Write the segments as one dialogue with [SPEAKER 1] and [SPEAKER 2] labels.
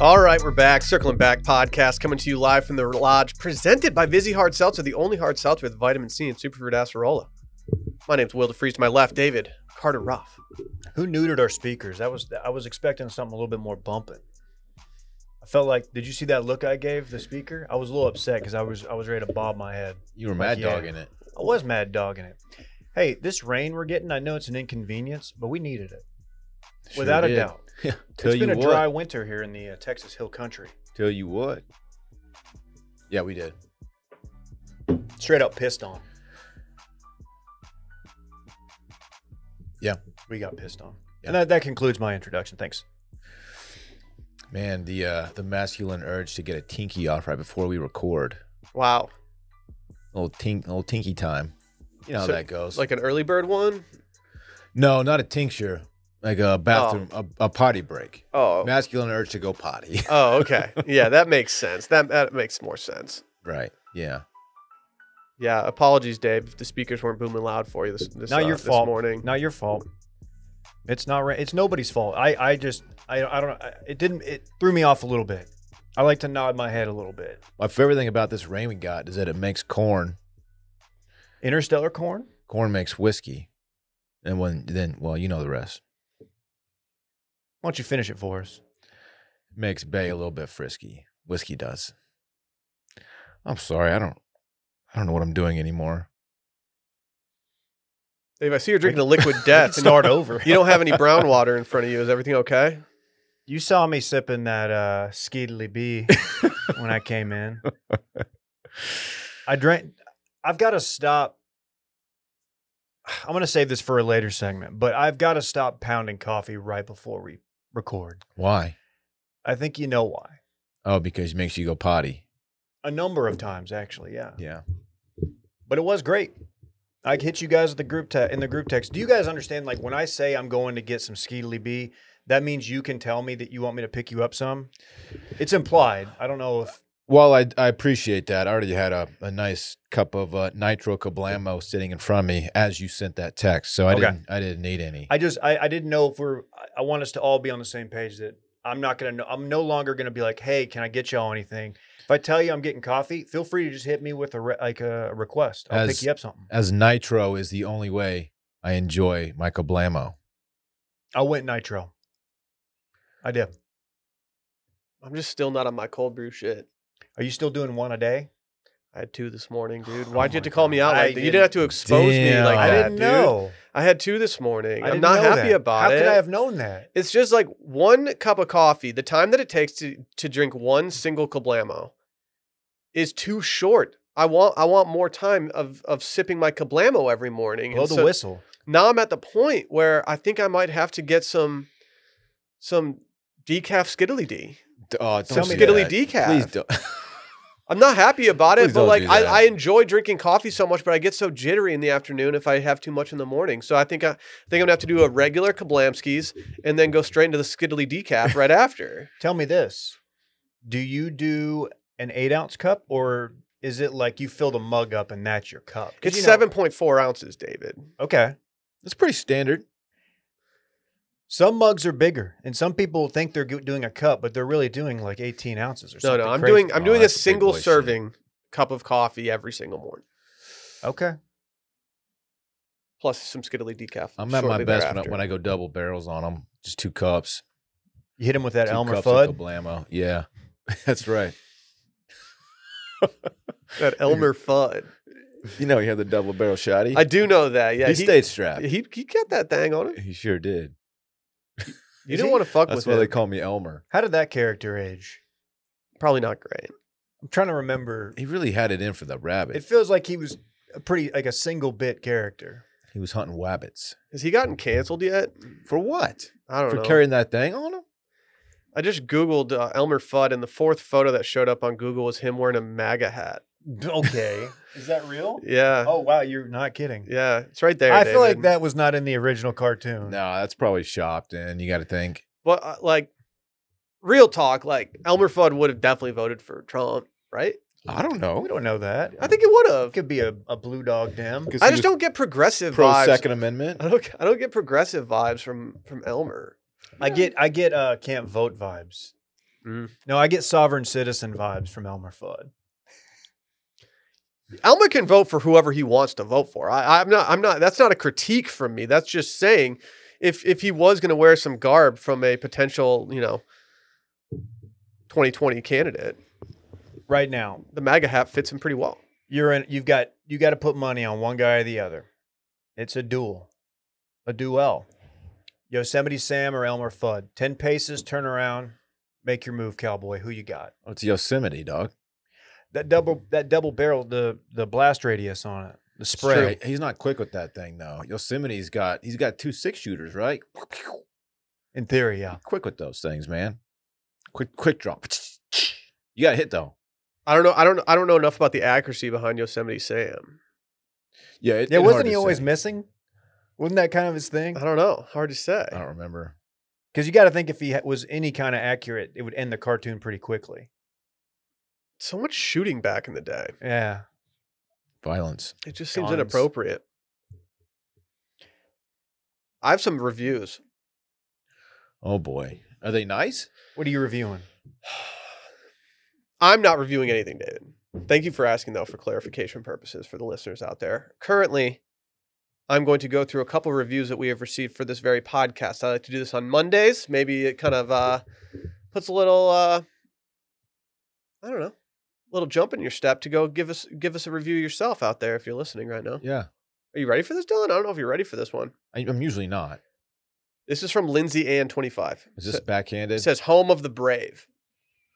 [SPEAKER 1] All right, we're back. Circling Back podcast coming to you live from the lodge, presented by Vizzy Hard Seltzer, the only hard seltzer with vitamin C and superfruit acerola. My name's Will DeFreeze. To my left, David Carter Ruff.
[SPEAKER 2] Who neutered our speakers? That was I was expecting something a little bit more bumping. I felt like, did you see that look I gave the speaker? I was a little upset because I was I was ready to bob my head.
[SPEAKER 3] You were mad
[SPEAKER 2] yeah.
[SPEAKER 3] dogging it.
[SPEAKER 2] I was mad dogging it. Hey, this rain we're getting, I know it's an inconvenience, but we needed it
[SPEAKER 3] Sure
[SPEAKER 2] without a
[SPEAKER 3] did.
[SPEAKER 2] doubt.
[SPEAKER 3] Tell
[SPEAKER 2] it's been
[SPEAKER 3] you
[SPEAKER 2] a
[SPEAKER 3] what.
[SPEAKER 2] dry winter here in the uh, Texas Hill Country.
[SPEAKER 3] Tell you what. Yeah, we did.
[SPEAKER 2] Straight up pissed on.
[SPEAKER 3] Yeah.
[SPEAKER 2] we got pissed on,
[SPEAKER 3] Yeah.
[SPEAKER 2] and that, that concludes my introduction. Thanks.
[SPEAKER 3] Man, the uh, the masculine urge to get a tinky off right before we record.
[SPEAKER 1] Wow.
[SPEAKER 3] Little tink, little tinky time. You know how
[SPEAKER 1] So,
[SPEAKER 3] that goes.
[SPEAKER 1] Like an early bird one?
[SPEAKER 3] no, not a tincture. Like a bathroom,
[SPEAKER 2] Oh.
[SPEAKER 3] a, a potty break.
[SPEAKER 1] Oh.
[SPEAKER 3] Masculine urge to go potty.
[SPEAKER 1] Oh, okay. Yeah, that makes sense. That, that makes more sense.
[SPEAKER 3] right. Yeah.
[SPEAKER 1] Yeah, apologies, Dave, if the speakers weren't booming loud for you this, this,
[SPEAKER 2] not
[SPEAKER 1] uh,
[SPEAKER 2] your
[SPEAKER 1] this
[SPEAKER 2] fault.
[SPEAKER 1] morning.
[SPEAKER 2] Not your fault. It's not. ra- It's nobody's fault. I. I just. I. I don't. I, it didn't. It threw me off a little bit. I like to nod my head a little bit.
[SPEAKER 3] My favorite thing about this rain we got is that it makes corn.
[SPEAKER 2] Interstellar corn.
[SPEAKER 3] Corn makes whiskey. And when then, well, you know the rest.
[SPEAKER 2] Why don't you finish it for us?
[SPEAKER 3] Makes Bay a little bit frisky. Whiskey does. I'm sorry. I don't. I don't know what I'm doing anymore.
[SPEAKER 1] Dave, I see you're drinking a liquid death. and
[SPEAKER 2] Start over.
[SPEAKER 1] You don't have any brown water in front of you. Is everything okay?
[SPEAKER 2] You saw me sipping that uh, Skeetily Bee when I came in. I drank. I've got to stop. I'm gonna save this for a later segment, but I've got to stop pounding coffee right before we record.
[SPEAKER 3] Why?
[SPEAKER 2] I think you know why.
[SPEAKER 3] Oh, because it makes you go potty.
[SPEAKER 2] A number of times, actually, yeah.
[SPEAKER 3] Yeah.
[SPEAKER 2] But it was great. I hit you guys with the group te- in the group text. Do you guys understand? Like when I say I'm going to get some Skeetily B, that means you can tell me that you want me to pick you up some. It's implied. I don't know if
[SPEAKER 3] Well, I, I appreciate that. I already had a, a nice cup of uh, nitro cablamo sitting in front of me as you sent that text, so I
[SPEAKER 2] Okay.
[SPEAKER 3] didn't I didn't need any.
[SPEAKER 2] I just I, I didn't know if we're. I- I want us to all be on the same page that I'm not gonna. know I'm no longer gonna be like, hey, can I get y'all anything? If I tell you I'm getting coffee, feel free to just hit me with a re- like a request. I'll
[SPEAKER 3] As-
[SPEAKER 2] pick you up something.
[SPEAKER 3] as nitro is the only way I enjoy my cablamo.
[SPEAKER 2] I went nitro. I did.
[SPEAKER 1] I'm just still not on my cold brew shit.
[SPEAKER 2] Are you still doing one a day?
[SPEAKER 1] I had two this morning, dude.
[SPEAKER 2] Oh
[SPEAKER 1] Why'd you have
[SPEAKER 2] my
[SPEAKER 1] to call me
[SPEAKER 2] God.
[SPEAKER 1] out
[SPEAKER 2] I
[SPEAKER 1] like that? You
[SPEAKER 2] didn't-
[SPEAKER 1] didn't have to expose me like
[SPEAKER 3] Damn.
[SPEAKER 1] that.
[SPEAKER 2] I didn't
[SPEAKER 1] dude.
[SPEAKER 2] know.
[SPEAKER 1] I had two this morning.
[SPEAKER 2] I
[SPEAKER 1] I'm
[SPEAKER 2] didn't
[SPEAKER 1] not
[SPEAKER 2] know
[SPEAKER 1] happy
[SPEAKER 2] that.
[SPEAKER 1] about
[SPEAKER 2] How
[SPEAKER 1] it.
[SPEAKER 2] could I have known that?
[SPEAKER 1] It's just like one cup of coffee, the time that it takes to, to drink one single Cablamo is too short. I want I want more time of of sipping my Cablamo every morning.
[SPEAKER 2] Blow
[SPEAKER 1] And
[SPEAKER 2] the
[SPEAKER 1] so
[SPEAKER 2] whistle.
[SPEAKER 1] Now I'm at the point where I think I might have to get some some decaf skiddly D.
[SPEAKER 3] D- Oh,
[SPEAKER 2] Tell
[SPEAKER 3] don't
[SPEAKER 2] me
[SPEAKER 3] do
[SPEAKER 1] Skiddly
[SPEAKER 3] that.
[SPEAKER 1] decaf.
[SPEAKER 3] Please don't.
[SPEAKER 1] I'm not happy about it,
[SPEAKER 3] Please
[SPEAKER 1] but
[SPEAKER 3] don't
[SPEAKER 1] like
[SPEAKER 3] do
[SPEAKER 1] I,
[SPEAKER 3] that.
[SPEAKER 1] I enjoy drinking coffee so much, but I get so jittery in the afternoon if I have too much in the morning. So I think I, I think I'm gonna have to do a regular Kablamskis and then go straight into the skiddly decaf right after.
[SPEAKER 2] Tell me this: Do you do an eight ounce cup, or is it like you fill the mug up and that's your cup? 'Cause
[SPEAKER 1] It's
[SPEAKER 2] you know-
[SPEAKER 1] seven point four ounces, David.
[SPEAKER 2] Okay.
[SPEAKER 3] That's pretty standard.
[SPEAKER 2] Some mugs are bigger, and some people think they're go- doing a cup, but they're really doing like eighteen ounces or
[SPEAKER 1] No,
[SPEAKER 2] something.
[SPEAKER 1] no, I'm
[SPEAKER 2] crazy.
[SPEAKER 1] doing I'm
[SPEAKER 3] Oh,
[SPEAKER 1] doing a
[SPEAKER 3] that's big
[SPEAKER 1] single
[SPEAKER 3] boy shit.
[SPEAKER 1] serving cup of coffee every single morning,
[SPEAKER 2] Okay.
[SPEAKER 1] plus some skiddly decaf.
[SPEAKER 3] I'm at my
[SPEAKER 1] shortly
[SPEAKER 3] best when I,
[SPEAKER 1] thereafter.
[SPEAKER 3] when I go double barrels on them. Just two cups.
[SPEAKER 2] You hit him with that
[SPEAKER 3] two
[SPEAKER 2] Elmer
[SPEAKER 3] cups of
[SPEAKER 2] Fudd.
[SPEAKER 3] Cablamo. Yeah, that's right.
[SPEAKER 1] that Elmer Fudd.
[SPEAKER 3] You know, he had the double barrel shotty.
[SPEAKER 1] I do know that. Yeah,
[SPEAKER 3] he, stayed strapped.
[SPEAKER 1] He he got that thing on him.
[SPEAKER 3] He sure did.
[SPEAKER 1] You
[SPEAKER 2] Is
[SPEAKER 1] didn't
[SPEAKER 2] he?
[SPEAKER 1] want to fuck
[SPEAKER 3] That's
[SPEAKER 1] with
[SPEAKER 3] why
[SPEAKER 1] him.
[SPEAKER 3] they call me Elmer.
[SPEAKER 2] How did that character age?
[SPEAKER 1] Probably not great.
[SPEAKER 2] I'm trying to remember.
[SPEAKER 3] He really had it in for the rabbit.
[SPEAKER 2] It feels like he was a pretty like a single bit character.
[SPEAKER 3] he was hunting wabbits.
[SPEAKER 1] Has he gotten canceled yet?
[SPEAKER 3] For what?
[SPEAKER 1] I don't
[SPEAKER 3] For
[SPEAKER 1] know.
[SPEAKER 3] carrying that thing on him?
[SPEAKER 1] I just Googled uh, Elmer Fudd, and the fourth photo that showed up on Google was him wearing a MAGA hat.
[SPEAKER 2] Okay. Is that real?
[SPEAKER 1] Yeah.
[SPEAKER 2] Oh wow, you're not kidding.
[SPEAKER 1] Yeah. It's right there.
[SPEAKER 2] I feel like
[SPEAKER 1] David. Uh-huh.
[SPEAKER 2] that was not in the original cartoon.
[SPEAKER 3] No, that's probably shopped, and you got to think.
[SPEAKER 1] But, uh, like, real talk, like Elmer Fudd would have definitely voted for Trump, right?
[SPEAKER 3] I don't
[SPEAKER 2] Oh, We
[SPEAKER 3] know.
[SPEAKER 2] don't know that.
[SPEAKER 1] I think it would
[SPEAKER 2] It
[SPEAKER 1] have.
[SPEAKER 2] could be a, a blue dog dam.
[SPEAKER 1] I just don't get progressive
[SPEAKER 3] pro
[SPEAKER 1] vibes. Uh-huh.
[SPEAKER 3] Second Amendment.
[SPEAKER 1] I don't. I don't get progressive vibes from from Elmer.
[SPEAKER 2] I get I get uh can't vote vibes.
[SPEAKER 1] Mm.
[SPEAKER 2] No, I get sovereign citizen vibes from Elmer Fudd.
[SPEAKER 1] Elmer can vote for whoever he wants to vote for. I, I'm not. I'm not. That's not a critique from me. That's just saying, if if he was going to wear some garb from a potential, you know, 2020 candidate,
[SPEAKER 2] Right now,
[SPEAKER 1] the MAGA hat fits him pretty well.
[SPEAKER 2] you're in you've got you got to put money on one guy or the other. It's a duel. A duel. Yosemite Sam or Elmer Fudd. 10 paces, turn around, make your move, cowboy. Who you got?
[SPEAKER 3] Oh, it's Yosemite, dog.
[SPEAKER 2] That double that double barrel the the blast radius on it. The spray.
[SPEAKER 3] Straight. He's not quick with that thing though. Yosemite's got he's got two six shooters, right?
[SPEAKER 2] In theory, yeah.
[SPEAKER 3] Quick with those things, man. Quick, quick drop. You got to hit though.
[SPEAKER 1] I don't know. I don't. I don't know enough about the accuracy behind Yosemite Sam.
[SPEAKER 3] Yeah, it,
[SPEAKER 2] Yeah,
[SPEAKER 3] it hard
[SPEAKER 2] wasn't he
[SPEAKER 3] to
[SPEAKER 2] always
[SPEAKER 3] say.
[SPEAKER 2] missing? Wasn't that kind of his thing?
[SPEAKER 1] I don't know. Hard to say.
[SPEAKER 3] I don't remember.
[SPEAKER 2] Because you got to think if he ha- was any kind of accurate, it would end the cartoon pretty quickly.
[SPEAKER 1] So much shooting back in the day.
[SPEAKER 2] Yeah.
[SPEAKER 3] Violence.
[SPEAKER 1] It just seems
[SPEAKER 2] Guns.
[SPEAKER 1] inappropriate. I have some reviews.
[SPEAKER 3] Oh boy, are they nice?
[SPEAKER 2] What are you reviewing?
[SPEAKER 1] I'm not reviewing anything, David. Thank you for asking, though, for clarification purposes for the listeners out there. Currently, I'm going to go through a couple reviews that we have received for this very podcast. I like to do this on Mondays. Maybe it kind of uh, puts a little, uh, I don't know, little jump in your step to go give us give us a review yourself out there if you're listening right now.
[SPEAKER 3] Yeah,
[SPEAKER 1] Are you ready for this, Dylan? I don't know if you're ready for this one.
[SPEAKER 3] I, I'm usually not.
[SPEAKER 1] This is from Lindsay Ann25.
[SPEAKER 3] Is this backhanded?
[SPEAKER 1] It says home of the brave.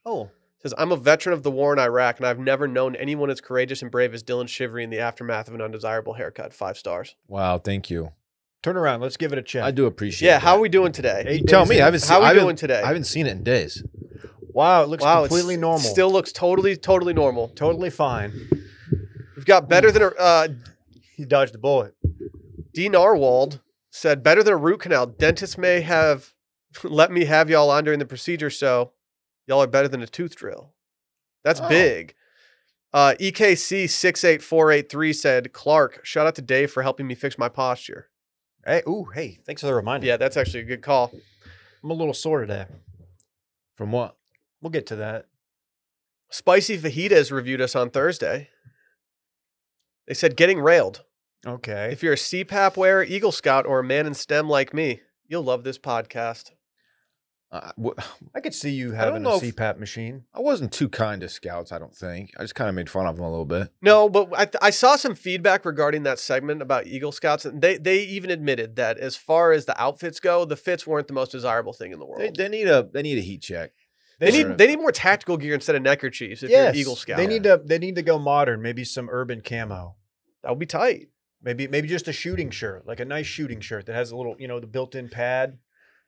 [SPEAKER 2] Oh,
[SPEAKER 1] It says I'm a veteran of the war in Iraq, and I've never known anyone as courageous and brave as Dylan Shivery in the aftermath of an undesirable haircut. Five stars.
[SPEAKER 3] wow, thank you.
[SPEAKER 2] turn around. Let's give it a check.
[SPEAKER 3] I do appreciate.
[SPEAKER 1] yeah, how
[SPEAKER 3] that.
[SPEAKER 1] are we doing today?
[SPEAKER 2] Eight
[SPEAKER 3] You tell
[SPEAKER 2] days
[SPEAKER 3] me.
[SPEAKER 2] in.
[SPEAKER 3] I haven't. Seen,
[SPEAKER 1] How are
[SPEAKER 3] I
[SPEAKER 1] we
[SPEAKER 3] haven't-
[SPEAKER 1] doing today?
[SPEAKER 3] I haven't seen it in days.
[SPEAKER 2] Wow, it looks
[SPEAKER 1] wow,
[SPEAKER 2] completely
[SPEAKER 1] it's,
[SPEAKER 2] normal.
[SPEAKER 1] It still looks totally, totally normal.
[SPEAKER 2] totally fine.
[SPEAKER 1] We've got better than a uh,
[SPEAKER 2] He dodged a bullet.
[SPEAKER 1] D. Narwhald said, better than a root canal. Dentists may have let me have y'all on during the procedure, so y'all are better than a tooth drill. That's
[SPEAKER 3] Oh.
[SPEAKER 1] big. Uh, EKC68483 said, Clark, shout out to Dave for helping me fix my posture.
[SPEAKER 2] Hey, ooh, hey, thanks for the reminder.
[SPEAKER 1] Yeah, that's actually a good call.
[SPEAKER 2] I'm a little sore today.
[SPEAKER 3] From what?
[SPEAKER 2] We'll get to that.
[SPEAKER 1] Spicy Fajitas reviewed us on Thursday. They said, getting railed.
[SPEAKER 2] Okay.
[SPEAKER 1] If you're a CPAP wearer, Eagle Scout, or a man in STEM like me, you'll love this podcast.
[SPEAKER 3] Uh, wh-
[SPEAKER 2] I could see you
[SPEAKER 3] don't
[SPEAKER 2] having a
[SPEAKER 3] know if-
[SPEAKER 2] CPAP machine.
[SPEAKER 3] I wasn't too kind to scouts. I don't think. I just kind of made fun of them a little bit.
[SPEAKER 1] No, but I, th- I saw some feedback regarding that segment about Eagle Scouts, and they, they even admitted that as far as the outfits go, the fits weren't the most desirable thing in the world.
[SPEAKER 3] They, they need a they need a heat check.
[SPEAKER 1] They
[SPEAKER 3] Sure.
[SPEAKER 1] need they need more tactical gear instead of neckerchiefs if you're an Eagle Scout.
[SPEAKER 2] They need to they need to go modern, maybe some urban camo.
[SPEAKER 1] that would be tight.
[SPEAKER 2] Maybe maybe just a shooting shirt, like a nice shooting shirt that has a little, you know, the built-in pad.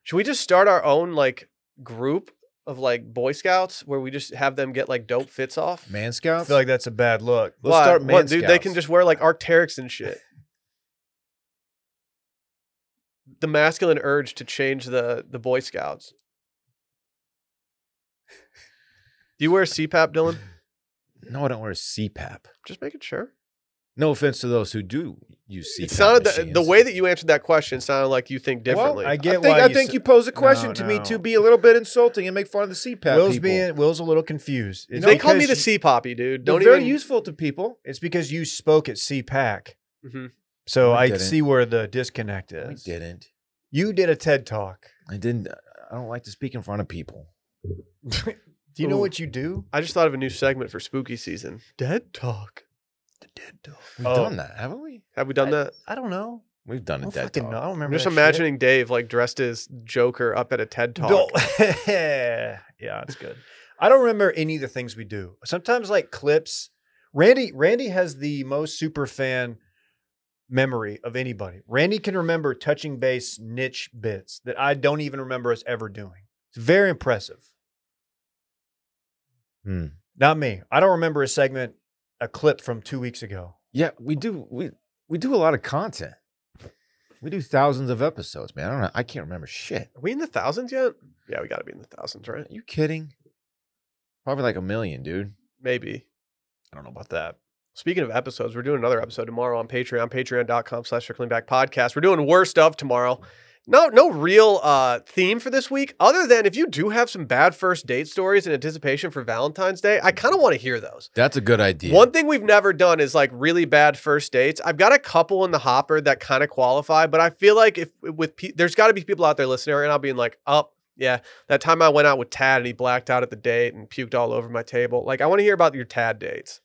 [SPEAKER 1] Should we just start our own like group of like Boy Scouts where we just have them get like dope fits off?
[SPEAKER 3] Man
[SPEAKER 2] I
[SPEAKER 3] scouts.
[SPEAKER 2] feel like that's a bad look.
[SPEAKER 3] Let's start man
[SPEAKER 1] what, dude? They can
[SPEAKER 3] scouts.
[SPEAKER 1] just wear like Arcteryx and shit. the masculine urge to change the the Boy Scouts. Do you wear CPAP, Dylan?
[SPEAKER 3] no, I don't wear a CPAP.
[SPEAKER 1] Just making sure.
[SPEAKER 3] No offense to those who do use CPAP.
[SPEAKER 1] it sounded the,
[SPEAKER 3] machines.
[SPEAKER 1] the way that you answered that question sounded like you think differently.
[SPEAKER 2] I
[SPEAKER 3] I
[SPEAKER 2] get
[SPEAKER 3] think
[SPEAKER 2] why
[SPEAKER 3] I
[SPEAKER 2] you
[SPEAKER 3] think
[SPEAKER 2] s-
[SPEAKER 3] you pose a question
[SPEAKER 2] No,
[SPEAKER 3] to
[SPEAKER 2] no.
[SPEAKER 3] me to be a little bit insulting and make fun of the CPAP
[SPEAKER 2] Will's
[SPEAKER 3] people.
[SPEAKER 2] being Will's a little confused. It's
[SPEAKER 1] they call me the
[SPEAKER 2] because
[SPEAKER 1] C poppy, dude.
[SPEAKER 3] They're
[SPEAKER 1] Don't
[SPEAKER 3] very
[SPEAKER 1] even.
[SPEAKER 3] useful to people.
[SPEAKER 2] you- It's because you spoke at CPAC,
[SPEAKER 1] Mhm.
[SPEAKER 2] so
[SPEAKER 3] We
[SPEAKER 2] I
[SPEAKER 3] didn't.
[SPEAKER 2] see where the disconnect
[SPEAKER 3] I
[SPEAKER 2] is.
[SPEAKER 3] didn't.
[SPEAKER 2] You did a TED talk.
[SPEAKER 3] I didn't. uh, I don't like to speak in front of people.
[SPEAKER 2] do you know
[SPEAKER 1] Ooh.
[SPEAKER 2] what you do?
[SPEAKER 1] I just thought of a new segment for spooky season. Dead talk. The dead talk.
[SPEAKER 3] We've
[SPEAKER 2] Oh.
[SPEAKER 3] done that, haven't we?
[SPEAKER 1] Have we done that?
[SPEAKER 2] I don't know.
[SPEAKER 3] We've done
[SPEAKER 2] I
[SPEAKER 3] a
[SPEAKER 2] don't
[SPEAKER 3] dead
[SPEAKER 2] fucking
[SPEAKER 3] dog.
[SPEAKER 2] know. I don't
[SPEAKER 1] I'm
[SPEAKER 2] remember.
[SPEAKER 1] just
[SPEAKER 2] that shit.
[SPEAKER 1] imagining Dave like dressed as Joker up at a TED talk.
[SPEAKER 2] Don't- yeah, that's good. I don't remember any of the things we do. Sometimes like clips. Randy Randy has the most super fan memory of anybody. Randy can remember touching base niche bits that I don't even remember us ever doing. It's very impressive.
[SPEAKER 3] Hmm.
[SPEAKER 2] Not me. I don't remember a segment, a clip from two weeks ago.
[SPEAKER 3] Yeah, we do. We we do a lot of content. We do thousands of episodes, man. I don't know. I can't remember shit.
[SPEAKER 1] Are we in the thousands yet? Yeah, we got to be in the thousands, right?
[SPEAKER 3] Are you kidding? Probably like a million, dude.
[SPEAKER 1] Maybe.
[SPEAKER 2] I don't know about that.
[SPEAKER 1] Speaking of episodes, we're doing another episode tomorrow on Patreon, patreon.com slash circling back podcast. We're doing worst of tomorrow. No, no real uh, theme for this week, other than if you do have some bad first date stories in anticipation for Valentine's Day, I kind of want to hear those.
[SPEAKER 3] That's a good idea.
[SPEAKER 1] One thing we've never done is like really bad first dates. I've got a couple in the hopper that kind of qualify, but I feel like if with pe- there's got to be people out there listening right now being like, "Up, yeah, that time I went out with Tad and he blacked out at the date and puked all over my table." Like, I want to hear about your Tad dates.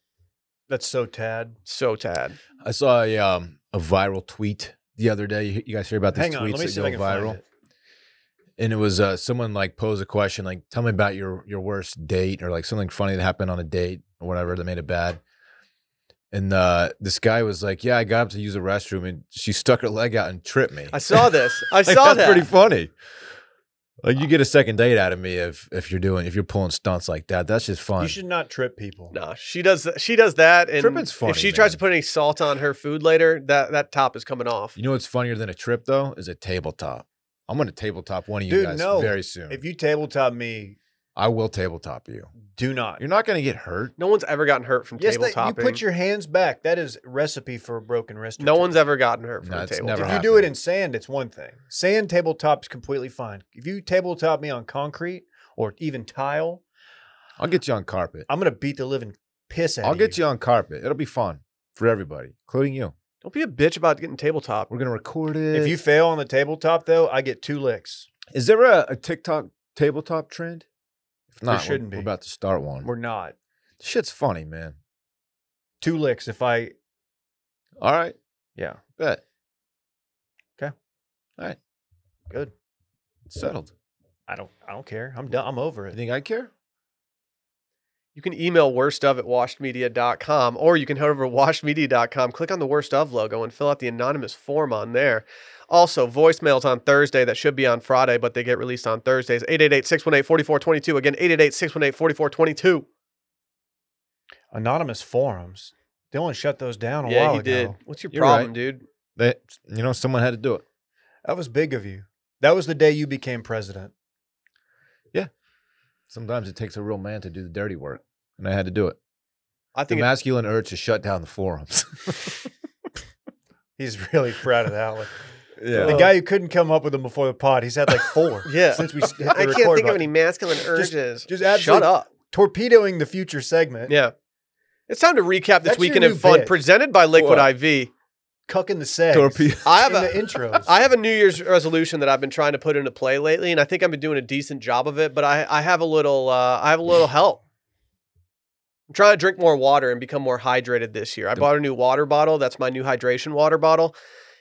[SPEAKER 2] That's so tad.
[SPEAKER 1] So Tad,
[SPEAKER 3] I saw a um, a viral tweet the other day. You- You guys hear about these
[SPEAKER 2] Hang on,
[SPEAKER 3] tweets
[SPEAKER 2] let me
[SPEAKER 3] that
[SPEAKER 2] see if
[SPEAKER 3] go
[SPEAKER 2] I can
[SPEAKER 3] viral?
[SPEAKER 2] find it.
[SPEAKER 3] and it was uh, someone like posed a question like tell me about your your worst date or like something funny that happened on a date or whatever that made it bad and uh, this guy was like yeah i got up to use the restroom and she stuck her leg out and tripped me
[SPEAKER 1] I saw this. I
[SPEAKER 3] Like,
[SPEAKER 1] saw
[SPEAKER 3] that's
[SPEAKER 1] that.
[SPEAKER 3] pretty funny like you get a second date out of me if if you're doing if you're pulling stunts like that that's just fun
[SPEAKER 2] You should not trip people.
[SPEAKER 1] No, she does. th- She does that, and
[SPEAKER 3] Tripping's funny,
[SPEAKER 1] if she tries to
[SPEAKER 3] man.
[SPEAKER 1] put any salt on her food later, that that top is coming off.
[SPEAKER 3] you know what's funnier than a trip though is a tabletop i'm gonna tabletop one of you
[SPEAKER 2] Dude,
[SPEAKER 3] guys
[SPEAKER 2] no.
[SPEAKER 3] very soon
[SPEAKER 2] If you tabletop me,
[SPEAKER 3] i will tabletop you
[SPEAKER 2] do not.
[SPEAKER 3] you're not gonna get hurt
[SPEAKER 1] No one's ever gotten hurt from
[SPEAKER 2] yes,
[SPEAKER 1] table
[SPEAKER 2] that, you
[SPEAKER 1] topping.
[SPEAKER 2] put your hands back. That is recipe for a broken wrist. or
[SPEAKER 1] no
[SPEAKER 2] two.
[SPEAKER 1] one's ever gotten hurt from
[SPEAKER 3] No,
[SPEAKER 1] a
[SPEAKER 3] it's
[SPEAKER 1] table.
[SPEAKER 3] never
[SPEAKER 2] If
[SPEAKER 1] top.
[SPEAKER 2] you do it in sand, it's one thing. Sand tabletop's completely fine. If you tabletop me on concrete or even tile,
[SPEAKER 3] i'll get you on carpet
[SPEAKER 2] I'm gonna beat the living piss out
[SPEAKER 3] I'll
[SPEAKER 2] of
[SPEAKER 3] get you on carpet. It'll be fun for everybody, including you.
[SPEAKER 1] Don't be a bitch about getting tabletop.
[SPEAKER 3] We're gonna record it.
[SPEAKER 2] If you fail on the tabletop, though, I get two licks.
[SPEAKER 3] is there a, a TikTok tabletop trend? If not,
[SPEAKER 2] shouldn't
[SPEAKER 3] we're,
[SPEAKER 2] be.
[SPEAKER 3] we're about to start one.
[SPEAKER 2] We're not
[SPEAKER 3] Shit's funny, man.
[SPEAKER 2] two licks. If I
[SPEAKER 3] All right,
[SPEAKER 2] yeah,
[SPEAKER 3] bet.
[SPEAKER 2] 'Kay.
[SPEAKER 3] All right,
[SPEAKER 2] good.
[SPEAKER 3] settled.
[SPEAKER 2] I don't I don't care. I'm done. I'm over
[SPEAKER 3] You
[SPEAKER 2] it.
[SPEAKER 3] think I care?
[SPEAKER 1] You can email worst of at washedmedia.com or you can head over to washedmedia.com, click on the worst of logo and fill out the anonymous form on there. Also, voicemails on Thursday that should be on Friday, but they get released on Thursdays. 888 618 4422. Again, 888 618 4422.
[SPEAKER 2] Anonymous forums. Dylan shut those down a
[SPEAKER 1] Yeah,
[SPEAKER 2] while
[SPEAKER 1] he
[SPEAKER 2] ago.
[SPEAKER 1] did. What's your
[SPEAKER 3] You're
[SPEAKER 1] problem,
[SPEAKER 3] right.
[SPEAKER 1] dude?
[SPEAKER 3] They, you know, someone had to do it.
[SPEAKER 2] That was big of you. That was the day you became president.
[SPEAKER 3] Sometimes it takes a real man to do the dirty work, and I had to do it.
[SPEAKER 1] I
[SPEAKER 3] The
[SPEAKER 1] think it-
[SPEAKER 3] masculine urge to shut down the forums.
[SPEAKER 2] He's really proud of that one.
[SPEAKER 3] yeah.
[SPEAKER 2] The guy who couldn't come up with them before the pod, he's had like four.
[SPEAKER 1] Yeah.
[SPEAKER 2] Since we s- hit the
[SPEAKER 1] I can't
[SPEAKER 2] record
[SPEAKER 1] think of
[SPEAKER 2] button.
[SPEAKER 1] any masculine
[SPEAKER 2] Just-
[SPEAKER 1] urges.
[SPEAKER 2] just
[SPEAKER 1] Shut
[SPEAKER 2] absolute-
[SPEAKER 1] up.
[SPEAKER 2] torpedoing the future segment.
[SPEAKER 1] Yeah. It's time to recap this
[SPEAKER 2] That's your
[SPEAKER 1] weekend in
[SPEAKER 2] new
[SPEAKER 1] fun
[SPEAKER 2] bit.
[SPEAKER 1] presented by Liquid
[SPEAKER 3] What?
[SPEAKER 1] IV.
[SPEAKER 2] Cucking the sex.
[SPEAKER 3] Torpedo.
[SPEAKER 1] I have
[SPEAKER 2] in
[SPEAKER 1] a-
[SPEAKER 2] the intros.
[SPEAKER 1] I have a New Year's resolution that I've been trying to put into play lately, and I think I've been doing a decent job of it. But I, I have a little, uh, I have a little help. I'm trying to drink more water and become more hydrated this year. I
[SPEAKER 3] Don't-
[SPEAKER 1] bought a new water bottle. That's my new hydration water bottle.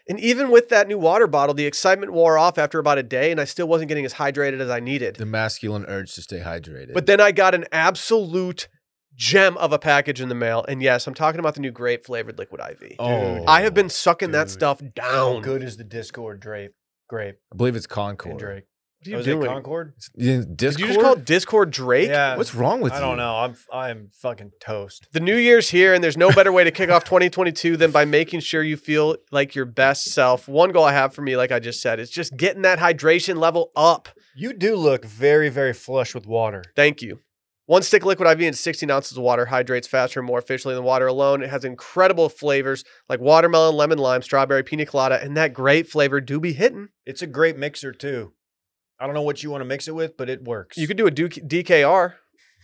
[SPEAKER 1] And even with that new water bottle, the excitement wore off after about a day, and I still wasn't getting as hydrated as I needed.
[SPEAKER 3] The masculine urge to stay hydrated.
[SPEAKER 1] But then I got an absolute gem of a package in the mail, and yes, I'm talking about the new grape flavored liquid IV.
[SPEAKER 3] oh,
[SPEAKER 1] I have been sucking that
[SPEAKER 2] dude.
[SPEAKER 1] stuff
[SPEAKER 2] How
[SPEAKER 1] down.
[SPEAKER 2] good is the Discord drape? Grape
[SPEAKER 3] I believe it's
[SPEAKER 2] and
[SPEAKER 3] Concord.
[SPEAKER 2] Drake.
[SPEAKER 1] What are you
[SPEAKER 2] was it
[SPEAKER 1] doing?
[SPEAKER 2] Concord?
[SPEAKER 3] It's- you-
[SPEAKER 1] Did you just call
[SPEAKER 3] Discord?
[SPEAKER 1] Discord Drake?
[SPEAKER 2] Yeah.
[SPEAKER 3] What's wrong with
[SPEAKER 2] I
[SPEAKER 3] you?
[SPEAKER 2] don't know. I'm I'm fucking toast.
[SPEAKER 1] The new year's here, and there's no better way to kick off 2022 than by making sure you feel like your best self. One goal I have for me, like I just said, is just getting that hydration level up.
[SPEAKER 2] You do look very very flush with water.
[SPEAKER 1] Thank you. One stick liquid IV and 16 ounces of water hydrates faster and more efficiently than water alone. It has incredible flavors like watermelon, lemon, lime, strawberry, pina colada, and that grape flavor do be hitting.
[SPEAKER 2] It's a great mixer too. I don't know what you want to mix it with, but it works.
[SPEAKER 1] You could do a Duke- DKR.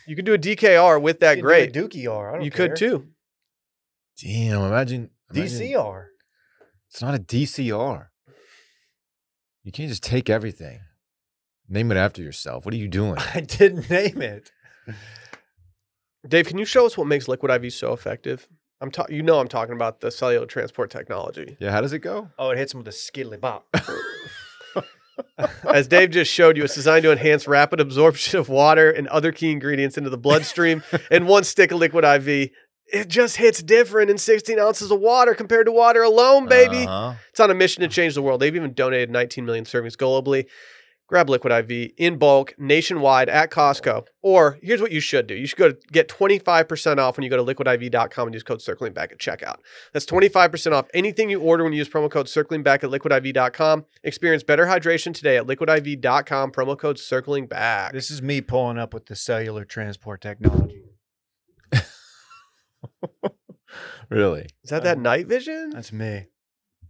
[SPEAKER 1] You could do a DKR with that
[SPEAKER 2] You could
[SPEAKER 1] grape.
[SPEAKER 2] do a Dookie R. I don't
[SPEAKER 1] You
[SPEAKER 2] care.
[SPEAKER 1] could too.
[SPEAKER 3] Damn, imagine, imagine-
[SPEAKER 2] DCR.
[SPEAKER 3] It's not a DCR. You can't just take everything. Name it after yourself. What are you doing?
[SPEAKER 2] I didn't name it.
[SPEAKER 1] Dave, can you show us what makes liquid IV so effective? I'm ta- you know I'm talking about the cellular transport technology.
[SPEAKER 3] yeah, how does it go?
[SPEAKER 2] Oh, it hits him with a skiddly bop.
[SPEAKER 1] As Dave just showed you, it's designed to enhance rapid absorption of water and other key ingredients into the bloodstream. and one stick of liquid IV, it just hits different in 16 ounces of water compared to water alone, baby.
[SPEAKER 3] Uh-huh.
[SPEAKER 1] It's on a mission to change the world. They've even donated 19 million servings globally. Grab Liquid IV in bulk nationwide at Costco. Or here's what you should do. You should go to get 25% off when you go to liquidiv.com and use code circling back at checkout. That's 25% off anything you order when you use promo code circling back at liquidiv.com. Experience better hydration today at liquidiv.com, promo code circling back.
[SPEAKER 2] This is me pulling up with the cellular transport technology.
[SPEAKER 3] Really?
[SPEAKER 1] is that that night vision?
[SPEAKER 2] That's me.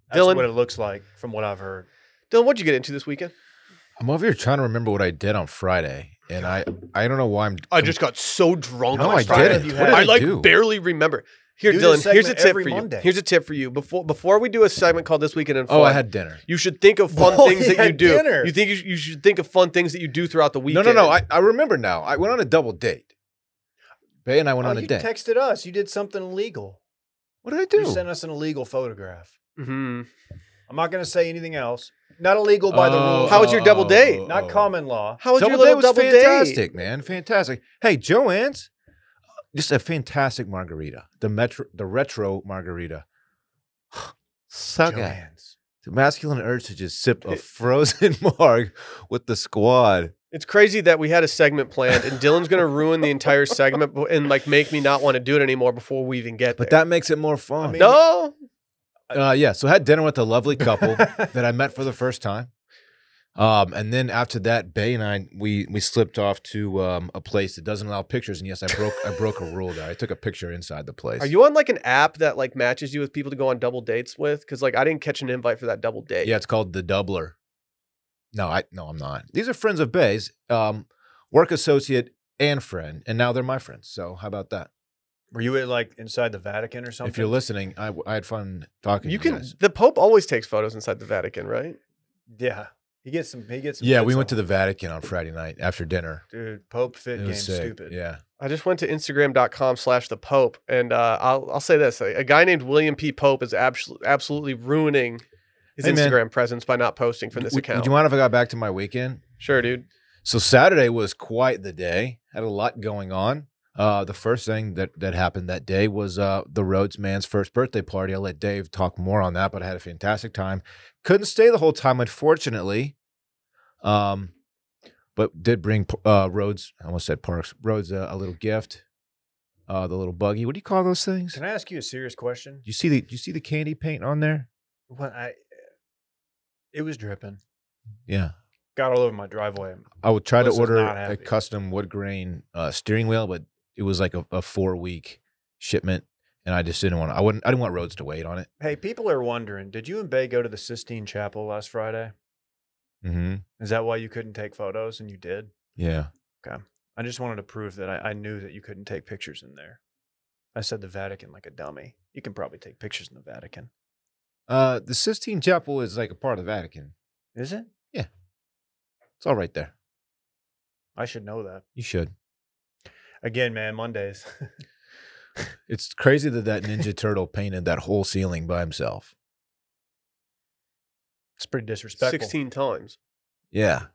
[SPEAKER 2] That's
[SPEAKER 1] Dylan?
[SPEAKER 2] what it looks like from what I've heard.
[SPEAKER 1] Dylan, what'd you get into this weekend?
[SPEAKER 3] I'm over here trying to remember what I did on Friday, and I I don't know why I'm.
[SPEAKER 1] I just got so drunk
[SPEAKER 3] No,
[SPEAKER 1] on
[SPEAKER 3] I
[SPEAKER 1] Friday.
[SPEAKER 2] didn't.
[SPEAKER 1] You
[SPEAKER 2] What
[SPEAKER 1] had-
[SPEAKER 2] did
[SPEAKER 1] I,
[SPEAKER 3] I
[SPEAKER 1] like
[SPEAKER 3] do?
[SPEAKER 1] barely remember. Here,
[SPEAKER 2] Do
[SPEAKER 1] Dylan.
[SPEAKER 2] this
[SPEAKER 1] Here's a
[SPEAKER 2] segment
[SPEAKER 1] tip
[SPEAKER 2] every
[SPEAKER 1] for you.
[SPEAKER 2] Monday.
[SPEAKER 1] Here's a tip for you. Before before we do a segment called "This Weekend in Fun,"
[SPEAKER 3] oh, I had dinner.
[SPEAKER 1] you should think of fun
[SPEAKER 2] Well,
[SPEAKER 1] things
[SPEAKER 2] he
[SPEAKER 1] that you
[SPEAKER 2] had
[SPEAKER 1] do.
[SPEAKER 2] dinner.
[SPEAKER 1] You think you, sh- you should think of fun things that you do throughout the
[SPEAKER 3] No,
[SPEAKER 1] weekend.
[SPEAKER 3] no, no. I, I remember now. I went on a double date. Bay and I went
[SPEAKER 2] Oh,
[SPEAKER 3] on a
[SPEAKER 2] you
[SPEAKER 3] date.
[SPEAKER 2] texted us. You did something illegal.
[SPEAKER 3] what did I do?
[SPEAKER 2] You sent us an illegal photograph.
[SPEAKER 1] Mhm.
[SPEAKER 2] I'm not going to say anything else. Not illegal by the
[SPEAKER 3] Oh,
[SPEAKER 2] rules.
[SPEAKER 1] How was your double date?
[SPEAKER 3] oh,
[SPEAKER 2] Not
[SPEAKER 3] oh.
[SPEAKER 2] common law.
[SPEAKER 1] How was
[SPEAKER 3] double
[SPEAKER 1] your little
[SPEAKER 3] date was
[SPEAKER 1] double
[SPEAKER 3] fantastic,
[SPEAKER 1] date?
[SPEAKER 3] man. Fantastic. Hey, Joanne's, just a fantastic margarita. The metro, the retro margarita. Suck it.
[SPEAKER 2] Joanne's.
[SPEAKER 3] The masculine urge to just sip a frozen marg with the squad.
[SPEAKER 1] It's crazy that we had a segment planned, and Dylan's going to ruin the entire segment b- and like make me not want to do it anymore before we even get
[SPEAKER 3] But
[SPEAKER 1] there.
[SPEAKER 3] that makes it more fun.
[SPEAKER 2] mean-
[SPEAKER 1] no,
[SPEAKER 3] uh, yeah. So I had dinner with a lovely couple that I met for the first time. Um, and then after that, Bay and I we we slipped off to um, a place that doesn't allow pictures. And yes, I broke I broke a rule there. I took a picture inside the place.
[SPEAKER 1] are you on like an app that like matches you with people to go on double dates with? Because like I didn't catch an invite for that double date.
[SPEAKER 3] Yeah, it's called the Doubler. No, I no, I'm not. These are friends of Bay's, um, work associate and friend, and now they're my friends. So how about that?
[SPEAKER 2] Were you at, like inside the Vatican or something?
[SPEAKER 3] If you're listening, I, I had fun talking.
[SPEAKER 1] You
[SPEAKER 3] to
[SPEAKER 1] can.
[SPEAKER 3] guys.
[SPEAKER 1] The Pope always takes photos inside the Vatican, right?
[SPEAKER 2] yeah, he gets some. He gets. Some
[SPEAKER 3] Yeah,
[SPEAKER 2] fits
[SPEAKER 3] we went to
[SPEAKER 2] on.
[SPEAKER 3] the Vatican on Friday night after dinner.
[SPEAKER 2] dude Pope fit
[SPEAKER 3] It
[SPEAKER 2] game.
[SPEAKER 3] was sick.
[SPEAKER 2] Stupid.
[SPEAKER 3] Yeah,
[SPEAKER 1] I just went to Instagram.com slash the Pope, and uh, I'll I'll say this: a, a guy named William P. Pope is absolutely absolutely ruining his
[SPEAKER 3] Hey, man.
[SPEAKER 1] Instagram presence by not posting from this
[SPEAKER 3] Would-
[SPEAKER 1] account.
[SPEAKER 3] Would you mind if I got back to my weekend?
[SPEAKER 1] sure, dude.
[SPEAKER 3] So Saturday was quite the day. Had a lot going on. Uh, the first thing that that happened that day was uh, the Rhodes man's first birthday party. I'll let Dave talk more on that, but I had a fantastic time. Couldn't stay the whole time, unfortunately. Um, but did bring uh, Rhodes. I almost said Parks. Rhodes uh, a little gift. Uh, the little buggy. What do you call those things?
[SPEAKER 2] Can I ask you a serious question?
[SPEAKER 3] You see the you see the candy paint on there?
[SPEAKER 2] When I, it was dripping.
[SPEAKER 3] Yeah.
[SPEAKER 2] Got all over my driveway.
[SPEAKER 3] I would try to
[SPEAKER 2] Melissa's
[SPEAKER 3] order
[SPEAKER 2] not
[SPEAKER 3] a
[SPEAKER 2] happy.
[SPEAKER 3] custom wood grain uh, steering wheel, but it was like a, a four week shipment, and I just didn't want. I wouldn't. I didn't want roads to wait on it.
[SPEAKER 2] Hey, people are wondering, did you and Bay go to the Sistine Chapel last Friday?
[SPEAKER 3] Mm-hmm.
[SPEAKER 2] Is that why you couldn't take photos and you did?
[SPEAKER 3] Yeah.
[SPEAKER 2] I just wanted to prove that I, I knew that you couldn't take pictures in there. I said the Vatican like a dummy. You can probably take pictures in the Vatican.
[SPEAKER 3] Uh, the Sistine Chapel is like a part of the Vatican.
[SPEAKER 2] Is it?
[SPEAKER 3] It's all right there.
[SPEAKER 2] I should know that.
[SPEAKER 3] You should.
[SPEAKER 2] Again, man, Mondays.
[SPEAKER 3] It's crazy that that Ninja Turtle painted that whole ceiling by himself.
[SPEAKER 2] it's pretty disrespectful.
[SPEAKER 1] Sixteen times.
[SPEAKER 3] Yeah.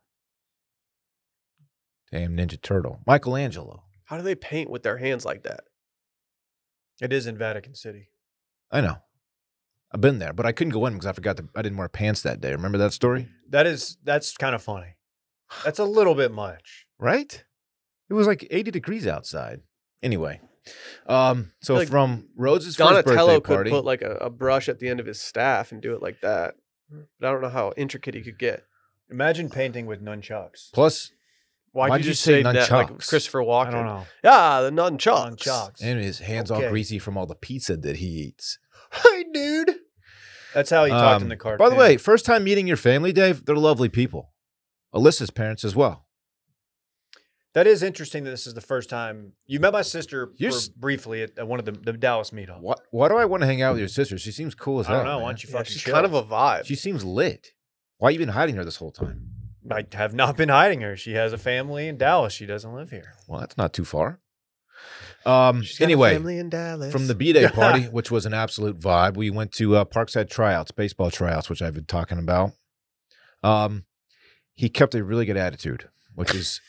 [SPEAKER 3] Damn Ninja Turtle, Michelangelo.
[SPEAKER 1] How do they paint with their hands like that?
[SPEAKER 2] It is in Vatican City.
[SPEAKER 3] I know. I've been there, but I couldn't go in because I forgot. To, I didn't wear pants that day. Remember that story?
[SPEAKER 2] That is that's kind of funny. That's a little bit much.
[SPEAKER 3] right? It was like 80 degrees outside. Anyway, um, so
[SPEAKER 1] Like,
[SPEAKER 3] from Rhodes' first birthday
[SPEAKER 1] Donatello could
[SPEAKER 3] party,
[SPEAKER 1] put like a, a brush at the end of his staff and do it like that, but I don't know how intricate he could get.
[SPEAKER 2] Imagine painting with nunchucks.
[SPEAKER 3] plus,
[SPEAKER 1] Why'd,
[SPEAKER 3] Why'd
[SPEAKER 1] you
[SPEAKER 3] you
[SPEAKER 1] just say
[SPEAKER 3] say
[SPEAKER 1] that like
[SPEAKER 3] nunchucks?
[SPEAKER 1] Christopher Walken?
[SPEAKER 2] I don't know.
[SPEAKER 1] Ah, the nunchucks.
[SPEAKER 2] Nunchucks.
[SPEAKER 3] and his hands all
[SPEAKER 2] Okay.
[SPEAKER 3] greasy from all the pizza that he eats.
[SPEAKER 2] Hey, dude. That's how Oh, he talked in
[SPEAKER 3] Um,
[SPEAKER 2] the car.
[SPEAKER 3] By the way, first time meeting your family, Dave. They're lovely people. Alyssa's parents as well.
[SPEAKER 2] that is interesting that this is the first time you met my sister
[SPEAKER 3] You're
[SPEAKER 2] for-
[SPEAKER 3] s-
[SPEAKER 2] briefly at, at one of the, the Dallas meetups.
[SPEAKER 3] Why, why do I want to hang out with your sister? She seems cool as
[SPEAKER 2] I
[SPEAKER 3] hell.
[SPEAKER 2] don't know. Why
[SPEAKER 3] man.
[SPEAKER 2] don't you
[SPEAKER 1] Yeah,
[SPEAKER 2] fucking
[SPEAKER 1] she's
[SPEAKER 2] chill?
[SPEAKER 1] kind of a vibe.
[SPEAKER 3] She seems lit. Why you been hiding her this whole time?
[SPEAKER 2] I have not been hiding her. She has a family in Dallas. She doesn't live here.
[SPEAKER 3] Well, that's not too far. Um.
[SPEAKER 1] She's got a
[SPEAKER 3] anyway,
[SPEAKER 1] family in Dallas.
[SPEAKER 3] from the B Day party, which was an absolute vibe. We went to uh, Parkside tryouts, baseball tryouts, which I've been talking about. Um, he kept a really good attitude, which is,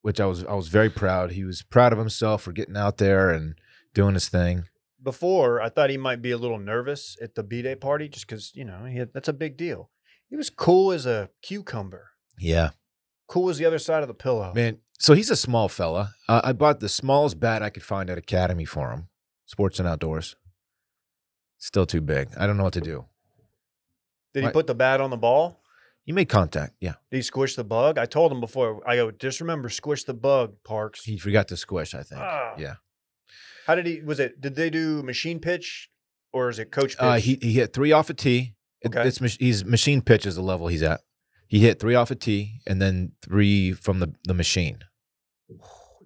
[SPEAKER 3] which I was I was very proud. He was proud of himself for getting out there and doing his thing.
[SPEAKER 2] Before, I thought he might be a little nervous at the B Day party just because, you know, he had, that's a big deal. He was cool as a cucumber.
[SPEAKER 3] Yeah.
[SPEAKER 2] Cool as the other side of the pillow.
[SPEAKER 3] Man, so he's a small fella. Uh, I bought the smallest bat I could find at Academy for him, sports and outdoors. Still too big. I don't know what to do.
[SPEAKER 2] Did he
[SPEAKER 3] Right.
[SPEAKER 2] put the bat on the ball?
[SPEAKER 3] He made contact. Yeah.
[SPEAKER 2] Did he squish the bug? I told him before. I go, just remember, squish the bug, Parks.
[SPEAKER 3] He forgot to squish, I think.
[SPEAKER 2] Ah.
[SPEAKER 3] yeah.
[SPEAKER 2] How did he? Was it? Did they do machine pitch, or is it coach pitch?
[SPEAKER 3] Uh, he, he hit three off a tee. It,
[SPEAKER 2] Okay.
[SPEAKER 3] It's mach- he's machine pitch is the level he's at. He hit three off a tee and then three from the, the machine.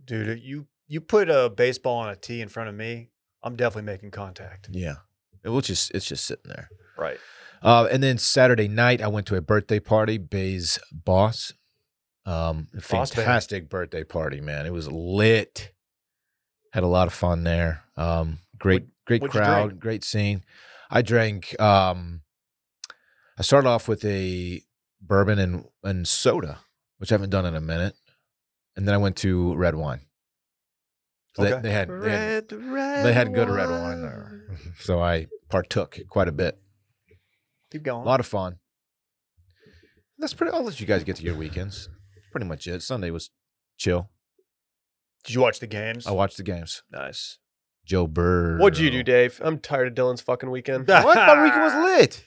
[SPEAKER 2] Dude, you you put a baseball on a tee in front of me. I'm definitely making contact.
[SPEAKER 3] Yeah. It will just it's just sitting there.
[SPEAKER 2] Right.
[SPEAKER 3] Uh, and then Saturday night, I went to a birthday party, Bay's boss. Um, a
[SPEAKER 2] Boss Bay.
[SPEAKER 3] fantastic birthday party, man. It was lit. Had a lot of fun there. Um, great, great
[SPEAKER 2] what'd you
[SPEAKER 3] crowd,
[SPEAKER 2] drink?
[SPEAKER 3] great scene. I drank. Um, I started off with a bourbon and and soda, which I haven't done in a minute, and then I went to red wine. So they-
[SPEAKER 2] Okay.
[SPEAKER 3] they, had, they
[SPEAKER 1] Red,
[SPEAKER 3] had
[SPEAKER 1] red.
[SPEAKER 3] they had good red wine there, so I partook quite a bit.
[SPEAKER 2] Keep going.
[SPEAKER 3] A lot of fun. That's pretty. I'll let you guys get to your weekends. Pretty much it. Sunday was chill.
[SPEAKER 2] Did you watch the games?
[SPEAKER 3] I watched the games.
[SPEAKER 2] Oh, nice.
[SPEAKER 3] Joe Bird.
[SPEAKER 1] What'd you do, Dave? I'm tired of Dylan's fucking weekend.
[SPEAKER 3] What? My weekend was lit.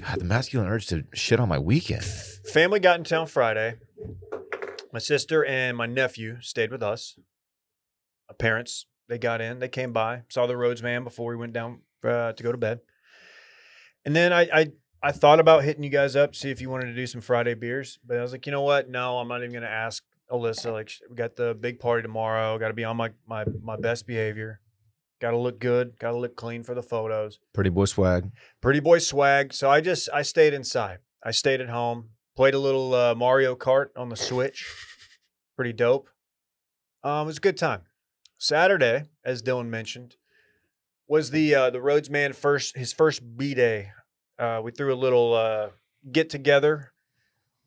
[SPEAKER 3] God, the masculine urge to shit on my weekend.
[SPEAKER 2] Family got in town Friday. My sister and my nephew stayed with us. My parents, they got in, they came by, saw the roads man before we went down uh, to go to bed. And then I, I, I thought about hitting you guys up, see if you wanted to do some Friday beers, but I was like, you know what? No, I'm not even going to ask Alyssa. Like, sh- we got the big party tomorrow. Got to be on my, my, my best behavior. Got to look good. Got to look clean for the photos
[SPEAKER 3] Pretty boy swag.
[SPEAKER 2] pretty boy swag. So I just I stayed inside. I stayed at home, played a little uh, Mario Kart on the Switch. Pretty dope. Um, it was a good time. Saturday, as Dylan mentioned, was the uh, the Rhodes man first his first B day. Uh, we threw a little uh, get together.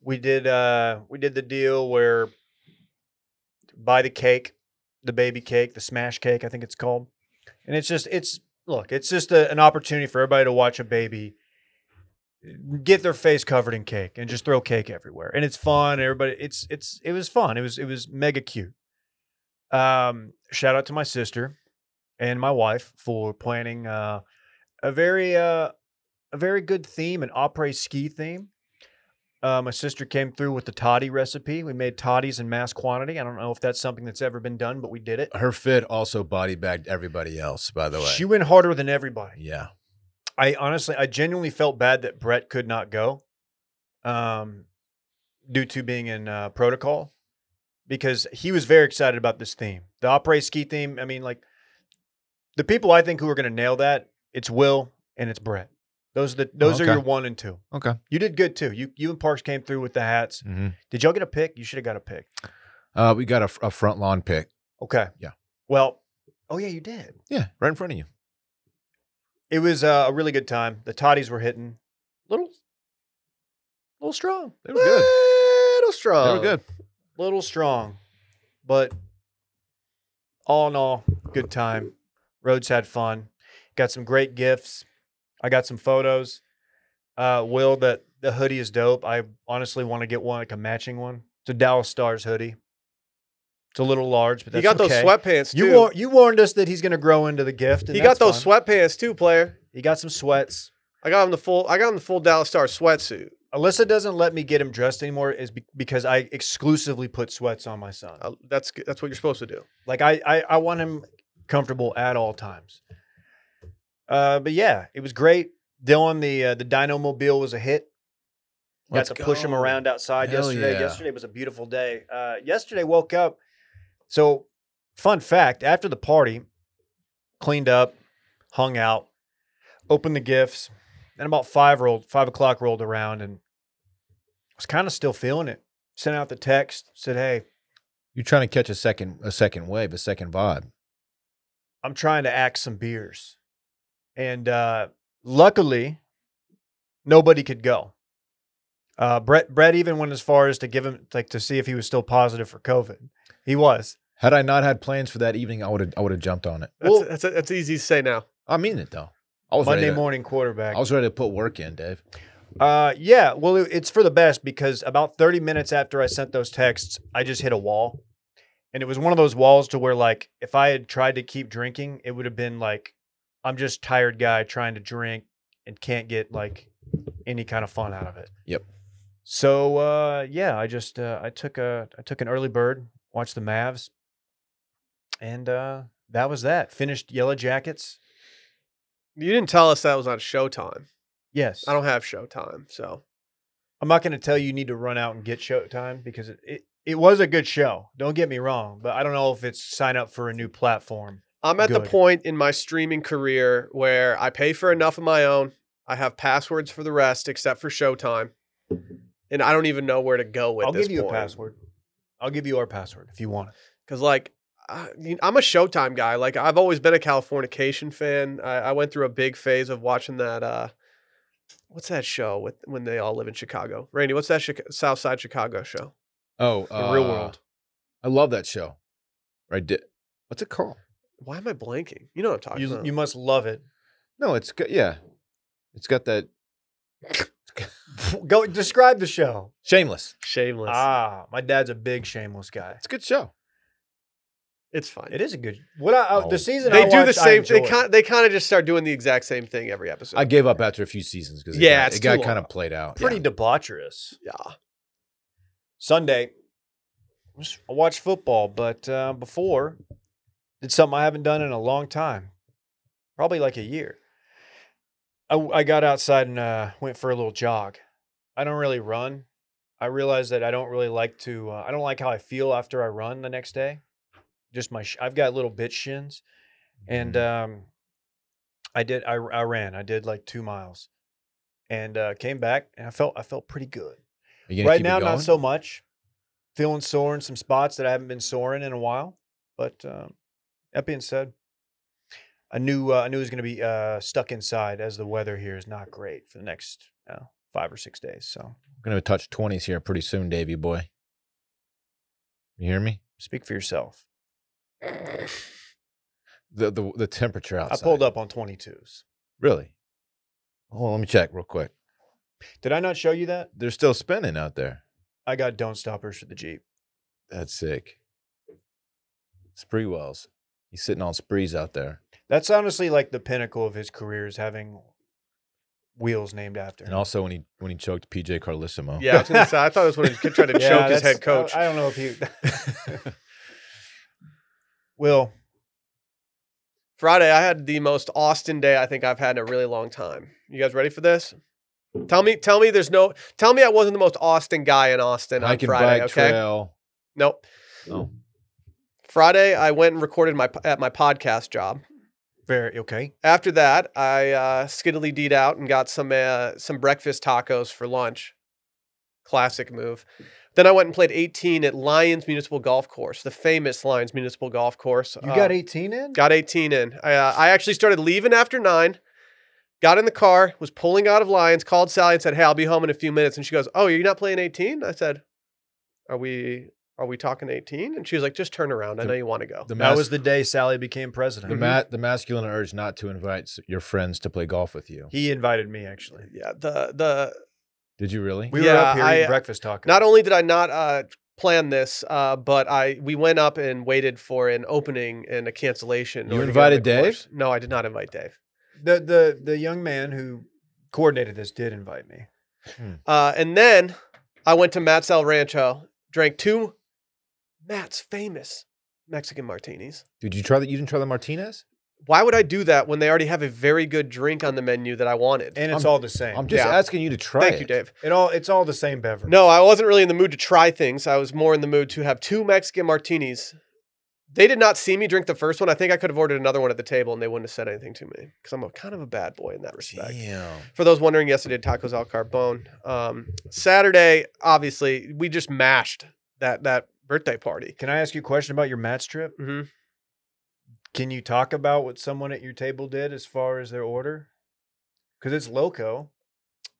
[SPEAKER 2] We did uh, we did the deal where buy the cake, the baby cake, the smash cake, I think it's called. And it's just it's look, it's just a, an opportunity for everybody to watch a baby eh, get their face covered in cake and just throw cake everywhere. And it's fun. Everybody, it's it's it was fun. It was it was mega cute. Um, shout out to my sister and my wife for planning uh, a very uh, a very good theme, an opera ski theme. Uh, my sister came through with the toddy recipe. We made toddies in mass quantity. I don't know if that's something that's ever been done, but we did it.
[SPEAKER 3] Her fit also body bagged everybody else. By the way.
[SPEAKER 2] She went harder than everybody.
[SPEAKER 3] yeah.
[SPEAKER 2] I honestly, I genuinely felt bad that Brett could not go, um, due to being in uh, protocol, because he was very excited about this theme, the opera ski theme. I mean, like the people I think who are going to nail that, it's Will and it's Brett. Those are the those
[SPEAKER 3] okay.
[SPEAKER 2] are your one and two.
[SPEAKER 3] Okay.
[SPEAKER 2] You did good too. You you and Parks came through with the hats.
[SPEAKER 3] hmm
[SPEAKER 2] Did y'all get a pick? You should have got a pick.
[SPEAKER 3] Uh, we got a, a front lawn pick.
[SPEAKER 2] Okay.
[SPEAKER 3] Yeah.
[SPEAKER 2] Well, oh yeah, you did.
[SPEAKER 3] Yeah, right in front of you.
[SPEAKER 2] It was uh, a really good time. The toddies were hitting little, little strong.
[SPEAKER 3] They were good.
[SPEAKER 1] Little strong.
[SPEAKER 3] They were good.
[SPEAKER 2] little strong, but all in all, good time. Rhodes had fun. Got some great gifts. I got some photos. Uh, Will, that the hoodie is dope. I honestly want to get one, like a matching one. It's a Dallas Stars hoodie. It's a little large, but
[SPEAKER 1] He
[SPEAKER 2] that's
[SPEAKER 1] got
[SPEAKER 2] okay.
[SPEAKER 1] those sweatpants too.
[SPEAKER 2] You, war- you warned us that he's going to grow into the gift. And
[SPEAKER 1] he got those
[SPEAKER 2] that's fine.
[SPEAKER 1] sweatpants too, player.
[SPEAKER 2] He got some sweats.
[SPEAKER 1] I got him the full. I got him the full Dallas Star sweatsuit.
[SPEAKER 2] Alyssa doesn't let me get him dressed anymore, is be- because I exclusively put sweats on my son.
[SPEAKER 1] Uh, that's good- that's what you're supposed to do.
[SPEAKER 2] Like I, I, I want him comfortable at all times. Uh, but yeah, it was great. Dylan, the uh, the Dino Mobile was a hit. Got
[SPEAKER 3] Let's
[SPEAKER 2] to push him
[SPEAKER 3] go.
[SPEAKER 2] around outside
[SPEAKER 3] Hell
[SPEAKER 2] yesterday.
[SPEAKER 3] yeah.
[SPEAKER 2] Yesterday was a beautiful day. Uh, yesterday woke up. So, fun fact: after the party, cleaned up, hung out, opened the gifts, and about five rolled five o'clock rolled around, and was kind of still feeling it. Sent out the text, said, "Hey,
[SPEAKER 3] You're trying to catch a second a second wave, a second vibe.
[SPEAKER 2] I'm trying to axe some beers. And uh, luckily, nobody could go. Uh, Brett, Brett even went as far as to give him, like, to see if he was still positive for COVID. He was.
[SPEAKER 3] Had I not had plans for that evening, I would have I would have jumped on it.
[SPEAKER 1] That's,
[SPEAKER 2] Well-
[SPEAKER 1] that's, that's easy to say now.
[SPEAKER 3] I mean it though. I was
[SPEAKER 2] Monday
[SPEAKER 3] ready to,
[SPEAKER 2] morning quarterback.
[SPEAKER 3] I was ready to put work in, Dave.
[SPEAKER 2] Uh, yeah. Well, it- it's for the best because about 30 minutes after I sent those texts, I just hit a wall. And it was one of those walls to where, like, if I had tried to keep drinking, it would have been like, I'm just tired guy trying to drink and can't get like any kind of fun out of it.
[SPEAKER 3] Yep.
[SPEAKER 2] So uh, yeah, I just uh, I took a I took an early bird, watched the Mavs, and uh, that was that. Finished Yellow Jackets.
[SPEAKER 1] You didn't tell us that was on Showtime.
[SPEAKER 2] Yes,
[SPEAKER 1] I don't have Showtime, so
[SPEAKER 2] I'm not going to tell you you need to run out and get Showtime because it, it, it was a good show. Don't get me wrong, but I don't know if it's sign up for a new platform.
[SPEAKER 1] I'm at the
[SPEAKER 2] Good.
[SPEAKER 1] point in my streaming career where I pay for enough of my own. I have passwords for the rest, except for Showtime, and I don't even know where to go with.
[SPEAKER 2] I'll
[SPEAKER 1] this
[SPEAKER 2] give you
[SPEAKER 1] point.
[SPEAKER 2] a password. I'll give you our password if you want it.
[SPEAKER 1] because like I, you know, I'm a Showtime guy. Like I've always been a Californication fan. I, I went through a big phase of watching that. uh What's that show with when they all live in Chicago? Randy, what's that Chica- South Side Chicago show?
[SPEAKER 3] Oh,
[SPEAKER 1] The Real
[SPEAKER 3] uh,
[SPEAKER 1] World.
[SPEAKER 3] I love that show. Right? Di- What's it called?
[SPEAKER 1] Why am I blanking? You know what I'm talking
[SPEAKER 2] You,
[SPEAKER 1] about.
[SPEAKER 2] you must love it.
[SPEAKER 3] No, it's got yeah, it's got that
[SPEAKER 2] Go describe the show.
[SPEAKER 3] Shameless.
[SPEAKER 1] Shameless.
[SPEAKER 2] Ah, my dad's a big shameless guy.
[SPEAKER 3] It's a good show.
[SPEAKER 1] it's fine.
[SPEAKER 2] It is a good. What I, I-
[SPEAKER 3] Oh.
[SPEAKER 2] the season
[SPEAKER 1] They
[SPEAKER 2] I
[SPEAKER 1] do the
[SPEAKER 2] watched, I
[SPEAKER 1] same. They
[SPEAKER 2] enjoyed.
[SPEAKER 1] kind. They kind of just start doing the exact same thing every episode.
[SPEAKER 3] I gave up after a few seasons because
[SPEAKER 1] Yeah,
[SPEAKER 3] it
[SPEAKER 1] it's
[SPEAKER 3] got,
[SPEAKER 1] too
[SPEAKER 3] kind
[SPEAKER 1] long.
[SPEAKER 3] of played out.
[SPEAKER 2] pretty debaucherous.
[SPEAKER 1] yeah.
[SPEAKER 2] Sunday, just- I watched football, but uh, before did something I haven't done in a long time, probably like a year. I, I got outside and uh, went for a little jog. I don't really run. I realized that I don't really like to. Uh, I don't like how I feel after I run the next day. Just my, sh- I've got little bitch shins, and um, I did. I, I ran. I did like two miles, and uh, came back, and I felt I felt pretty good
[SPEAKER 3] Are you gonna
[SPEAKER 2] right
[SPEAKER 3] keep it
[SPEAKER 2] now
[SPEAKER 3] going?
[SPEAKER 2] not so much feeling sore in some spots that i haven't been sore in in a while but um, that being said i knew uh, i knew it was going to be uh, stuck inside as the weather here is not great for the next uh, five or six days so
[SPEAKER 3] We're gonna touch twenties here pretty soon, Davy boy. You hear me?
[SPEAKER 2] speak for yourself
[SPEAKER 3] The the the temperature outside.
[SPEAKER 2] i pulled up on 22s
[SPEAKER 3] Really? Hold on, let me check real quick.
[SPEAKER 2] did i not show you that
[SPEAKER 3] They're still spinning out there.
[SPEAKER 2] i got don't stoppers for the jeep
[SPEAKER 3] That's sick. Spree Wells. He's sitting on sprees out there.
[SPEAKER 2] that's honestly like the pinnacle of his career is having wheels named after
[SPEAKER 3] And
[SPEAKER 2] him.
[SPEAKER 3] also when he when he choked PJ Carlissimo.
[SPEAKER 1] Yeah. I was gonna say, I thought it was when he kept trying to
[SPEAKER 2] Yeah,
[SPEAKER 1] choke his
[SPEAKER 2] that's-
[SPEAKER 1] head coach.
[SPEAKER 2] I, I don't know if he will
[SPEAKER 1] Friday, I had the most Austin day I think I've had in a really long time. You guys ready for this? Tell me, tell me, there's no, tell me I wasn't the most Austin guy in Austin on
[SPEAKER 3] Hike and
[SPEAKER 1] Friday.
[SPEAKER 3] bike
[SPEAKER 1] Okay,
[SPEAKER 3] trail.
[SPEAKER 1] nope.
[SPEAKER 3] Oh.
[SPEAKER 1] Friday, I went and recorded my at my podcast job.
[SPEAKER 2] Very okay.
[SPEAKER 1] After that, I uh, skiddily deed out and got some uh, some breakfast tacos for lunch. Classic move. Then I went and played 18 at Lions Municipal Golf Course, the famous Lions Municipal Golf Course.
[SPEAKER 2] You
[SPEAKER 1] Uh,
[SPEAKER 2] got 18 in?
[SPEAKER 1] Got 18 in. I, uh, I actually started leaving after nine. Got in the car, was pulling out of Lions, called Sally and said, "Hey, I'll be home in a few minutes." And she goes, "Oh, you're not playing 18?" I said, "Are we are we talking 18?" And she was like, "Just turn around. I
[SPEAKER 3] The-
[SPEAKER 1] know you want to go."
[SPEAKER 3] The
[SPEAKER 2] that
[SPEAKER 3] mas-
[SPEAKER 2] was the day Sally became president.
[SPEAKER 1] Mm-hmm.
[SPEAKER 3] the, ma- the masculine urge not to invite s- your friends to play golf with you.
[SPEAKER 2] He invited me actually.
[SPEAKER 1] yeah, the the
[SPEAKER 3] Did you really?
[SPEAKER 2] We were
[SPEAKER 1] Yeah,
[SPEAKER 2] up here
[SPEAKER 1] I- uh,
[SPEAKER 2] eating breakfast talking.
[SPEAKER 1] not only did I not uh plan this, uh, but I we went up and waited for an opening and a cancellation. in
[SPEAKER 3] You
[SPEAKER 1] order to get on the
[SPEAKER 3] invited Dave?
[SPEAKER 1] course. No, I did not invite Dave.
[SPEAKER 2] the the the young man who coordinated this did invite me.
[SPEAKER 1] Uh, and then I went to Matt's El Rancho, drank two Matt's famous Mexican martinis.
[SPEAKER 3] Did you try that? You didn't try the Martinez?
[SPEAKER 1] Why would I do that when they already have a very good drink on the menu that I wanted?
[SPEAKER 2] And it's
[SPEAKER 3] I'm-
[SPEAKER 2] all the same.
[SPEAKER 3] I'm just
[SPEAKER 1] Eh, Yeah.
[SPEAKER 3] asking you to try
[SPEAKER 1] Thank
[SPEAKER 3] it.
[SPEAKER 1] you, Dave.
[SPEAKER 2] it all it's all the same beverage.
[SPEAKER 1] No, I wasn't really in the mood to try things. I was more in the mood to have two Mexican martinis. They did not see me drink the first one. I think I could have ordered another one at the table and they wouldn't have said anything to me because I'm a, kind of a bad boy in that respect.
[SPEAKER 3] Damn.
[SPEAKER 1] For those wondering, yes, I did tacos al carbone. Um, Saturday, obviously, we just mashed that that birthday party.
[SPEAKER 2] Can I ask you a question about your Matt's trip?
[SPEAKER 1] hmm
[SPEAKER 2] Can you talk about what someone at your table did as far as their order? Because it's loco.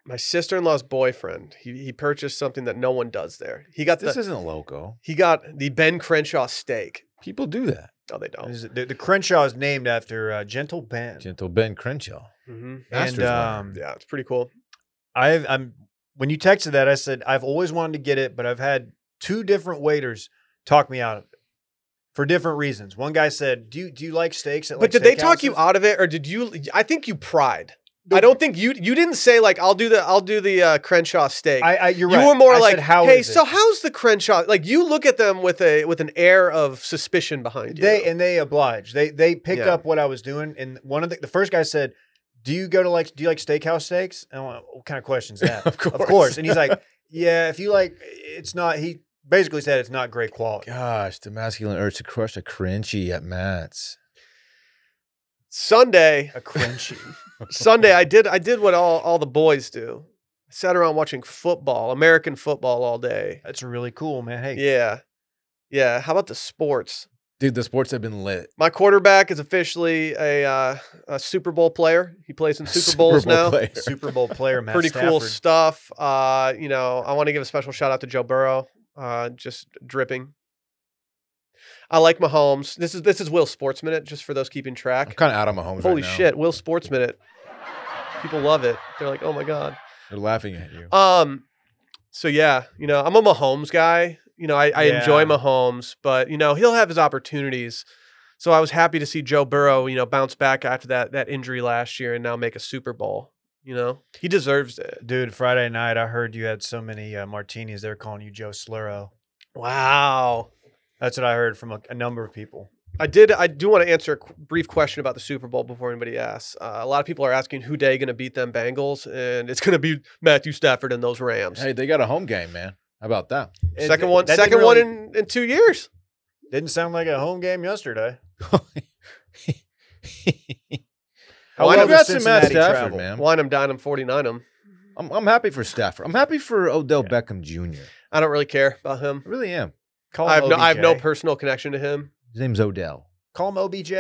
[SPEAKER 1] my sister-in-law's boyfriend he, he purchased something that no one does there he got
[SPEAKER 3] This
[SPEAKER 1] the,
[SPEAKER 3] isn't loco.
[SPEAKER 1] he got the ben crenshaw steak
[SPEAKER 3] People do that.
[SPEAKER 1] no they don't
[SPEAKER 2] Is it- The, the Crenshaw is named after uh, Gentle Ben.
[SPEAKER 3] Gentle Ben Crenshaw.
[SPEAKER 1] hmm
[SPEAKER 2] and
[SPEAKER 3] Masters winner.
[SPEAKER 2] um,
[SPEAKER 1] yeah it's pretty cool
[SPEAKER 2] I I'm when you texted that, I said I've always wanted to get it, but I've had two different waiters talk me out of it for different reasons. One guy said, "Do you do you like steaks?" At,
[SPEAKER 1] But did they talk you out of it, or did you? I think you pried. I don't think you you didn't say like I'll do the I'll do the uh, Crenshaw steak.
[SPEAKER 2] I, I you're
[SPEAKER 1] you
[SPEAKER 2] right.
[SPEAKER 1] were more
[SPEAKER 2] I
[SPEAKER 1] like,
[SPEAKER 2] said, "How
[SPEAKER 1] hey,
[SPEAKER 2] is it?"
[SPEAKER 1] so how's the Crenshaw? Like you look at them with a with an air of suspicion behind you.
[SPEAKER 2] They and they obliged. They they picked
[SPEAKER 1] Yeah.
[SPEAKER 2] up what I was doing, and one of the the first guy said, "Do you go to like do you like steakhouse steaks?" And I went, "What kind of questions that?"
[SPEAKER 3] Of course.
[SPEAKER 2] of course. And he's like, "Yeah, if you like, it's not." He basically said it's not great quality.
[SPEAKER 3] Gosh, the masculine urge to crush a crunchy at Matt's.
[SPEAKER 1] Sunday,
[SPEAKER 2] A crunchy.
[SPEAKER 1] Sunday, I did I did what all all the boys do. I sat around watching football, American football all day.
[SPEAKER 2] That's really cool, man. Hey,
[SPEAKER 1] Yeah, yeah. How about the sports?
[SPEAKER 3] Dude, the sports have been lit.
[SPEAKER 1] My quarterback is officially a, uh, a Super Bowl player. He plays in Super, Bowls
[SPEAKER 3] Bowl
[SPEAKER 1] now.
[SPEAKER 3] player.
[SPEAKER 2] Super Bowl player, Matt
[SPEAKER 1] Pretty cool
[SPEAKER 2] Stafford.
[SPEAKER 1] stuff. Uh, you know, I want to give a special shout out to Joe Burrow. Uh, just dripping. I like Mahomes. This is this is Will Sports Minute, just for those keeping
[SPEAKER 3] I'm
[SPEAKER 1] track.
[SPEAKER 3] kind of out of my home.
[SPEAKER 1] Holy
[SPEAKER 3] right now.
[SPEAKER 1] shit, Will Sports Minute. People love it. They're like, oh my god.
[SPEAKER 3] They're laughing at you.
[SPEAKER 1] Um, so yeah, you know, I'm a Mahomes guy. You know, I, I enjoy
[SPEAKER 2] Yeah.
[SPEAKER 1] Mahomes, but you know, he'll have his opportunities. So I was happy to see Joe Burrow, you know, bounce back after that that injury last year and now make a Super Bowl. You know, he deserves it.
[SPEAKER 2] Dude, Friday night, I heard you had so many uh, martinis. They're calling you Joe Slurro.
[SPEAKER 1] Wow.
[SPEAKER 2] That's what I heard from a, a number of people.
[SPEAKER 1] I did. I do want to answer a qu- brief question about the Super Bowl before anybody asks. Uh, a lot of people are asking who day going to beat them Bengals, and it's going to be Matthew Stafford and those Rams.
[SPEAKER 3] Hey, they got a home game, man. How about that?
[SPEAKER 2] It-
[SPEAKER 1] second one,
[SPEAKER 2] that
[SPEAKER 1] second
[SPEAKER 2] didn't really-
[SPEAKER 1] one in, in two years.
[SPEAKER 2] didn't sound like a home game yesterday.
[SPEAKER 3] Oh,
[SPEAKER 2] How
[SPEAKER 1] Why
[SPEAKER 2] well
[SPEAKER 1] not-
[SPEAKER 2] does
[SPEAKER 3] Congrats to Matt
[SPEAKER 2] Cincinnati
[SPEAKER 3] Stafford,
[SPEAKER 2] travel?
[SPEAKER 3] man.
[SPEAKER 1] Wine them, dine them, 49 them.
[SPEAKER 3] I'm, I'm happy for Stafford. I'm happy for Odell Beckham Jr.
[SPEAKER 1] I don't really care about him.
[SPEAKER 3] I really am.
[SPEAKER 2] Call
[SPEAKER 1] I
[SPEAKER 2] him
[SPEAKER 1] have no, I have no
[SPEAKER 2] OBJ.
[SPEAKER 1] personal connection to him.
[SPEAKER 3] His name's Odell.
[SPEAKER 2] Call him OBJ.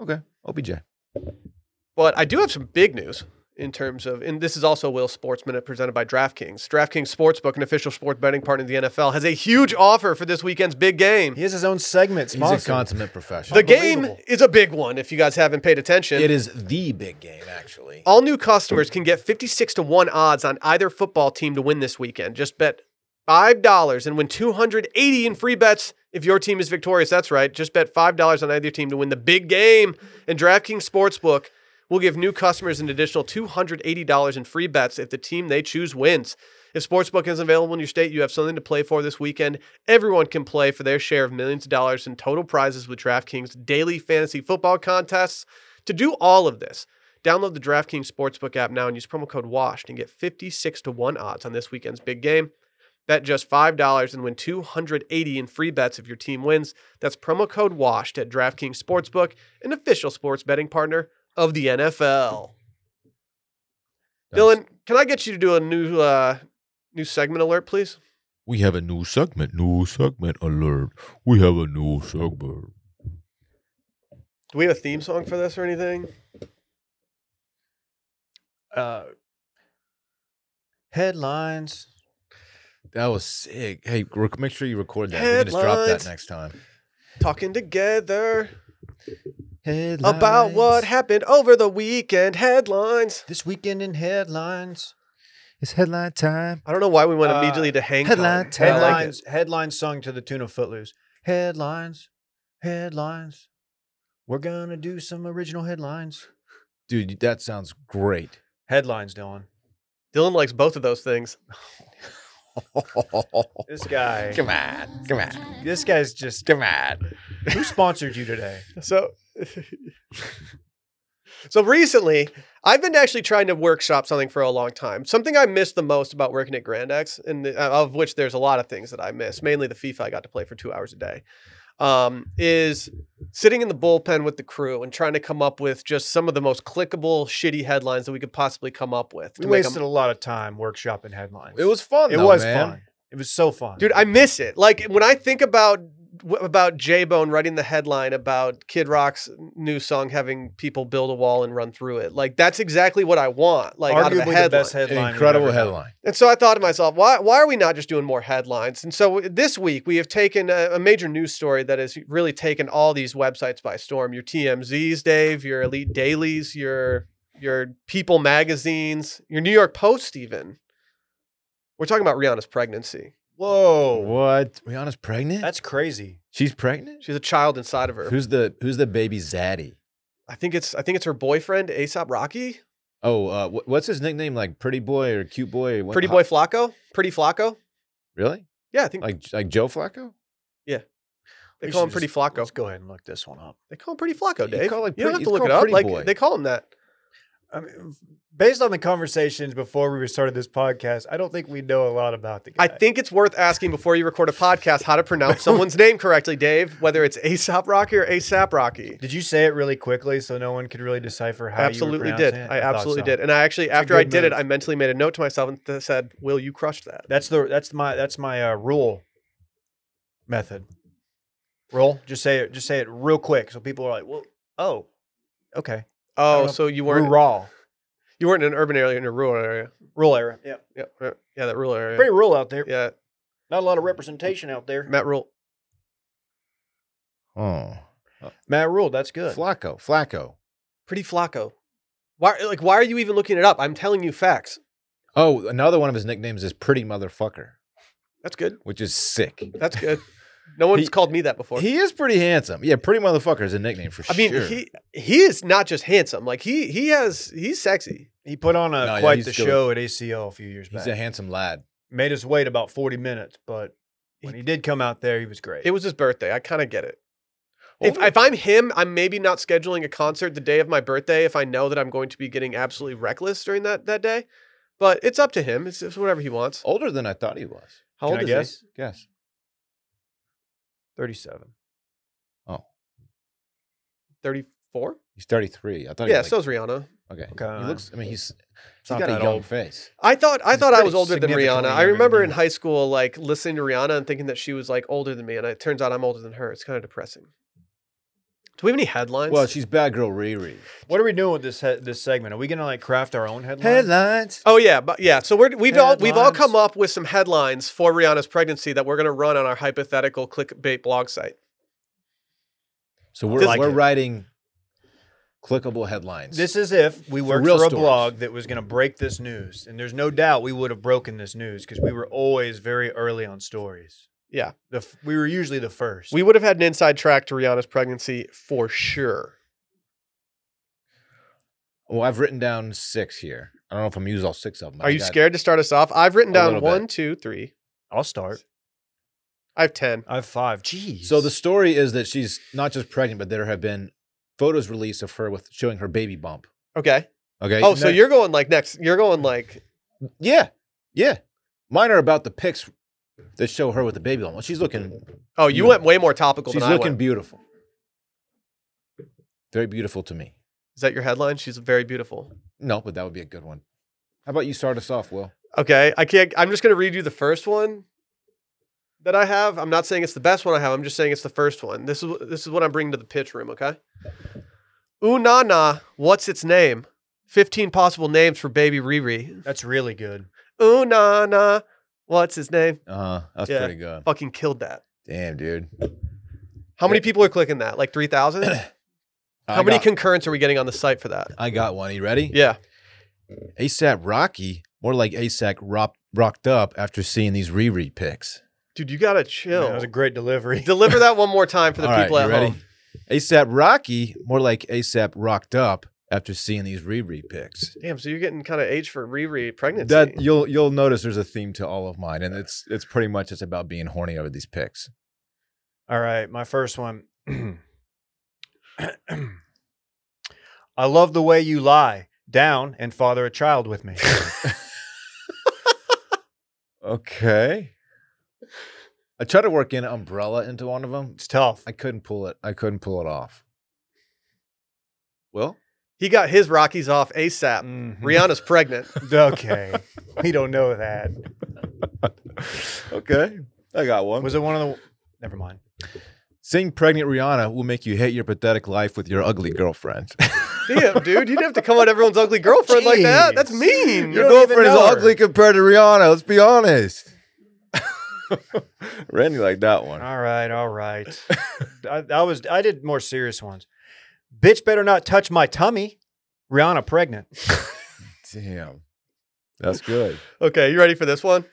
[SPEAKER 3] Okay, OBJ.
[SPEAKER 1] But I do have some big news in terms of, and this is also Will Sports Minute presented by DraftKings. DraftKings Sportsbook, an official sports betting partner of the NFL, has a huge offer for this weekend's big game.
[SPEAKER 2] He has his own segment.
[SPEAKER 3] He's a
[SPEAKER 2] Sponsored.
[SPEAKER 3] consummate professional.
[SPEAKER 1] The game
[SPEAKER 2] Unbelievable.
[SPEAKER 1] is a big one if you guys haven't paid attention.
[SPEAKER 3] it is the big game, actually.
[SPEAKER 1] All new customers can get 56 to 1 odds on either football team to win this weekend. Just bet $5 and win 280 in free bets if your team is victorious. That's right. Just bet $5 on either team to win the big game. And DraftKings Sportsbook will give new customers an additional $280 in free bets if the team they choose wins. If Sportsbook isn't available in your state, you have something to play for this weekend. Everyone can play for their share of millions of dollars in total prizes with DraftKings daily fantasy football contests. To do all of this, Download the DraftKings Sportsbook app now and use promo code WASHED and get 56 to 1 odds on this weekend's big game. Bet just $5 and win 280 in free bets if your team wins. That's promo code WASHED at DraftKings Sportsbook, an official sports betting partner of the NFL.
[SPEAKER 3] Nice.
[SPEAKER 1] Uh, Dylan, can I get you to do a new uh, new segment alert, please?
[SPEAKER 3] We have a new segment. New segment alert. We have a new segment.
[SPEAKER 1] Do we have a theme song for this or anything?
[SPEAKER 2] uh, headlines.
[SPEAKER 3] That was sick. Hey, rec- make sure you record that. We can just drop that
[SPEAKER 1] Headlines.
[SPEAKER 3] next time.
[SPEAKER 1] Talking together
[SPEAKER 2] Headlines
[SPEAKER 1] about what happened over the weekend headlines.
[SPEAKER 2] this weekend in headlines.
[SPEAKER 3] It's headline time.
[SPEAKER 1] I don't know why we went
[SPEAKER 2] Uh,
[SPEAKER 1] immediately to hang
[SPEAKER 3] headline
[SPEAKER 1] time.
[SPEAKER 3] time.
[SPEAKER 1] I like it.
[SPEAKER 2] Headlines. headlines sung to the tune of Footloose. Headlines. Headlines. We're gonna do some original headlines.
[SPEAKER 3] Dude, that sounds great.
[SPEAKER 2] Headlines, Dylan.
[SPEAKER 1] Dylan likes both of those things.
[SPEAKER 2] This guy.
[SPEAKER 3] come on. Come on.
[SPEAKER 2] This guy's just.
[SPEAKER 3] Come on.
[SPEAKER 2] Who sponsored you today?
[SPEAKER 1] So So recently, I've been actually trying to workshop something for a long time. Something I missed the most about working at Grand X, and the- uh, of which there's a lot of things that I miss, mainly the FIFA I got to play for two hours a day, um, is sitting in the bullpen with the crew and trying to come up with just some of the most clickable, shitty headlines that we could possibly come up with.
[SPEAKER 2] We
[SPEAKER 1] to make 'em-
[SPEAKER 2] wasted a lot of time workshopping headlines.
[SPEAKER 3] It was fun.
[SPEAKER 2] It
[SPEAKER 3] though,
[SPEAKER 2] was
[SPEAKER 3] man.
[SPEAKER 2] fun. It was so fun,
[SPEAKER 1] Dude, I miss it. Like when I think about w- about J Bone writing the headline about Kid Rock's new song having people build a wall and run through it. Like that's exactly what I want. Like out of a
[SPEAKER 2] arguably
[SPEAKER 1] headline.
[SPEAKER 2] the best
[SPEAKER 3] An
[SPEAKER 2] headline. we've
[SPEAKER 3] incredible
[SPEAKER 2] ever done.
[SPEAKER 3] headline.
[SPEAKER 1] And so I thought to myself, why why are we not just doing more headlines? And so this week we have taken a, a major news story that has really taken all these websites by storm. Your TMZs, Dave, your Elite Dailies, your your People magazines, your New York Post, even. We're talking about Rihanna's pregnancy.
[SPEAKER 2] Whoa,
[SPEAKER 3] What? Rihanna's pregnant?
[SPEAKER 2] Oh, that's crazy.
[SPEAKER 3] She's pregnant?
[SPEAKER 1] She's a child inside of her.
[SPEAKER 3] Who's the who's the baby zaddy?
[SPEAKER 1] I think it's I think it's her boyfriend, Aesop Rocky,
[SPEAKER 3] Oh, uh, wh- what's his nickname? Like Pretty Boy or Cute Boy? Or what-
[SPEAKER 1] Pretty
[SPEAKER 3] how-
[SPEAKER 1] Boy Flacco, Pretty Flacco.
[SPEAKER 3] Really?
[SPEAKER 1] Yeah, I think
[SPEAKER 3] Like like Joe Flacco?
[SPEAKER 1] they
[SPEAKER 2] We
[SPEAKER 1] call
[SPEAKER 2] should
[SPEAKER 1] him Pretty
[SPEAKER 2] just-
[SPEAKER 1] Flacco.
[SPEAKER 2] Let's go ahead and look this one up.
[SPEAKER 1] They call him Pretty Flacco,
[SPEAKER 3] You
[SPEAKER 1] Dave. You,
[SPEAKER 3] call it
[SPEAKER 1] don't have
[SPEAKER 3] pretty-
[SPEAKER 1] to
[SPEAKER 3] it's
[SPEAKER 1] look it
[SPEAKER 3] called
[SPEAKER 1] up.
[SPEAKER 3] Pretty
[SPEAKER 1] Like
[SPEAKER 3] Boy.
[SPEAKER 1] they call him that.
[SPEAKER 2] I mean, based on the conversations before we started this podcast, I don't think we know a lot about the guy.
[SPEAKER 1] I think it's worth asking before you record a podcast how to pronounce someone's name correctly, Dave. Whether it's Aesop Rocky or Aesop Rocky.
[SPEAKER 2] Did you say it really quickly so no one could really decipher how? you were
[SPEAKER 1] absolutely did.
[SPEAKER 2] pronouncing it?
[SPEAKER 1] I,
[SPEAKER 2] thought
[SPEAKER 1] absolutely
[SPEAKER 2] so.
[SPEAKER 1] did. And I actually,
[SPEAKER 2] a
[SPEAKER 1] after I
[SPEAKER 2] good
[SPEAKER 1] did it,
[SPEAKER 2] move.
[SPEAKER 1] I mentally made a note to myself and th- said, "Will you crush that?"
[SPEAKER 2] That's the that's my that's my uh, rule method. Roll. Just say it. Just say it real quick so people are like, well, oh, okay.
[SPEAKER 1] Oh,
[SPEAKER 2] know.
[SPEAKER 1] so you
[SPEAKER 2] We're
[SPEAKER 1] weren't
[SPEAKER 2] raw.
[SPEAKER 1] you weren't in an urban area, in a rural area.
[SPEAKER 2] Rural area. Yeah.
[SPEAKER 1] Yeah, right. yeah, that rural area.
[SPEAKER 2] Pretty rural out there.
[SPEAKER 1] yeah,
[SPEAKER 2] Not a lot of representation out there.
[SPEAKER 1] Matt Rule.
[SPEAKER 3] Oh.
[SPEAKER 2] Matt Rule, that's good.
[SPEAKER 3] Flacco. Flacco.
[SPEAKER 1] Pretty Flacco. Why, like, why are you even looking it up? I'm telling you facts.
[SPEAKER 3] Oh, another one of his nicknames is Pretty Motherfucker,
[SPEAKER 1] That's good.
[SPEAKER 3] which is sick.
[SPEAKER 1] That's good. No one's
[SPEAKER 3] He-
[SPEAKER 1] called me that before.
[SPEAKER 3] He is pretty handsome. Yeah, Pretty Motherfucker is a nickname for
[SPEAKER 1] I mean,
[SPEAKER 3] sure.
[SPEAKER 1] he he is not just handsome. Like he he has he's sexy.
[SPEAKER 2] He put on a
[SPEAKER 3] No, yeah,
[SPEAKER 2] quite
[SPEAKER 3] he's
[SPEAKER 2] the
[SPEAKER 3] good.
[SPEAKER 2] show at ACL a few years
[SPEAKER 3] He's
[SPEAKER 2] back.
[SPEAKER 3] a handsome lad.
[SPEAKER 2] Made us wait about 40 minutes, but when he did come out there, he was great.
[SPEAKER 1] It was his birthday. I kind of get it. If,
[SPEAKER 3] Older-
[SPEAKER 1] if I'm him, I'm maybe not scheduling a concert the day of my birthday if I know that I'm going to be getting absolutely reckless during that, that day. But it's up to him. It's, it's whatever he wants.
[SPEAKER 3] older than I thought he was.
[SPEAKER 1] How
[SPEAKER 2] Can
[SPEAKER 1] old
[SPEAKER 2] I
[SPEAKER 1] is
[SPEAKER 2] guess?
[SPEAKER 1] he?
[SPEAKER 3] Oh, Guess.
[SPEAKER 2] 37.
[SPEAKER 1] 34?
[SPEAKER 3] He's 33. I thought he
[SPEAKER 1] Yeah,
[SPEAKER 3] was
[SPEAKER 1] so is Rihanna.
[SPEAKER 3] okay.
[SPEAKER 2] Okay.
[SPEAKER 3] He looks I mean he's
[SPEAKER 2] It's
[SPEAKER 3] he's
[SPEAKER 2] not
[SPEAKER 3] got a
[SPEAKER 2] that
[SPEAKER 3] young
[SPEAKER 2] old.
[SPEAKER 3] face.
[SPEAKER 1] I thought I
[SPEAKER 2] He's
[SPEAKER 1] thought I
[SPEAKER 2] pretty
[SPEAKER 1] was older than Rihanna.
[SPEAKER 2] significantly
[SPEAKER 1] I
[SPEAKER 2] younger than
[SPEAKER 1] remember
[SPEAKER 2] you.
[SPEAKER 1] in high school like listening to Rihanna and thinking that she was like older than me, and it turns out I'm older than her. It's kind of depressing. Do we have any headlines?
[SPEAKER 3] Well, she's bad girl Riri.
[SPEAKER 2] What are we doing with this he- this segment? Are we going to like craft our own headline?
[SPEAKER 3] Headlines.
[SPEAKER 1] Oh yeah, but yeah. So we're, we've all we've all come
[SPEAKER 2] Headlines.
[SPEAKER 1] up with some headlines for Rihanna's pregnancy that we're going to run on our hypothetical clickbait blog site.
[SPEAKER 3] So we're
[SPEAKER 2] This- like
[SPEAKER 3] we're
[SPEAKER 2] it.
[SPEAKER 3] writing clickable headlines.
[SPEAKER 2] This is if we worked
[SPEAKER 3] real
[SPEAKER 2] for, a
[SPEAKER 3] stories.
[SPEAKER 2] blog that was going to break this news. And there's no doubt we would have broken this news because we were always very early on stories.
[SPEAKER 1] Yeah.
[SPEAKER 2] The f- we were usually the first.
[SPEAKER 1] We would have had an inside track to Rihanna's pregnancy for sure.
[SPEAKER 3] Well, Oh, I've written down six here. I don't know if I'm gonna use all six of them. but
[SPEAKER 1] Are
[SPEAKER 3] I
[SPEAKER 1] you
[SPEAKER 3] got-
[SPEAKER 1] scared to start us off? I've written
[SPEAKER 3] A
[SPEAKER 1] down
[SPEAKER 3] little bit.
[SPEAKER 1] one, two, three.
[SPEAKER 2] I'll start.
[SPEAKER 1] I have ten.
[SPEAKER 2] I have five. Jeez.
[SPEAKER 3] So the story is that she's not just pregnant, but there have been photos released of her with showing her baby bump.
[SPEAKER 1] Okay.
[SPEAKER 3] Okay.
[SPEAKER 1] Oh,
[SPEAKER 3] And
[SPEAKER 1] so
[SPEAKER 3] that-
[SPEAKER 1] you're going like next. You're going like
[SPEAKER 3] yeah, yeah. Mine are about the pics that show her with the baby bump. Well, she's looking,
[SPEAKER 1] oh, you
[SPEAKER 3] Yeah.
[SPEAKER 1] went way more topical
[SPEAKER 3] she's
[SPEAKER 1] than I
[SPEAKER 3] looking
[SPEAKER 1] went.
[SPEAKER 3] beautiful, very beautiful to me.
[SPEAKER 1] Is that your headline? She's very beautiful.
[SPEAKER 3] No, but that would be a good one. How about you start us off, Will?
[SPEAKER 1] Okay. I can't. I'm just going to read you the first one that I have. I'm not saying it's the best one I have. I'm just saying it's the first one. This is this is what I'm bringing to the pitch room. Okay. Ooh na na. What's its name? Fifteen possible names for baby Riri.
[SPEAKER 2] that's really good.
[SPEAKER 1] Ooh na na. What's his name?
[SPEAKER 3] Uh, that's
[SPEAKER 1] Yeah.
[SPEAKER 3] pretty good.
[SPEAKER 1] Fucking killed that.
[SPEAKER 3] Damn, dude.
[SPEAKER 1] How many
[SPEAKER 3] Yeah.
[SPEAKER 1] people are clicking that? Like 3,000? How
[SPEAKER 3] I
[SPEAKER 1] many
[SPEAKER 3] got-
[SPEAKER 1] concurrents are we getting on the site for that?
[SPEAKER 3] I got one. You ready?
[SPEAKER 1] Yeah.
[SPEAKER 3] ASAP Rocky, more like ASAP rock, rocked up after seeing these Riri pics.
[SPEAKER 1] Dude, you got to
[SPEAKER 2] Man,
[SPEAKER 1] chill.
[SPEAKER 2] that was a great delivery.
[SPEAKER 1] Deliver that one more time for the people at home.
[SPEAKER 3] ASAP Rocky, more like ASAP rocked up after seeing these Riri pics.
[SPEAKER 1] Damn, so you're getting kind of age for Riri pregnancy.
[SPEAKER 3] That you'll you'll notice there's a theme to all of mine, and it's it's pretty much just about being horny over these pics.
[SPEAKER 2] All right, my first one. I love the way you lie down and father a child with me.
[SPEAKER 3] Okay. I tried to work in an umbrella into one of them.
[SPEAKER 2] It's tough.
[SPEAKER 3] I couldn't pull it. I couldn't pull it off. Well,
[SPEAKER 1] he got his Rockies off ASAP.
[SPEAKER 3] Mm-hmm.
[SPEAKER 2] Mhm.
[SPEAKER 1] Rihanna's pregnant.
[SPEAKER 2] okay, we don't know that.
[SPEAKER 3] okay, I got one.
[SPEAKER 2] Was it one of the? Never mind.
[SPEAKER 3] Seeing pregnant Rihanna will make you hate your pathetic life with your ugly girlfriend.
[SPEAKER 1] Damn, dude, you didn't have to come at everyone's ugly girlfriend like that. That's
[SPEAKER 2] Jeez.
[SPEAKER 1] mean.
[SPEAKER 2] Your You don't even girlfriend is know her. ugly
[SPEAKER 3] compared to Rihanna. Let's be honest. Randy liked that one.
[SPEAKER 2] All right, all right. I, I was I did more serious ones. Bitch, better not touch my tummy. Rihanna pregnant.
[SPEAKER 3] Damn. That's good.
[SPEAKER 1] Okay, you ready for this one?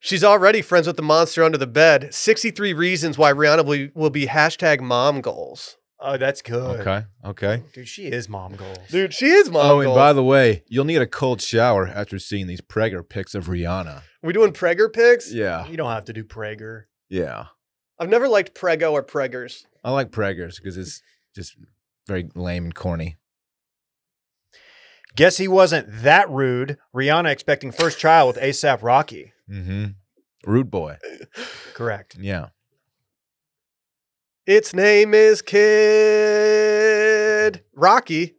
[SPEAKER 1] She's already friends with the monster under the bed. 63 reasons why Rihanna will, will be hashtag mom goals.
[SPEAKER 2] Oh, that's good.
[SPEAKER 3] Okay. Okay.
[SPEAKER 2] Dude, she is mom goals.
[SPEAKER 1] Dude, she is mom
[SPEAKER 3] Oh,
[SPEAKER 1] goals.
[SPEAKER 3] and by the way, you'll need a cold shower after seeing these pregger pics of Rihanna.
[SPEAKER 1] we doing pregger pigs?
[SPEAKER 3] Yeah.
[SPEAKER 2] You don't have to do Prager.
[SPEAKER 3] Yeah.
[SPEAKER 1] I've never liked prego or preggers.
[SPEAKER 3] I like preggers because it's just very lame and corny.
[SPEAKER 2] Guess he wasn't that rude. Rihanna expecting first child with ASAP Rocky.
[SPEAKER 3] Mm-hmm. Rude boy.
[SPEAKER 2] Correct.
[SPEAKER 3] Yeah.
[SPEAKER 1] Its name is Kid Rocky.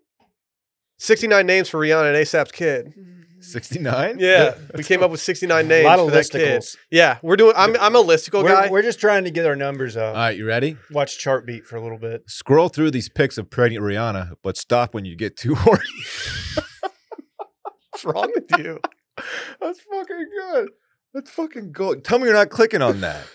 [SPEAKER 1] 69 names for Rihanna and ASAP's kid.
[SPEAKER 3] 69?
[SPEAKER 1] Yeah, we came up with 69 names
[SPEAKER 2] a lot of
[SPEAKER 1] for that kid.
[SPEAKER 2] listicles.
[SPEAKER 1] Yeah, we're doing. I'm I'm a listicle guy.
[SPEAKER 2] We're, we're just trying to get our numbers up.
[SPEAKER 3] All right, you ready?
[SPEAKER 2] Watch chart beat for a little bit.
[SPEAKER 3] Scroll through these pics of pregnant Rihanna, but stop when you get too horny.
[SPEAKER 1] What's wrong with you?
[SPEAKER 3] That's fucking good. That's fucking gold. Tell me you're not clicking on that.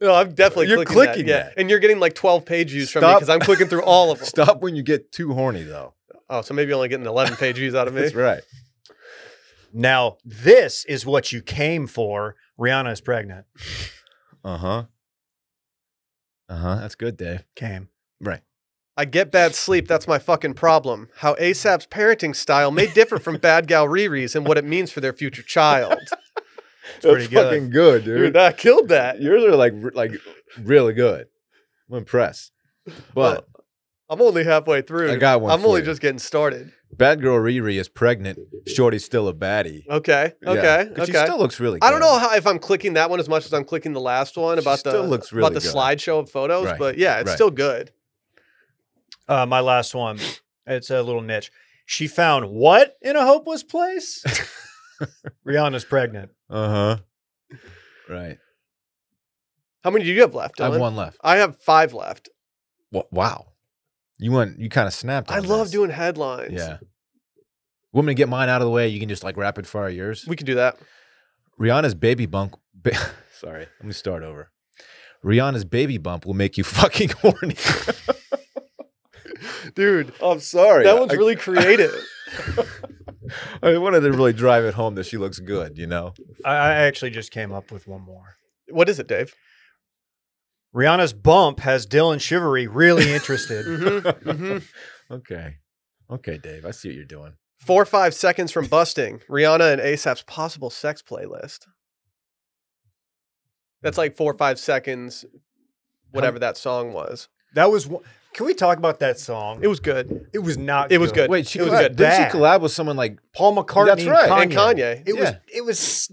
[SPEAKER 1] No, I'm definitely
[SPEAKER 3] You're
[SPEAKER 1] clicking that,
[SPEAKER 3] clicking
[SPEAKER 1] yeah,
[SPEAKER 3] that.
[SPEAKER 1] and you're getting like 12 page views from me
[SPEAKER 3] Stop.
[SPEAKER 1] because I'm clicking through all of them.
[SPEAKER 3] Stop when you get too horny, though.
[SPEAKER 1] Oh, so maybe you're only getting 11 page views out of me.
[SPEAKER 3] That's right.
[SPEAKER 2] Now, this is what you came for. Rihanna is pregnant.
[SPEAKER 3] Uh huh. Uh huh. That's good, Dave.
[SPEAKER 2] Came.
[SPEAKER 3] Right.
[SPEAKER 1] I get bad sleep. That's my fucking problem. How ASAP's parenting style may differ from Bad Gal Riri's and what it means for their future child.
[SPEAKER 2] It's pretty good.
[SPEAKER 3] fucking good, dude.
[SPEAKER 1] Dude, that killed that.
[SPEAKER 3] Yours are like re- like really good. I'm impressed. But
[SPEAKER 1] I'm only halfway through.
[SPEAKER 3] I got one
[SPEAKER 1] I'm
[SPEAKER 3] for
[SPEAKER 1] only
[SPEAKER 3] you.
[SPEAKER 1] just getting started.
[SPEAKER 3] bad girl Riri is pregnant. Shorty's still a baddie.
[SPEAKER 1] Okay.
[SPEAKER 3] Yeah,
[SPEAKER 1] Okay.
[SPEAKER 3] 'cause
[SPEAKER 1] okay.
[SPEAKER 3] She still looks really. good.
[SPEAKER 1] I don't know how, if I'm clicking that one as much as I'm clicking the last one
[SPEAKER 3] She
[SPEAKER 1] about the
[SPEAKER 3] still looks
[SPEAKER 1] about
[SPEAKER 3] really
[SPEAKER 1] the
[SPEAKER 3] good.
[SPEAKER 1] slideshow of photos,
[SPEAKER 3] Right,
[SPEAKER 1] but yeah, it's
[SPEAKER 3] right.
[SPEAKER 1] still good.
[SPEAKER 2] Uh, my last one. It's a little niche. She found what in a hopeless place? Rihanna's pregnant.
[SPEAKER 3] Uh huh. Right.
[SPEAKER 1] How many do you have left?
[SPEAKER 3] I have
[SPEAKER 1] Dylan?
[SPEAKER 3] one left.
[SPEAKER 1] I have five left.
[SPEAKER 3] Wha- Wow. You went. You kind of snapped.
[SPEAKER 1] I
[SPEAKER 3] on
[SPEAKER 1] love
[SPEAKER 3] this.
[SPEAKER 1] doing headlines.
[SPEAKER 3] Oh, Yeah. Want me to get mine out of the way? You can just like rapid fire yours.
[SPEAKER 1] we can do that.
[SPEAKER 3] Rihanna's baby bump. Ba- Sorry, let me start over. Rihanna's baby bump will make you fucking horny.
[SPEAKER 1] Dude,
[SPEAKER 3] I'm sorry.
[SPEAKER 1] that one's
[SPEAKER 3] I-
[SPEAKER 1] really creative.
[SPEAKER 3] I wanted to really drive it home that she looks good, you know?
[SPEAKER 2] I, I actually just came up with one more.
[SPEAKER 1] what is it, Dave?
[SPEAKER 2] Rihanna's bump has Dylan Shivery really interested.
[SPEAKER 1] Mm-hmm, mm-hmm.
[SPEAKER 3] Okay. Okay, Dave. I see what you're doing.
[SPEAKER 1] Four or five seconds from busting Rihanna and ASAP's possible sex playlist. That's like four or five seconds, whatever that song was.
[SPEAKER 2] that was. one- Can we talk about that song?
[SPEAKER 1] It was good.
[SPEAKER 2] It was not.
[SPEAKER 1] It was good.
[SPEAKER 3] Wait, she
[SPEAKER 1] It was
[SPEAKER 3] collab-
[SPEAKER 1] good.
[SPEAKER 3] didn't
[SPEAKER 2] Bad.
[SPEAKER 3] she collab with someone like
[SPEAKER 2] Paul McCartney.
[SPEAKER 3] That's right.
[SPEAKER 1] And Kanye.
[SPEAKER 2] It was.
[SPEAKER 3] Yeah.
[SPEAKER 2] It was.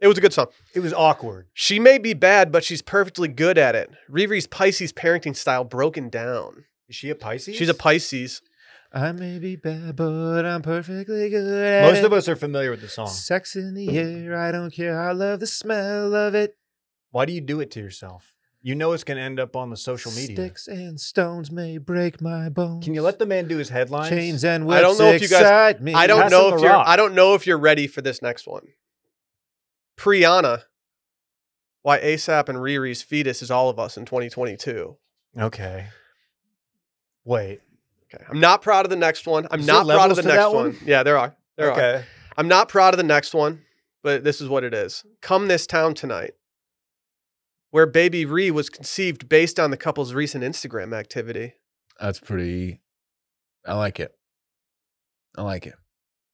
[SPEAKER 1] It was a good song.
[SPEAKER 2] It was awkward.
[SPEAKER 1] She may be bad, but she's perfectly good at it. Riri's Pisces parenting style broken down.
[SPEAKER 2] Is she a Pisces?
[SPEAKER 1] She's a Pisces.
[SPEAKER 3] I may be bad, but I'm perfectly good at
[SPEAKER 2] Most of us are familiar with the
[SPEAKER 3] it.
[SPEAKER 2] song.
[SPEAKER 3] Sex in the air, I don't care. I love the smell of it.
[SPEAKER 2] Why do you do it to yourself? You know it's going to end up on the social media.
[SPEAKER 3] Sticks and stones may break my bones.
[SPEAKER 2] Can you let the man do his headlines?
[SPEAKER 3] chains and whips
[SPEAKER 1] I don't know if you guys-
[SPEAKER 3] excite me?
[SPEAKER 1] I don't
[SPEAKER 2] Pass
[SPEAKER 1] know
[SPEAKER 2] him
[SPEAKER 1] if
[SPEAKER 2] the
[SPEAKER 1] you're
[SPEAKER 2] rock.
[SPEAKER 1] I don't know if you're ready for this next one. Priyana. Why ASAP and Riri's fetus is all of us in 2022.
[SPEAKER 2] Okay. Wait.
[SPEAKER 1] Okay. I'm not proud of the next one. I'm
[SPEAKER 2] Is there
[SPEAKER 1] not proud of
[SPEAKER 2] levels
[SPEAKER 1] the
[SPEAKER 2] to
[SPEAKER 1] next
[SPEAKER 2] that
[SPEAKER 1] one?
[SPEAKER 2] one?
[SPEAKER 1] Yeah, there are. There are.
[SPEAKER 2] okay.
[SPEAKER 1] I'm not proud of the next one, but this is what it is. Come this town tonight. Where baby Ree was conceived based on the couple's recent Instagram activity.
[SPEAKER 3] That's pretty. I like it. I like it.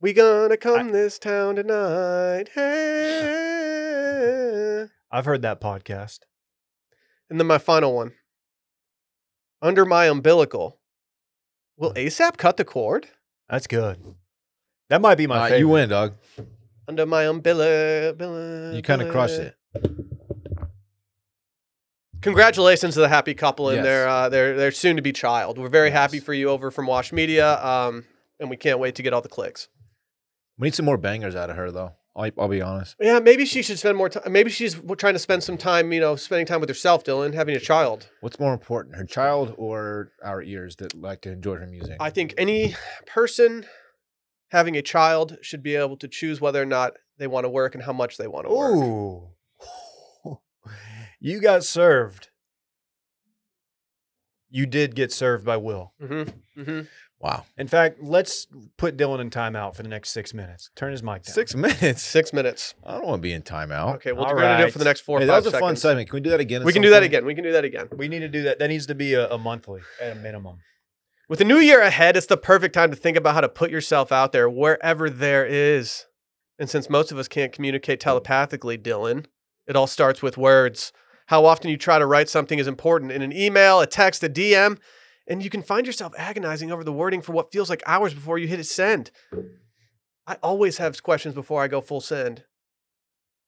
[SPEAKER 1] We gonna come this town tonight. Hey.
[SPEAKER 2] I've heard that podcast.
[SPEAKER 1] And then my final one. Under my umbilical. Will ASAP cut the cord?
[SPEAKER 2] That's good. That might be my
[SPEAKER 3] Uh,
[SPEAKER 2] favorite.
[SPEAKER 3] you win, dog.
[SPEAKER 1] Under my umbilical.
[SPEAKER 3] You kind of crushed it.
[SPEAKER 1] Congratulations to the happy couple and
[SPEAKER 3] Yes.
[SPEAKER 1] their uh, their their soon to be child. We're very
[SPEAKER 3] Yes.
[SPEAKER 1] happy for you over from Wash Media, um, and we can't wait to get all the clicks.
[SPEAKER 3] We need some more bangers out of her, though. I'll, I'll be honest.
[SPEAKER 1] Yeah, maybe she should spend more time. Maybe she's w- trying to spend some time, you know, spending time with herself, Dylan, having a child.
[SPEAKER 3] What's more important, her child or our ears that like to enjoy her music?
[SPEAKER 1] I think any person having a child should be able to choose whether or not they want to work and how much they want to work.
[SPEAKER 2] Ooh. you got served. You did get served by Will.
[SPEAKER 1] Mm-hmm. Mm-hmm.
[SPEAKER 3] Wow.
[SPEAKER 2] In fact, let's put Dylan in timeout for the next six minutes. Turn his mic down.
[SPEAKER 3] Six minutes.
[SPEAKER 1] Six minutes.
[SPEAKER 3] I don't want to be in timeout.
[SPEAKER 1] Okay, well,
[SPEAKER 2] All
[SPEAKER 1] we're gonna do it
[SPEAKER 2] right.
[SPEAKER 1] for the next four. or
[SPEAKER 3] Oh, Hey, that
[SPEAKER 1] five
[SPEAKER 3] was a fun
[SPEAKER 1] seconds.
[SPEAKER 3] segment. Can we do that again? at
[SPEAKER 1] We can
[SPEAKER 3] some
[SPEAKER 1] do that
[SPEAKER 3] point?
[SPEAKER 1] again. We can do that again.
[SPEAKER 2] We need to do that. That needs to be a, a monthly at a minimum.
[SPEAKER 1] With the new year ahead, it's the perfect time to think about how to put yourself out there wherever there is. And since most of us can't communicate telepathically, Dylan, it all starts with words. How often you try to write something is important in an email, a text, a DM, and you can find yourself agonizing over the wording for what feels like hours before you hit send. I always have questions before I go full send.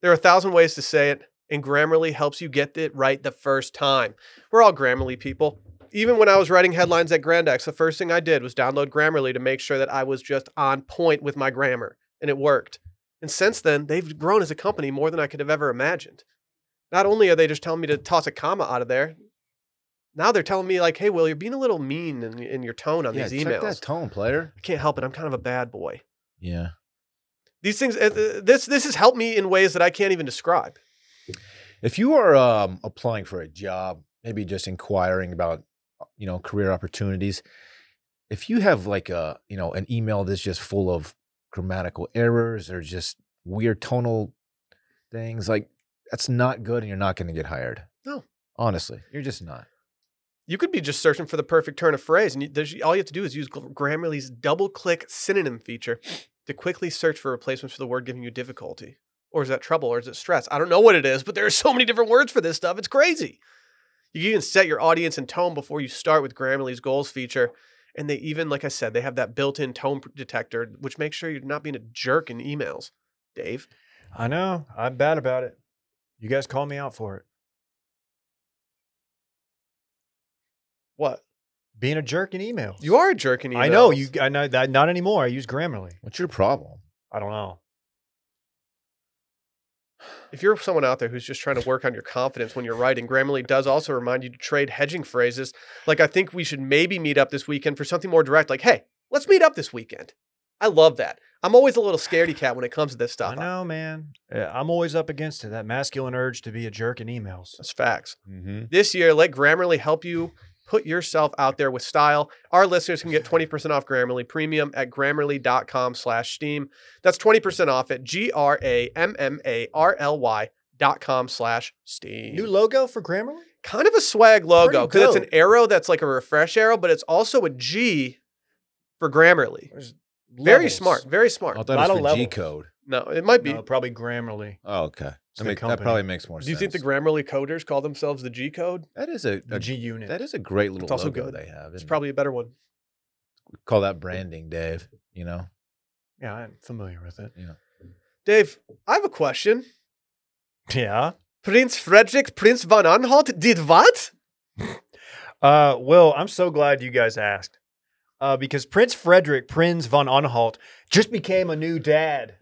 [SPEAKER 1] There are a thousand ways to say it, and Grammarly helps you get it right the first time. We're all Grammarly people even when I was writing headlines at Grand X, the first thing I did was download Grammarly to make sure that I was just on point with my grammar, and it worked. And since then, they've grown as a company more than I could have ever imagined. Not only are they just telling me to toss a comma out of there, now they're telling me like, "Hey, Will, you're being a little mean in, in your tone on
[SPEAKER 3] yeah,
[SPEAKER 1] these
[SPEAKER 3] check
[SPEAKER 1] emails.
[SPEAKER 3] that tone, player.
[SPEAKER 1] I can't help it. I'm kind of a bad boy."
[SPEAKER 3] Yeah.
[SPEAKER 1] These things, uh, uh, this this has helped me in ways that I can't even describe.
[SPEAKER 3] If you are um, applying for a job, maybe just inquiring about you know career opportunities, if you have like a you know an email that's just full of grammatical errors or just weird tonal things, like that's not good, and you're not going to get hired.
[SPEAKER 1] No.
[SPEAKER 3] honestly, you're just not.
[SPEAKER 1] You could be just searching for the perfect turn of phrase, and you, there's, all you have to do is use Gl- Grammarly's double-click synonym feature to quickly search for replacements for the word giving you difficulty, or is that trouble, or is it stress? I don't know what it is, but there are so many different words for this stuff. It's crazy. You can even set your audience and tone before you start with Grammarly's goals feature, and they even, like I said, they have that built-in tone pr- detector, which makes sure you're not being a jerk in emails. Dave,
[SPEAKER 2] I know. I'm bad about it. You guys call me out for it.
[SPEAKER 1] what?
[SPEAKER 2] Being a jerk in emails.
[SPEAKER 1] You are a jerk in emails.
[SPEAKER 2] I know. You. I know that. Not anymore. I use Grammarly.
[SPEAKER 3] What's your problem?
[SPEAKER 2] I don't know.
[SPEAKER 1] If you're someone out there who's just trying to work on your confidence when you're writing, Grammarly does also remind you to trade hedging phrases. Like, I think we should maybe meet up this weekend for something more direct, like, hey, let's meet up this weekend. I love that. I'm always a little scaredy cat when it comes to this
[SPEAKER 2] I
[SPEAKER 1] stuff.
[SPEAKER 2] know, man. Uh, I'm always up against it. That masculine urge to be a jerk in emails.
[SPEAKER 1] That's facts.
[SPEAKER 3] Mm-hmm.
[SPEAKER 1] This year, let Grammarly help you put yourself out there with style. Our listeners can get 20% off Grammarly Premium at grammarly.com slash steam. That's 20% off at G-R-A-M-M-A-R-L-Y dot com slash steam.
[SPEAKER 2] New logo for Grammarly?
[SPEAKER 1] kind of a swag logo
[SPEAKER 2] Pretty
[SPEAKER 1] because it's an
[SPEAKER 2] dope.
[SPEAKER 1] arrow that's like a refresh arrow, but it's also a G for Grammarly.
[SPEAKER 2] There's
[SPEAKER 1] Very
[SPEAKER 2] levels.
[SPEAKER 1] smart, very
[SPEAKER 3] I
[SPEAKER 1] smart.
[SPEAKER 3] thought
[SPEAKER 2] Not a
[SPEAKER 3] it was for G
[SPEAKER 2] level.
[SPEAKER 3] code.
[SPEAKER 1] No, it might be.
[SPEAKER 2] No, probably Grammarly.
[SPEAKER 3] Oh, okay.
[SPEAKER 2] It's the
[SPEAKER 3] That, make, that
[SPEAKER 2] company.
[SPEAKER 3] probably makes more
[SPEAKER 1] Do
[SPEAKER 3] sense.
[SPEAKER 1] you think the Grammarly coders call themselves the G code?
[SPEAKER 3] that is a,
[SPEAKER 2] The
[SPEAKER 3] a
[SPEAKER 2] G unit.
[SPEAKER 3] that is a great little
[SPEAKER 1] It's also
[SPEAKER 3] logo
[SPEAKER 1] good.
[SPEAKER 3] they have?
[SPEAKER 1] It's
[SPEAKER 3] isn't it?
[SPEAKER 1] probably a better one.
[SPEAKER 3] call that branding, Dave. You know.
[SPEAKER 2] yeah, I'm familiar with it.
[SPEAKER 1] Dave, I have a question.
[SPEAKER 2] Yeah.
[SPEAKER 1] Prince Frederick, Prince von Anhalt did what?
[SPEAKER 2] Uh, well, I'm so glad you guys asked. Uh, because Prince Frederick Prinz von Anhalt just became a new dad.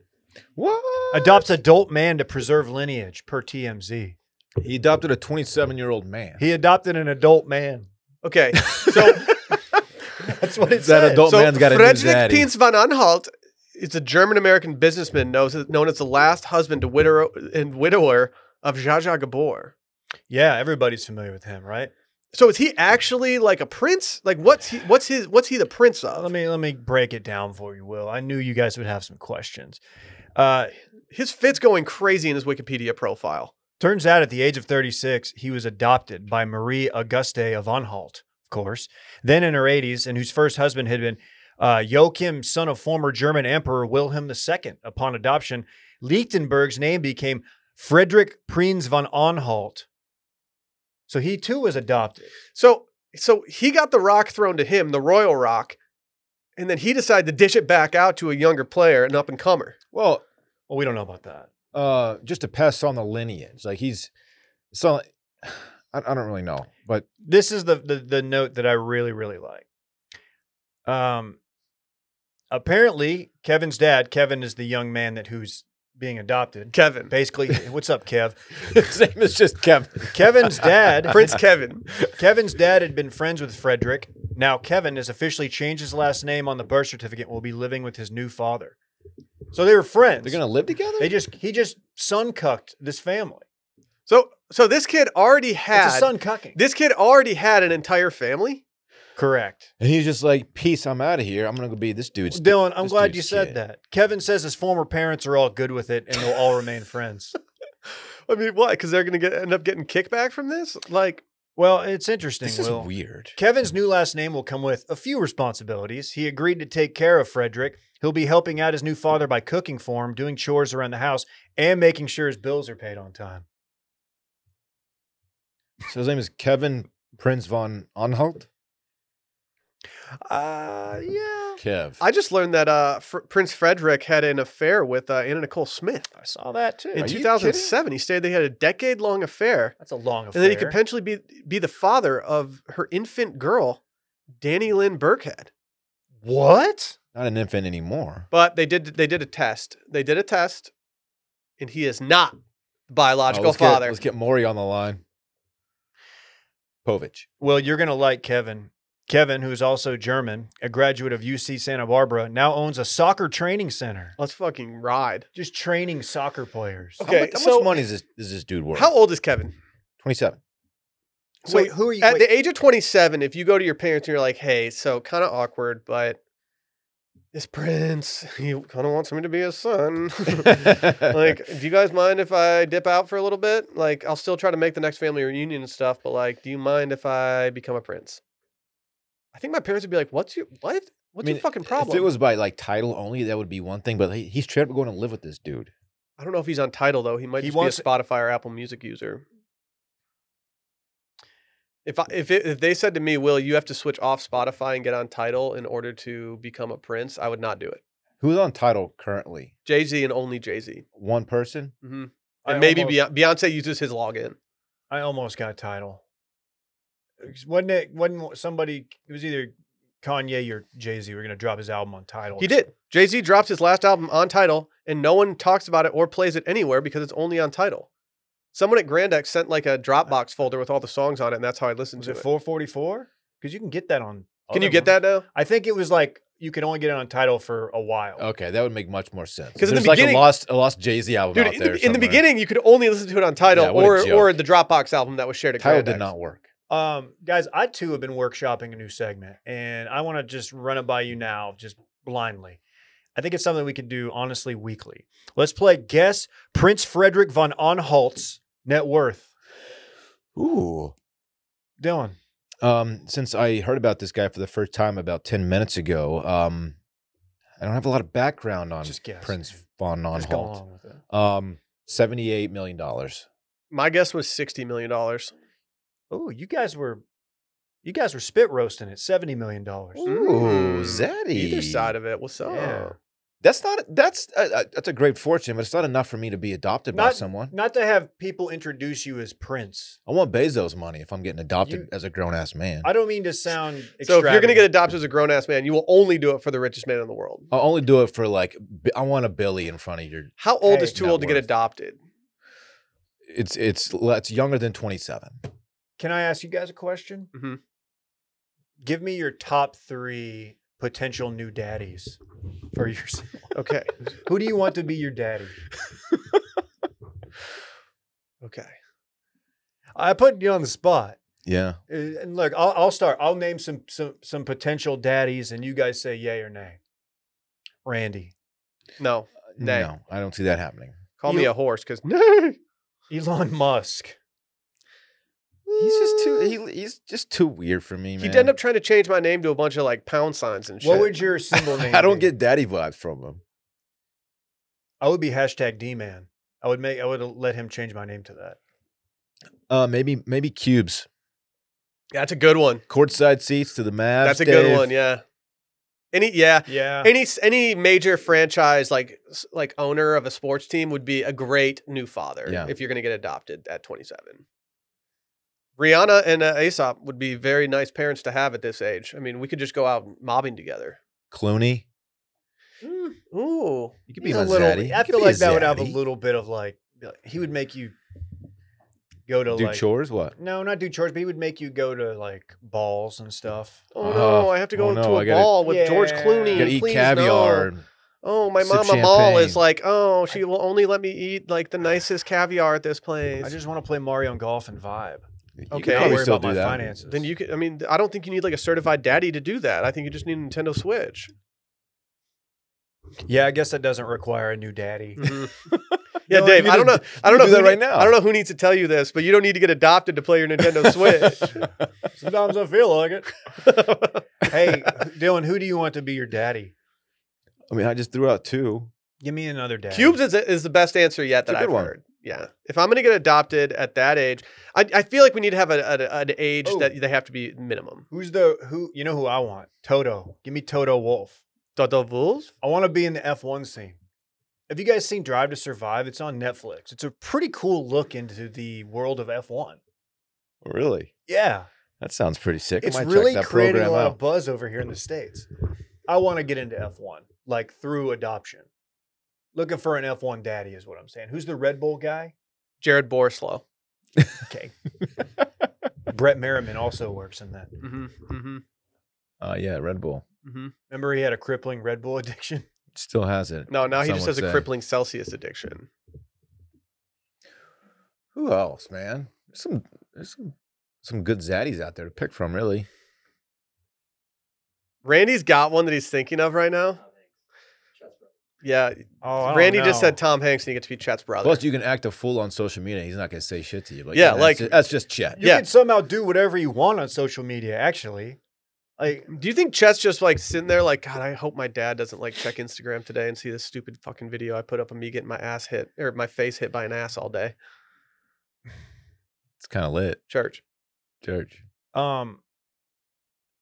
[SPEAKER 3] What?
[SPEAKER 2] Adopts adult man to preserve lineage per TMZ.
[SPEAKER 3] He adopted a 27 year old man.
[SPEAKER 2] He adopted an adult man.
[SPEAKER 1] Okay, so,
[SPEAKER 2] That's what it
[SPEAKER 3] that
[SPEAKER 2] said.
[SPEAKER 3] adult
[SPEAKER 1] so
[SPEAKER 3] man's got a new
[SPEAKER 1] Frederick
[SPEAKER 3] daddy.
[SPEAKER 1] Prince von Anhalt is a German American businessman knows, known as the last husband to widower and widower of Zsa Zsa Gabor.
[SPEAKER 2] Yeah, everybody's familiar with him, right?
[SPEAKER 1] So is he actually like a prince? Like what's he what's his what's he the prince of?
[SPEAKER 2] Uh, Let me let me break it down for you, Will. I knew you guys would have some questions. Uh,
[SPEAKER 1] his fit's going crazy in his Wikipedia profile.
[SPEAKER 2] turns out, at the age of 36, he was adopted by Marie Auguste of Anhalt, of course. Then in her 80s, and whose first husband had been uh, Joachim, son of former German Emperor Wilhelm II. Upon adoption, Lichtenberg's name became Frederick Prinz von Anhalt. So he too was adopted.
[SPEAKER 1] So so he got the rock thrown to him, the royal rock, and then he decided to dish it back out to a younger player, an up and comer.
[SPEAKER 3] well,
[SPEAKER 2] Well, we don't know about that.
[SPEAKER 3] uh, just to pass on the lineage, like he's so. I, I don't really know, but
[SPEAKER 2] this is the, the the note that I really really like. Um, apparently Kevin's dad, Kevin is the young man that who's being adopted.
[SPEAKER 1] Kevin.
[SPEAKER 2] Basically, what's up, Kev?
[SPEAKER 3] his name is just Kevin.
[SPEAKER 2] Kevin's dad,
[SPEAKER 1] Prince Kevin.
[SPEAKER 2] Kevin's dad had been friends with Frederick. Now Kevin has officially changed his last name on the birth certificate. and Will be living with his new father. So they were friends.
[SPEAKER 3] They're gonna live together.
[SPEAKER 2] They just he just sun cucked this family.
[SPEAKER 1] So so this kid already
[SPEAKER 2] It's a
[SPEAKER 1] had
[SPEAKER 2] sun cucking.
[SPEAKER 1] this kid already had an entire family?
[SPEAKER 2] Correct.
[SPEAKER 3] And he's just like, peace, I'm out of here. I'm gonna go be this dude's.
[SPEAKER 2] Dylan, I'm
[SPEAKER 3] this
[SPEAKER 2] glad
[SPEAKER 3] dude's
[SPEAKER 2] you said
[SPEAKER 3] kid.
[SPEAKER 2] that. Kevin says his former parents are all good with it and they'll all remain friends.
[SPEAKER 1] I mean, why? Because they're going to get end up getting kickback from this. Like,
[SPEAKER 2] Well, it's interesting,
[SPEAKER 3] This is
[SPEAKER 2] Will.
[SPEAKER 3] weird.
[SPEAKER 2] Kevin's new last name will come with a few responsibilities. He agreed to take care of Frederick. He'll be helping out his new father by cooking for him, doing chores around the house, and making sure his bills are paid on time.
[SPEAKER 3] So his name is Kevin Prince von Anhalt.
[SPEAKER 2] Uh, yeah.
[SPEAKER 3] Kev.
[SPEAKER 1] I just learned that uh, Fr- Prince Frederick had an affair with uh, Anna Nicole Smith
[SPEAKER 2] I saw that too.
[SPEAKER 1] in
[SPEAKER 3] Are you
[SPEAKER 1] 2007. He stated they had a decade long affair,
[SPEAKER 2] That's a long affair.
[SPEAKER 1] and that he could potentially be be the father of her infant girl, Danny Lynn Burkhead.
[SPEAKER 2] what?
[SPEAKER 3] Not an infant anymore.
[SPEAKER 1] But they did they did a test. They did a test, and he is not the biological
[SPEAKER 3] Oh, let's
[SPEAKER 1] father.
[SPEAKER 3] Get, let's get Maury on the line. Povich.
[SPEAKER 2] Well, you're going to like Kevin. Kevin, who's also German, a graduate of UC Santa Barbara, now owns a soccer training center.
[SPEAKER 1] let's fucking ride.
[SPEAKER 2] Just training soccer players.
[SPEAKER 1] Okay,
[SPEAKER 3] how much, how
[SPEAKER 1] so-
[SPEAKER 3] much money is this, is this dude worth?
[SPEAKER 1] How old is Kevin?
[SPEAKER 3] 27.
[SPEAKER 2] So
[SPEAKER 1] wait,
[SPEAKER 2] who are you?
[SPEAKER 1] At
[SPEAKER 2] wait,
[SPEAKER 1] the age of 27, if you go to your parents and you're like, hey, so kind of awkward, but this prince, he kind of wants me to be his son. like, do you guys mind if I dip out for a little bit? Like, I'll still try to make the next family reunion and stuff, but like, do you mind if I become a prince? I think my parents would be like, what's your, what? What's
[SPEAKER 3] mean,
[SPEAKER 1] your fucking problem?
[SPEAKER 3] If it was by like title only, that would be one thing, but he, he's straight up going to live with this dude.
[SPEAKER 1] I don't know if he's on title though. He might
[SPEAKER 2] He
[SPEAKER 1] just
[SPEAKER 2] wants-
[SPEAKER 1] be a Spotify or Apple Music user. If I, if it, if they said to me, "Will you have to switch off Spotify and get on title in order to become a prince?" I would not do it.
[SPEAKER 3] Who's on title currently?
[SPEAKER 1] Jay Z and only Jay Z,
[SPEAKER 3] One person?
[SPEAKER 1] hmm
[SPEAKER 2] I
[SPEAKER 1] and maybe
[SPEAKER 2] almost-
[SPEAKER 1] Beyonce, Beyonce uses his login.
[SPEAKER 2] I almost got title. Wasn't it? Wasn't somebody? It was either Kanye or Jay Z. were going to drop his album on title.
[SPEAKER 1] He did. Jay Z drops his last album on title, and no one talks about it or plays it anywhere because it's only on title. Someone at Grand X sent like a Dropbox folder with all the songs on it, and that's how I listened
[SPEAKER 2] Was
[SPEAKER 1] to
[SPEAKER 2] it
[SPEAKER 1] it.
[SPEAKER 2] four forty four? Because you can get that on.
[SPEAKER 1] Can
[SPEAKER 3] Oh,
[SPEAKER 1] you
[SPEAKER 2] other
[SPEAKER 1] get
[SPEAKER 2] ones.
[SPEAKER 1] that now?
[SPEAKER 2] I think it was like you could only get it on title for a while.
[SPEAKER 3] Okay, that would make much more sense.
[SPEAKER 1] 'Cause in the
[SPEAKER 3] There's like a
[SPEAKER 1] beginning-
[SPEAKER 3] lost, a lost Jay Z album
[SPEAKER 1] Dude,
[SPEAKER 3] out
[SPEAKER 1] in
[SPEAKER 3] there.
[SPEAKER 1] the, in the
[SPEAKER 3] somewhere.
[SPEAKER 1] beginning, you could only listen to it on title
[SPEAKER 3] Yeah, what a
[SPEAKER 1] or
[SPEAKER 3] joke.
[SPEAKER 1] or the Dropbox album that was shared at
[SPEAKER 3] title
[SPEAKER 1] Grand
[SPEAKER 3] did
[SPEAKER 1] X.
[SPEAKER 3] not work.
[SPEAKER 2] Um, guys, I too have been workshopping a new segment, and I want to just run it by you now, just blindly. I think it's something we could do honestly weekly. Let's play guess Prince Frederick von Anhalt's net worth.
[SPEAKER 3] Ooh.
[SPEAKER 2] Dylan,
[SPEAKER 3] Um, since I heard about this guy for the first time about 10 minutes ago, um, I don't have a lot of background on
[SPEAKER 2] Just guess,
[SPEAKER 3] Prince
[SPEAKER 2] man.
[SPEAKER 3] von
[SPEAKER 2] just go
[SPEAKER 3] Anhalt.
[SPEAKER 2] along with it.
[SPEAKER 3] Um, $78 million.
[SPEAKER 1] My guess was sixty million dollars.
[SPEAKER 2] Oh, you guys were, you guys were spit roasting at seventy million dollars.
[SPEAKER 1] Ooh,
[SPEAKER 3] Zaddy.
[SPEAKER 1] Either side of it. uh, What's up?
[SPEAKER 2] Yeah.
[SPEAKER 3] That's not, that's, uh, uh, that's a great fortune, but it's not enough for me to be adopted by
[SPEAKER 2] Not-
[SPEAKER 3] someone.
[SPEAKER 2] Not to have people introduce you as Prince.
[SPEAKER 3] I want Bezos money if I'm getting adopted
[SPEAKER 2] You-
[SPEAKER 3] as a grown ass man.
[SPEAKER 2] I don't mean to sound.
[SPEAKER 1] So if you're gonna get
[SPEAKER 2] extravagant.
[SPEAKER 1] adopted as a grown ass man, you will only do it for the richest man in the world.
[SPEAKER 3] I'll only do it for like, b- I want a Billy in front of your,
[SPEAKER 1] How old
[SPEAKER 2] Hey,
[SPEAKER 1] is too
[SPEAKER 3] not
[SPEAKER 1] old to get
[SPEAKER 3] worth.
[SPEAKER 1] adopted?
[SPEAKER 3] it's, it's, it's younger than 27.
[SPEAKER 2] Can I ask you guys a Mm-hmm. question?
[SPEAKER 1] Mhm.
[SPEAKER 2] Give me your top three potential new daddies for yourself.
[SPEAKER 1] Okay.
[SPEAKER 2] Who do you want to be your daddy?
[SPEAKER 1] okay.
[SPEAKER 2] I put you on the spot.
[SPEAKER 3] Yeah.
[SPEAKER 2] Uh, And look, I'll, I'll start. I'll name some some some potential daddies, and you guys say yay or nay. Randy,
[SPEAKER 1] No. Nay.
[SPEAKER 3] No, I don't see that happening.
[SPEAKER 1] Call me
[SPEAKER 2] You-
[SPEAKER 1] a horse, because no.
[SPEAKER 2] Elon Musk.
[SPEAKER 3] He's just too he, he's just too weird for me, man.
[SPEAKER 1] He'd end up trying to change my name to a bunch of like pound signs and shit.
[SPEAKER 2] What would your symbol name?
[SPEAKER 3] I don't
[SPEAKER 2] be?
[SPEAKER 3] get daddy vibes from him.
[SPEAKER 2] I would be hashtag D man. I would make. I would let him change my name to that.
[SPEAKER 3] Uh, maybe maybe cubes,
[SPEAKER 1] That's a good one.
[SPEAKER 3] courtside seats to the Mavs.
[SPEAKER 1] That's a good
[SPEAKER 3] Dave.
[SPEAKER 1] one. Yeah. Any yeah.
[SPEAKER 2] Yeah.
[SPEAKER 1] Any s- any major franchise like s- like owner of a sports team would be a great new father
[SPEAKER 3] Yeah.
[SPEAKER 1] if you're going to get adopted at 27. Rihanna and uh, Aesop would be very nice parents to have at this age. I mean, we could just go out mobbing together.
[SPEAKER 3] Clooney.
[SPEAKER 1] Ooh,
[SPEAKER 3] You could be
[SPEAKER 2] Mm, He's
[SPEAKER 3] my
[SPEAKER 2] a little.
[SPEAKER 3] zaddy.
[SPEAKER 2] I
[SPEAKER 3] You could
[SPEAKER 2] feel
[SPEAKER 3] be
[SPEAKER 2] like that would have a
[SPEAKER 3] zaddy.
[SPEAKER 2] little bit of like uh, he would make you go to
[SPEAKER 3] Do
[SPEAKER 2] like
[SPEAKER 3] chores? What?
[SPEAKER 2] no, not do chores, but he would make you go to like balls and stuff.
[SPEAKER 1] oh no,
[SPEAKER 3] Uh,
[SPEAKER 1] I have to go
[SPEAKER 3] oh,
[SPEAKER 1] into
[SPEAKER 3] no,
[SPEAKER 1] a
[SPEAKER 3] I gotta-
[SPEAKER 1] ball with George
[SPEAKER 2] Yeah.
[SPEAKER 1] Clooney.
[SPEAKER 3] You gotta eat
[SPEAKER 1] Please,
[SPEAKER 3] caviar.
[SPEAKER 1] no.
[SPEAKER 3] and-
[SPEAKER 1] Oh, my
[SPEAKER 3] sip
[SPEAKER 1] mama Mall
[SPEAKER 3] champagne.
[SPEAKER 1] is like, oh, she will only let me eat like the nicest caviar at this place.
[SPEAKER 2] I just want to play Mario and golf and vibe.
[SPEAKER 3] You
[SPEAKER 1] Okay,
[SPEAKER 3] could
[SPEAKER 1] I'll
[SPEAKER 3] probably
[SPEAKER 2] worry
[SPEAKER 3] still
[SPEAKER 2] about my
[SPEAKER 3] do that.
[SPEAKER 2] finances.
[SPEAKER 1] Then you could. I mean, I don't think you need like a certified daddy to do that. I think you just need a Nintendo Switch.
[SPEAKER 2] Yeah, I guess that doesn't require a new daddy.
[SPEAKER 1] Mhm. yeah,
[SPEAKER 3] Mm-hmm. No,
[SPEAKER 1] Dave.
[SPEAKER 3] you
[SPEAKER 1] I don't know.
[SPEAKER 3] could-
[SPEAKER 1] I don't know
[SPEAKER 3] could do
[SPEAKER 1] who
[SPEAKER 3] that right
[SPEAKER 1] need-
[SPEAKER 3] now.
[SPEAKER 1] I don't know who needs to tell you this, but you don't need to get adopted to play your Nintendo Switch.
[SPEAKER 2] Sometimes I feel like it. hey, Dylan, who do you want to be your daddy?
[SPEAKER 3] I mean, I just threw out two.
[SPEAKER 2] Give me another daddy.
[SPEAKER 1] Cubes is, is the best answer yet
[SPEAKER 3] It's a
[SPEAKER 1] that
[SPEAKER 3] good
[SPEAKER 1] I've
[SPEAKER 3] one.
[SPEAKER 1] heard. Yeah. If I'm going to get adopted at that age, I, I feel like we need to have a, a- an age
[SPEAKER 2] Oh.
[SPEAKER 1] that they have to be minimum.
[SPEAKER 2] Who's the who? You know who I want? Toto. Give me Toto Wolf.
[SPEAKER 1] Dodo Wolves?
[SPEAKER 2] I want to be in the F1 scene. Have you guys seen Drive to Survive? It's on Netflix. It's a pretty cool look into the world of F1.
[SPEAKER 3] Oh, Really?
[SPEAKER 2] Yeah,
[SPEAKER 3] That sounds pretty sick.
[SPEAKER 2] it's
[SPEAKER 3] I might
[SPEAKER 2] really
[SPEAKER 3] check that
[SPEAKER 2] creating a
[SPEAKER 3] program
[SPEAKER 2] lot of
[SPEAKER 3] out.
[SPEAKER 2] buzz over here in the states. I want to get into F1 like through adoption. Looking for an F1 daddy is what I'm saying. Who's the Red Bull guy?
[SPEAKER 1] Jared Borslow.
[SPEAKER 2] Okay. Brett Merriman also works in that.
[SPEAKER 1] Mm-hmm, mm-hmm,
[SPEAKER 3] Uh, yeah, Red Bull
[SPEAKER 1] mm-hmm.
[SPEAKER 2] Remember he had a crippling Red Bull addiction?
[SPEAKER 3] still has it.
[SPEAKER 1] No, now he
[SPEAKER 3] Some
[SPEAKER 1] just
[SPEAKER 3] would
[SPEAKER 1] has a
[SPEAKER 3] say.
[SPEAKER 1] crippling Celsius addiction.
[SPEAKER 3] Who else, man? There's some, there's some, some good zaddies out there to pick from. Really.
[SPEAKER 1] Randy's got one that he's thinking of right now. Yeah.
[SPEAKER 2] Oh, I don't
[SPEAKER 1] Randy just
[SPEAKER 2] know.
[SPEAKER 1] said Tom Hanks and you get to be Chet's brother.
[SPEAKER 3] Plus, you can act a fool on social media. He's not gonna say shit to you. But
[SPEAKER 1] Oh, Yeah,
[SPEAKER 3] that's
[SPEAKER 1] like-
[SPEAKER 3] ju- that's just Chet.
[SPEAKER 2] you
[SPEAKER 1] yeah.
[SPEAKER 2] can somehow do whatever you want on social media, actually. Like
[SPEAKER 1] Do you think Chet's just like sitting there like, God, I hope my dad doesn't like check Instagram today and see this stupid fucking video I put up of me getting my ass hit or my face hit by an ass all day?
[SPEAKER 3] It's kind of lit,
[SPEAKER 1] Church.
[SPEAKER 3] George.
[SPEAKER 2] Um,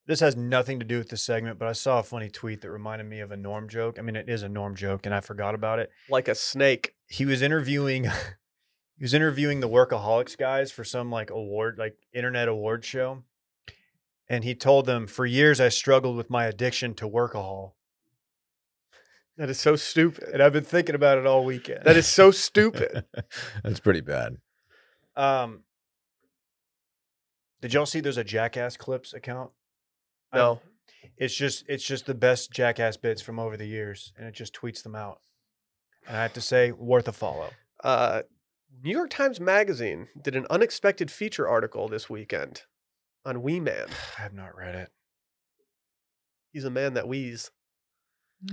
[SPEAKER 2] this has nothing to do with this segment, but I saw a funny tweet that reminded me of a Norm joke. I mean, it is a Norm joke, and I forgot about it.
[SPEAKER 1] Like a snake.
[SPEAKER 2] He was interviewing, he was interviewing the workaholics guys for some like award, like internet award show, and he told them, "For years, I struggled with my addiction to workahol,
[SPEAKER 1] That is so stupid.
[SPEAKER 2] and I've been thinking about it all weekend."
[SPEAKER 1] That is so stupid.
[SPEAKER 3] that's pretty bad.
[SPEAKER 2] um. Did y'all see? There's a Jackass Clips account. I-
[SPEAKER 1] No.
[SPEAKER 2] it's just it's just the best jackass bits from over the years and it just tweets them out and i have to say worth a follow
[SPEAKER 1] Uh, New York Times Magazine did an unexpected feature article this weekend on Wee Man.
[SPEAKER 2] i have not read it
[SPEAKER 1] He's a man that wheeze.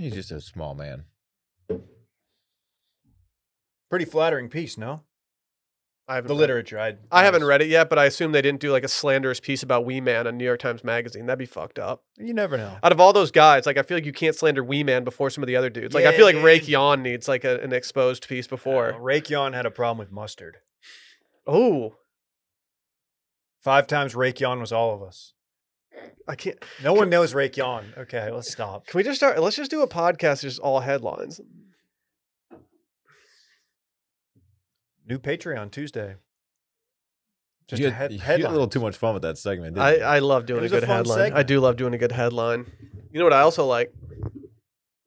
[SPEAKER 3] He's just a small man.
[SPEAKER 2] pretty flattering piece no
[SPEAKER 1] I haven't
[SPEAKER 2] the
[SPEAKER 1] read-
[SPEAKER 2] literature i
[SPEAKER 1] I haven't
[SPEAKER 2] was-
[SPEAKER 1] read it yet, but I assume they didn't do like a slanderous piece about Wee Man on New York Times Magazine. That'd be fucked up.
[SPEAKER 2] you never know Uh,
[SPEAKER 1] Out of all those guys, like I feel like you can't slander Wee Man before some of the other dudes. Like I feel like
[SPEAKER 2] Yeah,
[SPEAKER 1] Rake
[SPEAKER 2] dude.
[SPEAKER 1] Yon needs like a, an exposed piece
[SPEAKER 2] uh,
[SPEAKER 1] before.
[SPEAKER 2] raykyon had a problem with mustard
[SPEAKER 1] Oh,
[SPEAKER 2] five times raykyon was all of us
[SPEAKER 1] I can't.
[SPEAKER 2] no one knows raykyon okay let's stop
[SPEAKER 1] Can we just start? Let's just do a podcast, just all headlines.
[SPEAKER 2] new patreon tuesday just
[SPEAKER 3] you
[SPEAKER 2] a
[SPEAKER 3] had,
[SPEAKER 2] head-
[SPEAKER 3] you had
[SPEAKER 2] headline
[SPEAKER 3] a little too much fun with that segment. Didn't
[SPEAKER 1] I,
[SPEAKER 3] you?
[SPEAKER 1] I love doing a
[SPEAKER 2] was a
[SPEAKER 1] good
[SPEAKER 2] fun
[SPEAKER 1] headline. I
[SPEAKER 2] segment.
[SPEAKER 1] do love doing a good headline. You know what I also like?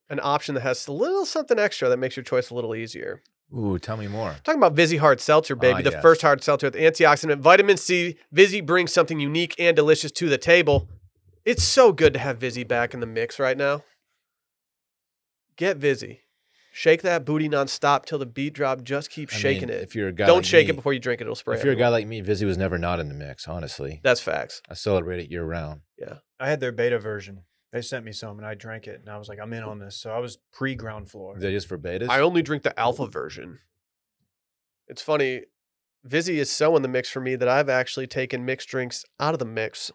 [SPEAKER 1] An option that has a little something extra that makes your choice a little easier.
[SPEAKER 3] Ooh, tell me more.
[SPEAKER 1] Talking about Vizzy Hard Seltzer, baby,
[SPEAKER 3] Ah,
[SPEAKER 1] the
[SPEAKER 3] yes.
[SPEAKER 1] first hard seltzer with antioxidant vitamin C. Vizzy brings something unique and delicious to the table. It's so good to have Vizzy back in the mix right now. Get Vizzy. Shake that booty nonstop till the beat drop. Just keep
[SPEAKER 3] I mean,
[SPEAKER 1] shaking it.
[SPEAKER 3] If you're a guy,
[SPEAKER 1] Don't
[SPEAKER 3] like
[SPEAKER 1] shake it
[SPEAKER 3] me-
[SPEAKER 1] before you drink it. It'll spray.
[SPEAKER 3] If you're a guy
[SPEAKER 1] everywhere.
[SPEAKER 3] like me, Vizzy was never not in the mix. Honestly,
[SPEAKER 1] That's facts.
[SPEAKER 3] I celebrate it year round.
[SPEAKER 2] i had their beta version they sent me some and i drank it and i was like i'm in on this so i was pre-ground floor
[SPEAKER 3] Is that just for betas?
[SPEAKER 1] I only drink the alpha version. It's funny, Vizzy is so in the mix for me that I've actually taken mixed drinks out of the mix.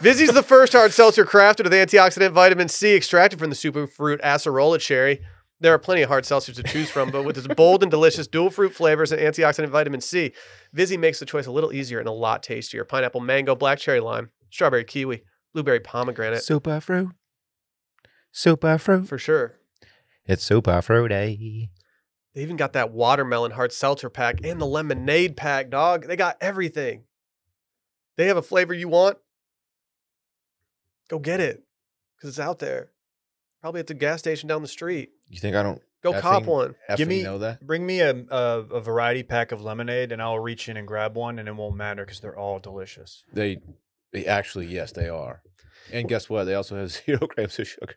[SPEAKER 1] Vizzy's the first hard seltzer crafted with antioxidant vitamin C extracted from the superfruit acerola cherry. There are plenty of hard seltzers to choose from, but with its bold and delicious dual fruit flavors and antioxidant vitamin C, Vizzy makes the choice a little easier and a lot tastier. Pineapple, mango, black cherry lime, strawberry kiwi, blueberry pomegranate.
[SPEAKER 3] Super fruit. Super fruit.
[SPEAKER 1] For sure.
[SPEAKER 3] It's super fruit day.
[SPEAKER 1] They even got that watermelon hard seltzer pack and the lemonade pack, dog. They got everything. They have a flavor you want. Go get it because it's out there. Probably at the gas station down the street.
[SPEAKER 3] You think I don't
[SPEAKER 1] Go
[SPEAKER 3] That
[SPEAKER 1] cop
[SPEAKER 3] thing-
[SPEAKER 1] one.
[SPEAKER 3] effing
[SPEAKER 2] Give me-
[SPEAKER 3] know that?
[SPEAKER 2] Bring me a, a a variety pack of lemonade, and I'll reach in and grab one, and it won't matter because they're all delicious.
[SPEAKER 3] They, they actually yes, they are. And guess what? They also have zero grams of sugar.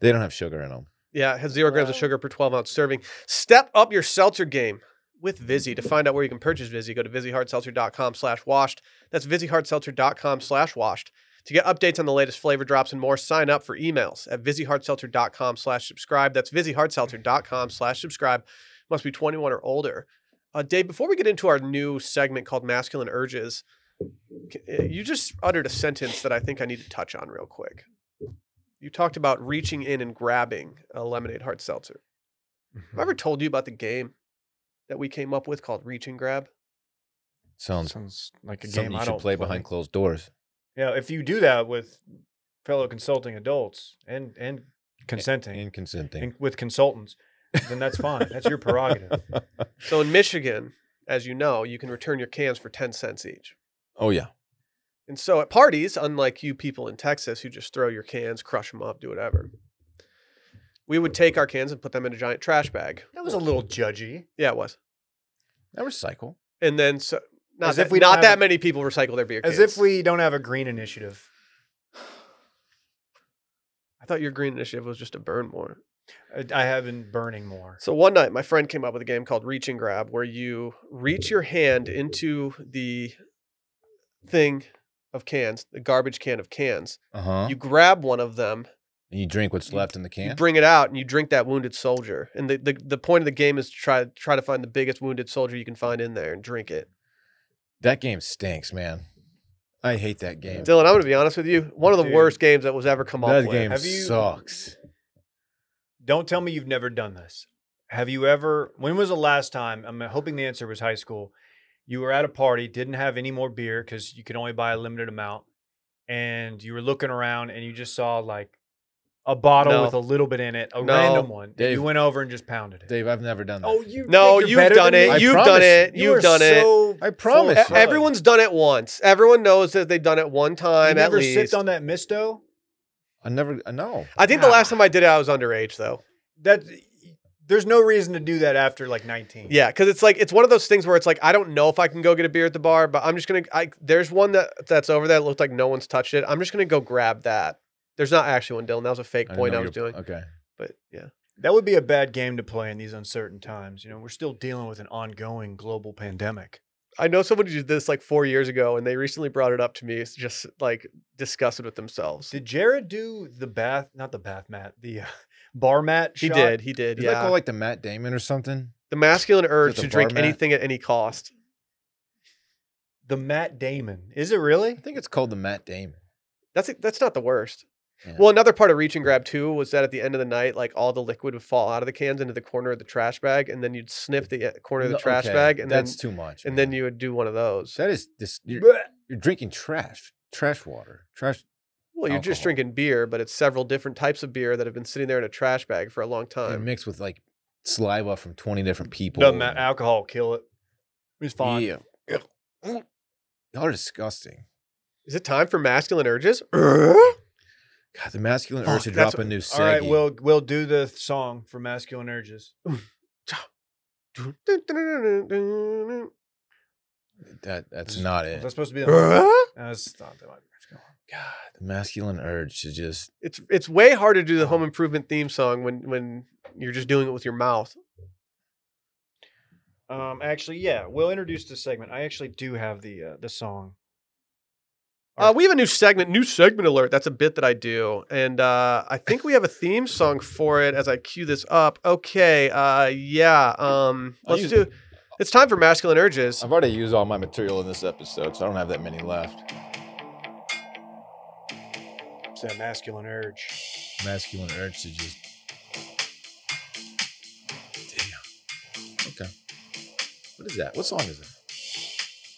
[SPEAKER 3] They don't have sugar in them.
[SPEAKER 1] Yeah, it has zero grams of sugar per 12 ounce serving. Step up your seltzer game with Vizzy. To find out where you can purchase Vizzy, go to VizzyHardSeltzer.com slash washed. That's VizzyHardSeltzer.com slash washed. To get updates on the latest flavor drops and more, sign up for emails at VizzyHardSeltzer.com slash subscribe. That's VizzyHardSeltzer.com slash subscribe. Must be 21 or older. Uh, Dave, before we get into our new segment called Masculine Urges, c- uh, you just uttered a sentence that I think I need to touch on real quick you talked about reaching in and grabbing a lemonade hard seltzer.
[SPEAKER 3] Mm-hmm.
[SPEAKER 1] Have I
[SPEAKER 2] Hmm.
[SPEAKER 1] ever told you about the game that we came up with called Reach and Grab?
[SPEAKER 3] Sounds
[SPEAKER 2] Sounds like a
[SPEAKER 3] something
[SPEAKER 2] game
[SPEAKER 3] you
[SPEAKER 2] I
[SPEAKER 3] should
[SPEAKER 2] don't
[SPEAKER 3] play behind closed doors.
[SPEAKER 2] Yeah, if you do that with fellow consulting adults and and consenting
[SPEAKER 3] And consenting.
[SPEAKER 2] and with consultants, then that's fine. that's your prerogative.
[SPEAKER 1] So in Michigan, as you know, you can return your cans for 10 cents each.
[SPEAKER 3] Oh yeah.
[SPEAKER 1] And so at parties, unlike you people in Texas who just throw your cans, crush them up, do whatever, we would take our cans and put them in a giant trash bag.
[SPEAKER 2] That was a little judgy.
[SPEAKER 1] Yeah, it was.
[SPEAKER 3] I recycle.
[SPEAKER 1] And then so not
[SPEAKER 2] As
[SPEAKER 1] that,
[SPEAKER 2] if we don't
[SPEAKER 1] not
[SPEAKER 2] have
[SPEAKER 1] that
[SPEAKER 2] a-
[SPEAKER 1] many people recycle their beer cans.
[SPEAKER 2] As if we don't have a green initiative.
[SPEAKER 1] I thought your green initiative was just to burn more.
[SPEAKER 2] I- I have been burning more.
[SPEAKER 1] So one night, my friend came up with a game called Reach and Grab, where you reach your hand into the thing of cans, the garbage can of cans.
[SPEAKER 3] Uh huh.
[SPEAKER 1] You grab one of them,
[SPEAKER 3] And you drink what's left in the can.
[SPEAKER 1] you bring it out, and you drink that wounded soldier. And the, the, the point of the game is to try try to find the biggest wounded soldier you can find in there and drink it.
[SPEAKER 3] that game stinks, man. I hate that game.
[SPEAKER 1] Dylan, I'm gonna be honest with you, one of the
[SPEAKER 2] Dude.
[SPEAKER 1] worst games that was ever come up
[SPEAKER 3] That
[SPEAKER 1] with.
[SPEAKER 3] game
[SPEAKER 2] Have you-
[SPEAKER 3] sucks.
[SPEAKER 2] Don't tell me you've never done this. Have you ever? When was the last time? I'm hoping the answer was high school. You were at a party, didn't have any more beer because you could only buy a limited amount, and you were looking around and you just saw like a bottle
[SPEAKER 1] No.
[SPEAKER 2] with a little bit in it, a
[SPEAKER 1] No.
[SPEAKER 2] random one. and
[SPEAKER 3] Dave.
[SPEAKER 2] you went over and just pounded it.
[SPEAKER 3] Dave, I've never done that.
[SPEAKER 2] Oh, you?
[SPEAKER 1] No,
[SPEAKER 2] think
[SPEAKER 1] you've
[SPEAKER 2] you're better
[SPEAKER 1] done
[SPEAKER 2] than
[SPEAKER 1] it.
[SPEAKER 2] me?
[SPEAKER 3] I
[SPEAKER 1] You've
[SPEAKER 3] promise
[SPEAKER 1] done it.
[SPEAKER 2] You
[SPEAKER 1] You've
[SPEAKER 2] are
[SPEAKER 1] done it.
[SPEAKER 2] so
[SPEAKER 3] I promise
[SPEAKER 2] full
[SPEAKER 1] E-
[SPEAKER 2] of
[SPEAKER 3] you.
[SPEAKER 2] shit.
[SPEAKER 1] Everyone's done it once. Everyone knows that they've done it one
[SPEAKER 2] You
[SPEAKER 1] time at
[SPEAKER 2] never
[SPEAKER 1] least.
[SPEAKER 2] sipped on that misto.
[SPEAKER 3] I never. uh, I know.
[SPEAKER 1] I think the
[SPEAKER 2] Nah.
[SPEAKER 1] last time I did it, I was underage though.
[SPEAKER 2] That there's no reason to do that after like 19.
[SPEAKER 1] Yeah, because it's like it's one of those things where it's like I don't know if I can go get a beer at the bar, but I'm just gonna. I there's one that that's over there that looked like no one's touched it. I'm just gonna go grab that. There's not actually one, Dylan. That was a fake
[SPEAKER 3] didn't
[SPEAKER 1] point
[SPEAKER 3] know
[SPEAKER 1] I
[SPEAKER 3] you
[SPEAKER 1] was
[SPEAKER 3] were-
[SPEAKER 1] doing.
[SPEAKER 3] Okay.
[SPEAKER 1] But yeah,
[SPEAKER 2] That would be a bad game to play in these uncertain times. You know, we're still dealing with an ongoing global pandemic.
[SPEAKER 1] I know somebody did this like four years ago, and they recently brought it up to me, It's just like discuss it with themselves.
[SPEAKER 2] Did Jared do the bath? Not the bath mat. The uh, bar mat.
[SPEAKER 1] he
[SPEAKER 2] shot?
[SPEAKER 1] did. He did.
[SPEAKER 3] Is
[SPEAKER 1] Yeah.
[SPEAKER 3] that called like the Matt Damon or something?
[SPEAKER 1] the masculine urge
[SPEAKER 3] the
[SPEAKER 1] to drink
[SPEAKER 3] bar mat?
[SPEAKER 1] anything at any cost.
[SPEAKER 2] the Matt Damon. Is it really?
[SPEAKER 3] I think it's called the Matt Damon.
[SPEAKER 1] That's it- that's not the worst.
[SPEAKER 3] Yeah.
[SPEAKER 1] Well, another part of reach and grab too was that at the end of the night, like all the liquid would fall out of the cans into the corner of the trash bag, and then you'd snip the uh, corner of the
[SPEAKER 3] No,
[SPEAKER 1] trash
[SPEAKER 3] okay,
[SPEAKER 1] bag, and then
[SPEAKER 3] that's too much.
[SPEAKER 1] and then
[SPEAKER 3] man.
[SPEAKER 1] you would do one of those.
[SPEAKER 3] That is this. You're,
[SPEAKER 2] Blech.
[SPEAKER 3] you're drinking trash, trash water, trash.
[SPEAKER 1] Well, you're just
[SPEAKER 3] Alcohol.
[SPEAKER 1] drinking beer, but it's several different types of beer that have been sitting there in a trash bag for a long
[SPEAKER 3] You
[SPEAKER 1] time.
[SPEAKER 3] mix with like saliva from twenty different people.
[SPEAKER 2] Doesn't matter.
[SPEAKER 3] and-
[SPEAKER 1] uh,
[SPEAKER 2] Alcohol will kill it. It's fine.
[SPEAKER 3] Yeah. Y'all are disgusting.
[SPEAKER 1] Is it time for masculine urges?
[SPEAKER 3] God, the masculine
[SPEAKER 1] Fuck,
[SPEAKER 3] urge to
[SPEAKER 1] that's-
[SPEAKER 3] drop a new
[SPEAKER 2] All right,
[SPEAKER 3] seggy.
[SPEAKER 2] we'll we'll do the song for masculine urges.
[SPEAKER 3] that that's not
[SPEAKER 2] Is
[SPEAKER 3] it.
[SPEAKER 2] that supposed to be?
[SPEAKER 1] it's
[SPEAKER 2] The- I just thought that might be what's going on.
[SPEAKER 3] God, the masculine urge to just
[SPEAKER 1] it's way harder to do the home improvement theme song when when you're just doing it with your mouth.
[SPEAKER 2] Um, actually, yeah, we'll introduce this segment. I actually do have the uh, the song.
[SPEAKER 1] Uh, we have a new segment, new segment alert. That's a bit that I do, and uh, I think we have a theme song for it. As I cue this up, okay, uh, yeah, um,
[SPEAKER 3] I'll
[SPEAKER 1] let's
[SPEAKER 3] use-
[SPEAKER 1] do. It's time for masculine urges.
[SPEAKER 3] I've already used all my material in this episode, so I don't have that many left.
[SPEAKER 2] It's that masculine urge.
[SPEAKER 3] Masculine urge to just. Damn. Okay. What is that? What song is it?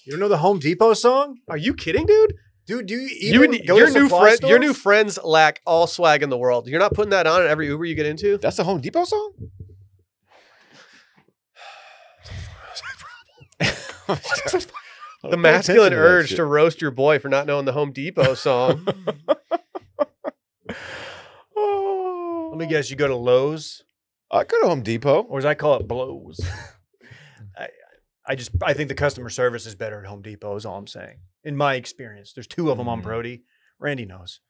[SPEAKER 2] You don't know the Home Depot song,
[SPEAKER 1] Are you kidding, dude?
[SPEAKER 2] dude? Do you
[SPEAKER 1] You
[SPEAKER 2] even
[SPEAKER 1] and-
[SPEAKER 2] go
[SPEAKER 1] your
[SPEAKER 2] to
[SPEAKER 1] new
[SPEAKER 2] supply
[SPEAKER 1] friend, your
[SPEAKER 2] stores?
[SPEAKER 1] new friends lack all swag in the world. You're not putting that on in every Uber you get into.
[SPEAKER 3] That's the Home Depot song?
[SPEAKER 1] The masculine urge to roast your boy for not knowing the Home Depot song.
[SPEAKER 2] Let me guess. You go to Lowe's,
[SPEAKER 3] I go to Home Depot.
[SPEAKER 2] or as I call it, Blows. I, I just I think the customer service is better at Home Depot. Is all I'm Mm-hmm. saying. In my experience, there's two of them on
[SPEAKER 3] Mm.
[SPEAKER 2] Brody. Randy knows.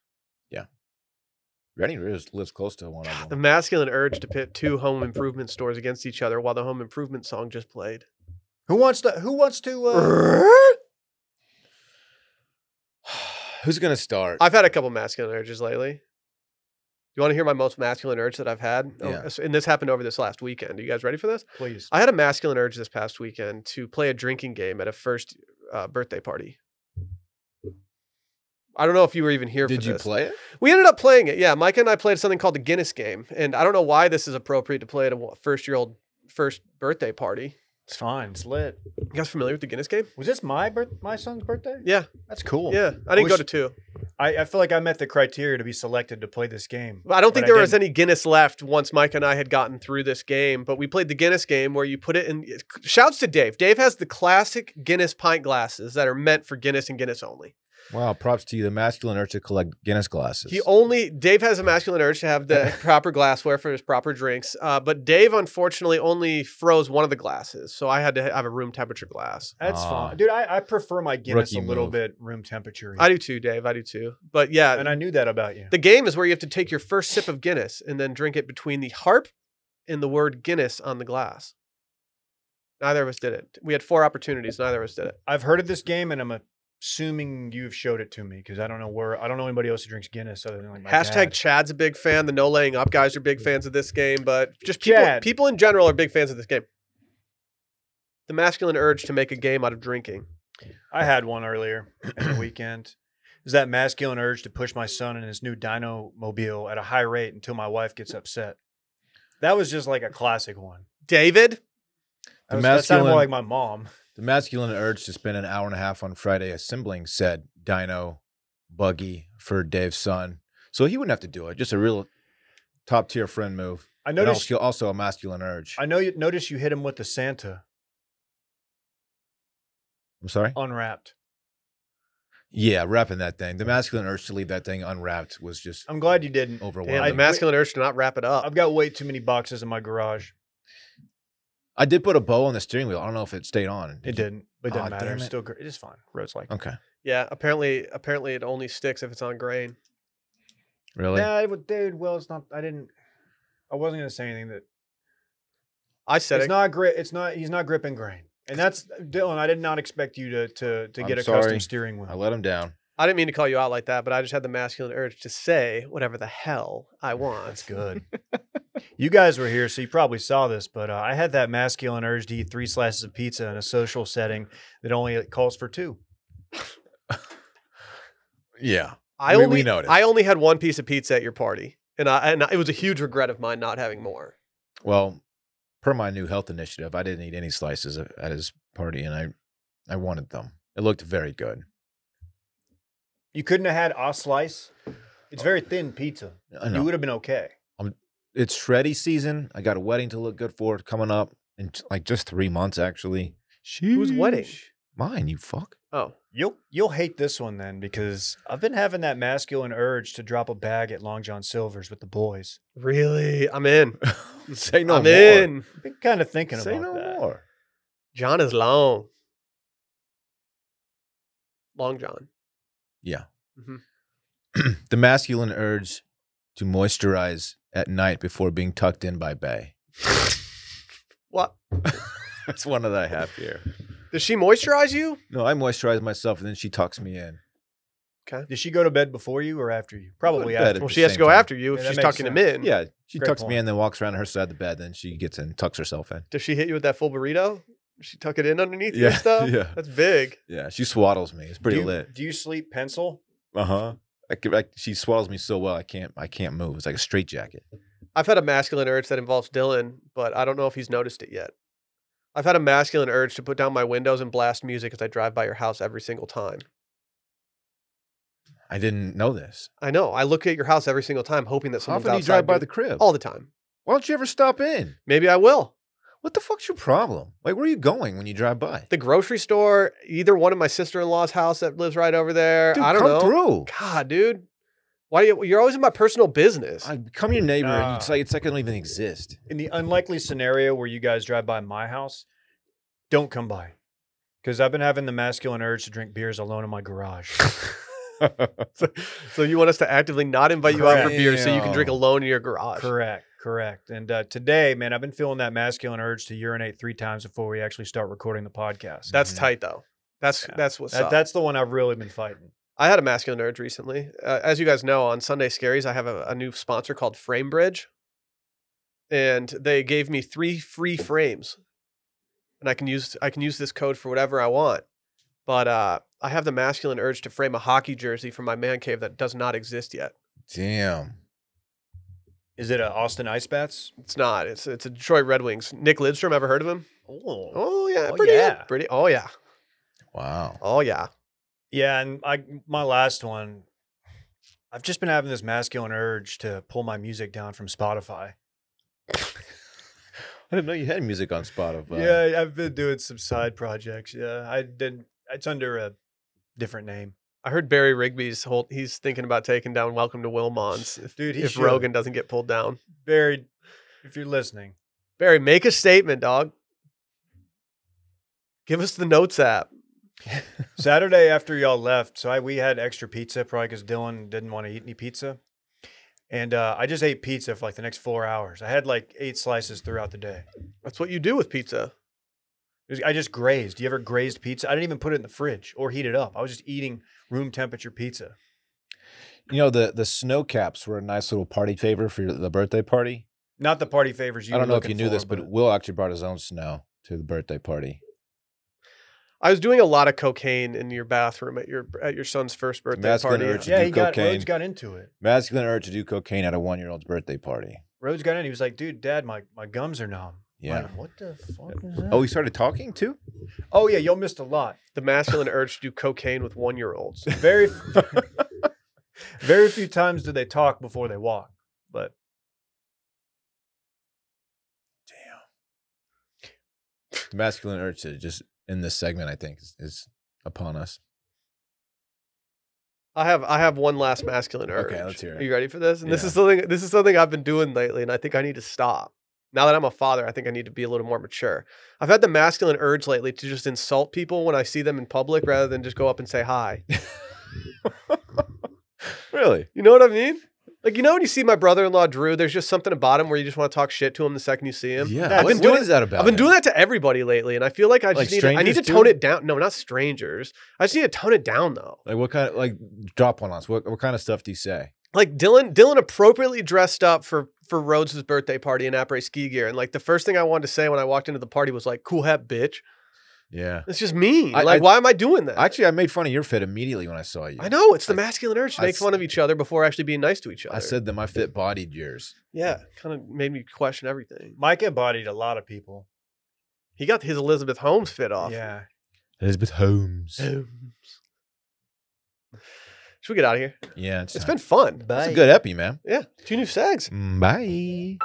[SPEAKER 3] Reading lives, lives close to one of
[SPEAKER 1] The
[SPEAKER 3] them.
[SPEAKER 1] masculine urge to pit two home improvement stores against each other while the home improvement song just played.
[SPEAKER 2] Who wants to? Who wants to? Uh,
[SPEAKER 3] Who's gonna start?
[SPEAKER 1] I've had a couple masculine urges lately. You want to hear my most masculine urge that I've had? Oh,
[SPEAKER 3] Yeah.
[SPEAKER 1] And this happened over this last weekend. Are you guys ready for this?
[SPEAKER 2] please.
[SPEAKER 1] I had a masculine urge this past weekend to play a drinking game at a first uh, birthday party. I don't know if you were even here
[SPEAKER 3] Did
[SPEAKER 1] for
[SPEAKER 3] you
[SPEAKER 1] this.
[SPEAKER 3] play it?
[SPEAKER 1] We ended up playing it. Yeah, Micah and I played something called the Guinness game, and I don't know why this is appropriate to play at a first year old first birthday party.
[SPEAKER 2] It's fine. It's lit.
[SPEAKER 1] You guys familiar with the Guinness game?
[SPEAKER 2] Was this my birth? My son's birthday?
[SPEAKER 1] Yeah,
[SPEAKER 2] That's cool.
[SPEAKER 1] yeah. I didn't go
[SPEAKER 2] wish-
[SPEAKER 1] to two.
[SPEAKER 2] I, I feel like I met the criteria to be selected to play this game.
[SPEAKER 1] But I don't
[SPEAKER 2] But
[SPEAKER 1] think
[SPEAKER 2] I
[SPEAKER 1] there was any Guinness left once Mike and I had gotten through this game. But we played the Guinness game where you put it in. Shouts to Dave. Dave has the classic Guinness pint glasses that are meant for Guinness and Guinness only.
[SPEAKER 3] Wow, props to you. The masculine urge to collect Guinness glasses.
[SPEAKER 1] He only Dave has a masculine urge to have the proper glassware for his proper drinks, uh, but Dave unfortunately only froze one of the glasses, so I had to ha- have a room temperature glass.
[SPEAKER 2] That's
[SPEAKER 3] Ah.
[SPEAKER 2] fine, dude. I, I prefer my Guinness a
[SPEAKER 3] Rookie
[SPEAKER 2] little
[SPEAKER 3] move.
[SPEAKER 2] bit room temperature.
[SPEAKER 1] I do too, Dave. I do too. But yeah,
[SPEAKER 2] and I knew that about you.
[SPEAKER 1] the game is where you have to take your first sip of Guinness and then drink it between the harp and the word Guinness on the glass. Neither of us did it. We had four opportunities. Neither of us did it.
[SPEAKER 2] I've heard of this game, and I'm assuming you've showed it to me because I don't know where. I don't know anybody else who drinks Guinness other than like my
[SPEAKER 1] Hashtag
[SPEAKER 2] dad.
[SPEAKER 1] Chad's a big fan. The no laying up guys are big fans of this game, but just people,
[SPEAKER 2] Chad.
[SPEAKER 1] people in general are big fans of this game. The masculine urge to make a game out of drinking.
[SPEAKER 2] I had one earlier in the weekend. Is that masculine urge to push my son in his new dino mobile at a high rate until my wife gets upset? That was just like a classic one.
[SPEAKER 1] David,
[SPEAKER 2] That,
[SPEAKER 3] The
[SPEAKER 2] was, that sounded
[SPEAKER 3] masculine-
[SPEAKER 2] more like my mom.
[SPEAKER 3] The masculine urge to spend an hour and a half on Friday assembling said dino buggy for Dave's son. So he wouldn't have to do it. Just a real top tier friend move.
[SPEAKER 2] I
[SPEAKER 3] And
[SPEAKER 2] noticed.
[SPEAKER 3] also, also a masculine urge.
[SPEAKER 2] I know you noticed you hit him with the Santa
[SPEAKER 3] I'm sorry?
[SPEAKER 2] Oh. unwrapped.
[SPEAKER 3] Yeah, wrapping that thing. The masculine urge to leave that thing unwrapped was just
[SPEAKER 2] I'm glad you didn't.
[SPEAKER 1] damn, the
[SPEAKER 3] overwhelming.
[SPEAKER 1] masculine urge to not wrap it up.
[SPEAKER 2] I've got way too many boxes in my garage.
[SPEAKER 3] I did put a bow on the steering wheel. I don't know if it stayed on.
[SPEAKER 2] It
[SPEAKER 3] you-
[SPEAKER 2] didn't, but it doesn't
[SPEAKER 3] Aw,
[SPEAKER 2] matter.
[SPEAKER 3] damn
[SPEAKER 2] It's
[SPEAKER 3] it.
[SPEAKER 2] still great. It is fine. Road's like.
[SPEAKER 3] Okay.
[SPEAKER 1] Yeah, apparently, apparently it only sticks if it's on grain.
[SPEAKER 3] Really?
[SPEAKER 2] Yeah, it would- dude. Well, it's not. I didn't. I wasn't gonna say anything that
[SPEAKER 1] I said
[SPEAKER 2] it's
[SPEAKER 1] it.
[SPEAKER 2] not grit. It's not. He's not grip and grain. And that's Dylan. I did not expect you to to to
[SPEAKER 3] I'm
[SPEAKER 2] get a
[SPEAKER 3] sorry.
[SPEAKER 2] custom steering wheel.
[SPEAKER 3] I let him down.
[SPEAKER 1] I didn't mean to call you out like that, but I just had the masculine urge to say whatever the hell I want.
[SPEAKER 2] that's good. you guys were here, so you probably saw this, but uh, I had that masculine urge to eat three slices of pizza in a social setting that only calls for two.
[SPEAKER 3] Yeah.
[SPEAKER 1] I
[SPEAKER 3] We- we
[SPEAKER 1] only
[SPEAKER 3] noticed.
[SPEAKER 1] I only had one piece of pizza at your party, and I and it was a huge regret of mine not having more.
[SPEAKER 3] Well, per my new health initiative, I didn't eat any slices at at his party, and I, I wanted them. It looked very good.
[SPEAKER 2] You couldn't have had a slice. It's very thin pizza.
[SPEAKER 3] I
[SPEAKER 2] You
[SPEAKER 3] know
[SPEAKER 2] would have been okay.
[SPEAKER 3] it's shreddy season. I got a wedding to look good for coming up in t- like just three months, actually.
[SPEAKER 1] Whose wedding?
[SPEAKER 3] Mine, you fuck.
[SPEAKER 1] Oh,
[SPEAKER 2] You'll you'll hate this one then because I've been having that masculine urge to drop a bag at Long John Silver's with the boys.
[SPEAKER 1] really? I'm in.
[SPEAKER 3] Say no
[SPEAKER 1] I'm
[SPEAKER 3] more.
[SPEAKER 1] in.
[SPEAKER 2] I've been kind of thinking
[SPEAKER 3] Say
[SPEAKER 2] about
[SPEAKER 3] no
[SPEAKER 2] that.
[SPEAKER 3] more.
[SPEAKER 1] John is long. Long John.
[SPEAKER 3] Yeah.
[SPEAKER 1] Mhm.
[SPEAKER 3] the masculine urge to moisturize at night before being tucked in by Bay.
[SPEAKER 1] What?
[SPEAKER 3] That's one that I have here.
[SPEAKER 1] Does she moisturize you?
[SPEAKER 3] No, I moisturize myself and then she tucks me in.
[SPEAKER 2] Did she go to bed before you or after you? Probably
[SPEAKER 3] to bed
[SPEAKER 2] after.
[SPEAKER 3] at
[SPEAKER 1] Well,
[SPEAKER 3] the
[SPEAKER 1] she has to
[SPEAKER 3] same
[SPEAKER 1] go
[SPEAKER 3] time.
[SPEAKER 1] after you if
[SPEAKER 2] Yeah, that
[SPEAKER 1] she's
[SPEAKER 2] makes
[SPEAKER 1] tucking him
[SPEAKER 2] sense.
[SPEAKER 1] in.
[SPEAKER 3] Yeah, she
[SPEAKER 2] Great
[SPEAKER 3] tucks me
[SPEAKER 2] point.
[SPEAKER 3] in, then walks around her side of the bed, then she gets in, tucks herself in.
[SPEAKER 1] Does she hit you with that full burrito? Does she tuck it in underneath you
[SPEAKER 3] Yeah,
[SPEAKER 1] and stuff?
[SPEAKER 3] yeah.
[SPEAKER 1] That's big.
[SPEAKER 3] Yeah, she swaddles me. It's pretty
[SPEAKER 2] do you,
[SPEAKER 3] lit.
[SPEAKER 2] Do you sleep pencil?
[SPEAKER 3] Uh huh. I, could- I, she swaddles me so well, I can't. I can't move. It's like a straight jacket.
[SPEAKER 1] I've had a masculine urge that involves Dylan, but I don't know if he's noticed it yet. I've had a masculine urge to put down my windows and blast music as I drive by your house every single time.
[SPEAKER 3] I didn't know this.
[SPEAKER 1] I know. I look at your house every single time, hoping that
[SPEAKER 3] How
[SPEAKER 1] someone's
[SPEAKER 3] often do you
[SPEAKER 1] outside.
[SPEAKER 3] drive by the
[SPEAKER 1] doing-
[SPEAKER 3] crib?
[SPEAKER 1] all the time.
[SPEAKER 3] Why don't you ever stop in?
[SPEAKER 1] Maybe I will.
[SPEAKER 3] What the fuck's your problem? Like, where are you going when you drive by?
[SPEAKER 1] The grocery store, either one of my sister in law's house that lives right over there.
[SPEAKER 3] Dude,
[SPEAKER 1] I don't
[SPEAKER 3] come
[SPEAKER 1] know.
[SPEAKER 3] through.
[SPEAKER 1] God, dude, why do you? You're always in my personal business.
[SPEAKER 3] I become your neighbor, and it's
[SPEAKER 2] Nah.
[SPEAKER 3] like it's like I don't even exist.
[SPEAKER 2] In the unlikely scenario where you guys drive by my house, don't come by. Because I've been having the masculine urge to drink beers alone in my garage.
[SPEAKER 1] so, so you want us to actively not invite you out for beer so you can drink
[SPEAKER 3] Damn.
[SPEAKER 1] alone in your garage?
[SPEAKER 2] Correct, correct. And uh, today, man, I've been feeling that masculine urge to urinate three times before we actually start recording the podcast.
[SPEAKER 1] That's
[SPEAKER 3] Mhm.
[SPEAKER 1] tight though. That's
[SPEAKER 2] Yeah.
[SPEAKER 1] that's what's
[SPEAKER 2] That,
[SPEAKER 1] up.
[SPEAKER 2] that's the one I've really been fighting.
[SPEAKER 1] I had a masculine urge recently. Uh, as you guys know, on Sunday Scaries, I have a, a new sponsor called FrameBridge, and they gave me three free frames, and I can use I can use this code for whatever I want. But uh, I have the masculine urge to frame a hockey jersey for my man cave that does not exist yet.
[SPEAKER 3] Damn.
[SPEAKER 2] Is it a Austin Ice Bats?
[SPEAKER 1] It's not. It's it's a Detroit Red Wings. Nick Lidstrom. Ever heard of him?
[SPEAKER 2] Oh.
[SPEAKER 1] Oh yeah,
[SPEAKER 2] Oh,
[SPEAKER 1] pretty
[SPEAKER 2] yeah.
[SPEAKER 1] good, pretty. Oh yeah,
[SPEAKER 3] Wow.
[SPEAKER 1] oh yeah.
[SPEAKER 2] Yeah, and I my last one, I've just been having this masculine urge to pull my music down from Spotify.
[SPEAKER 3] I didn't know you had music on uh, Spotify.
[SPEAKER 2] Yeah, I've
[SPEAKER 1] Mm-hmm.
[SPEAKER 2] been doing some side projects. Yeah, I didn't. It's under a different name.
[SPEAKER 1] I heard Barry Rigby's whole. He's thinking about taking down Welcome to Wilmons if,
[SPEAKER 2] Dude, he
[SPEAKER 1] if
[SPEAKER 2] should.
[SPEAKER 1] Rogan doesn't get pulled down.
[SPEAKER 2] Barry, if you're listening,
[SPEAKER 1] Barry, make a statement, dog. Give us the notes app.
[SPEAKER 2] Saturday after y'all left, so I, we had extra pizza probably because Dylan didn't want to eat any pizza, and uh, I just ate pizza for like the next four hours. I had like eight slices throughout the day.
[SPEAKER 1] That's what you do with pizza.
[SPEAKER 2] It was- I just grazed. You ever grazed pizza? I didn't even put it in the fridge or heat it up. I was just eating room temperature pizza.
[SPEAKER 3] You know the the snow caps were a nice little party favor for your, the birthday party.
[SPEAKER 2] Not the party favors you.
[SPEAKER 3] I
[SPEAKER 2] were
[SPEAKER 3] don't know if you
[SPEAKER 2] looking
[SPEAKER 3] knew this,
[SPEAKER 2] for,
[SPEAKER 3] but Will actually brought his own snow to the birthday party.
[SPEAKER 1] I was doing a lot of cocaine in your bathroom at your at your son's first birthday
[SPEAKER 3] masculine
[SPEAKER 1] party.
[SPEAKER 3] urge.
[SPEAKER 2] yeah,
[SPEAKER 3] do
[SPEAKER 2] he got
[SPEAKER 3] cocaine.
[SPEAKER 2] Rhodes got into it.
[SPEAKER 3] Masculine urge to do cocaine at a one year old's birthday party.
[SPEAKER 2] Rhodes got in. He was like, "Dude, Dad, my, my gums are numb." I'm
[SPEAKER 3] Yeah.
[SPEAKER 2] like, what the fuck is that?
[SPEAKER 3] Oh, he started talking too.
[SPEAKER 2] Oh yeah, y'all missed a lot.
[SPEAKER 1] The masculine urge to do cocaine with one year olds.
[SPEAKER 2] Very, very few times do they talk before they walk. But
[SPEAKER 3] The masculine urge to just in this segment, I think, is, is upon us.
[SPEAKER 1] I have I have one last masculine urge.
[SPEAKER 3] Okay, let's hear it.
[SPEAKER 1] Are you ready for this? And this
[SPEAKER 3] Yeah.
[SPEAKER 1] is something this is something I've been doing lately, and I think I need to stop. Now that I'm a father, I think I need to be a little more mature. I've had the masculine urge lately to just insult people when I see them in public rather than just go up and say hi.
[SPEAKER 3] Really?
[SPEAKER 1] You know what I mean? Like you know when you see my brother-in-law Drew, there's just something about him where you just want to talk shit to him the second you see him.
[SPEAKER 3] Yeah.
[SPEAKER 2] I've
[SPEAKER 3] What-
[SPEAKER 1] been doing
[SPEAKER 3] what is that about?
[SPEAKER 1] I've been
[SPEAKER 3] him?
[SPEAKER 1] doing that to everybody lately, and I feel like I just
[SPEAKER 3] Like
[SPEAKER 1] need to, I need to
[SPEAKER 3] strangers,
[SPEAKER 1] tone
[SPEAKER 3] too?
[SPEAKER 1] it down. No, not strangers. I just need to tone it down though.
[SPEAKER 3] Like what kind of like drop one on us? What what kind of stuff do you say?
[SPEAKER 1] Like Dylan, Dylan appropriately dressed up for for Rhodes' birthday party in après ski gear, and like the first thing I wanted to say when I walked into the party was like, "Cool hat, bitch."
[SPEAKER 3] Yeah.
[SPEAKER 1] It's just mean.
[SPEAKER 3] I-
[SPEAKER 1] like,
[SPEAKER 3] I-
[SPEAKER 1] why am I doing that?
[SPEAKER 3] Actually, I made fun of your fit immediately when I saw you.
[SPEAKER 1] I know it's the
[SPEAKER 3] I-
[SPEAKER 1] masculine urge to
[SPEAKER 3] I
[SPEAKER 1] make
[SPEAKER 3] s-
[SPEAKER 1] fun of each other before actually being nice to each other.
[SPEAKER 3] I said that my fit bodied yours.
[SPEAKER 1] yeah, kind of made me question everything.
[SPEAKER 2] Mike embodied a lot of people.
[SPEAKER 1] He got his Elizabeth Holmes fit off.
[SPEAKER 2] Yeah,
[SPEAKER 3] Elizabeth Holmes.
[SPEAKER 1] Should we get out of here?
[SPEAKER 3] yeah, it's,
[SPEAKER 1] It's
[SPEAKER 3] time.
[SPEAKER 1] been fun.
[SPEAKER 3] It's a good epi, man.
[SPEAKER 1] Yeah, two new sags.
[SPEAKER 3] Bye.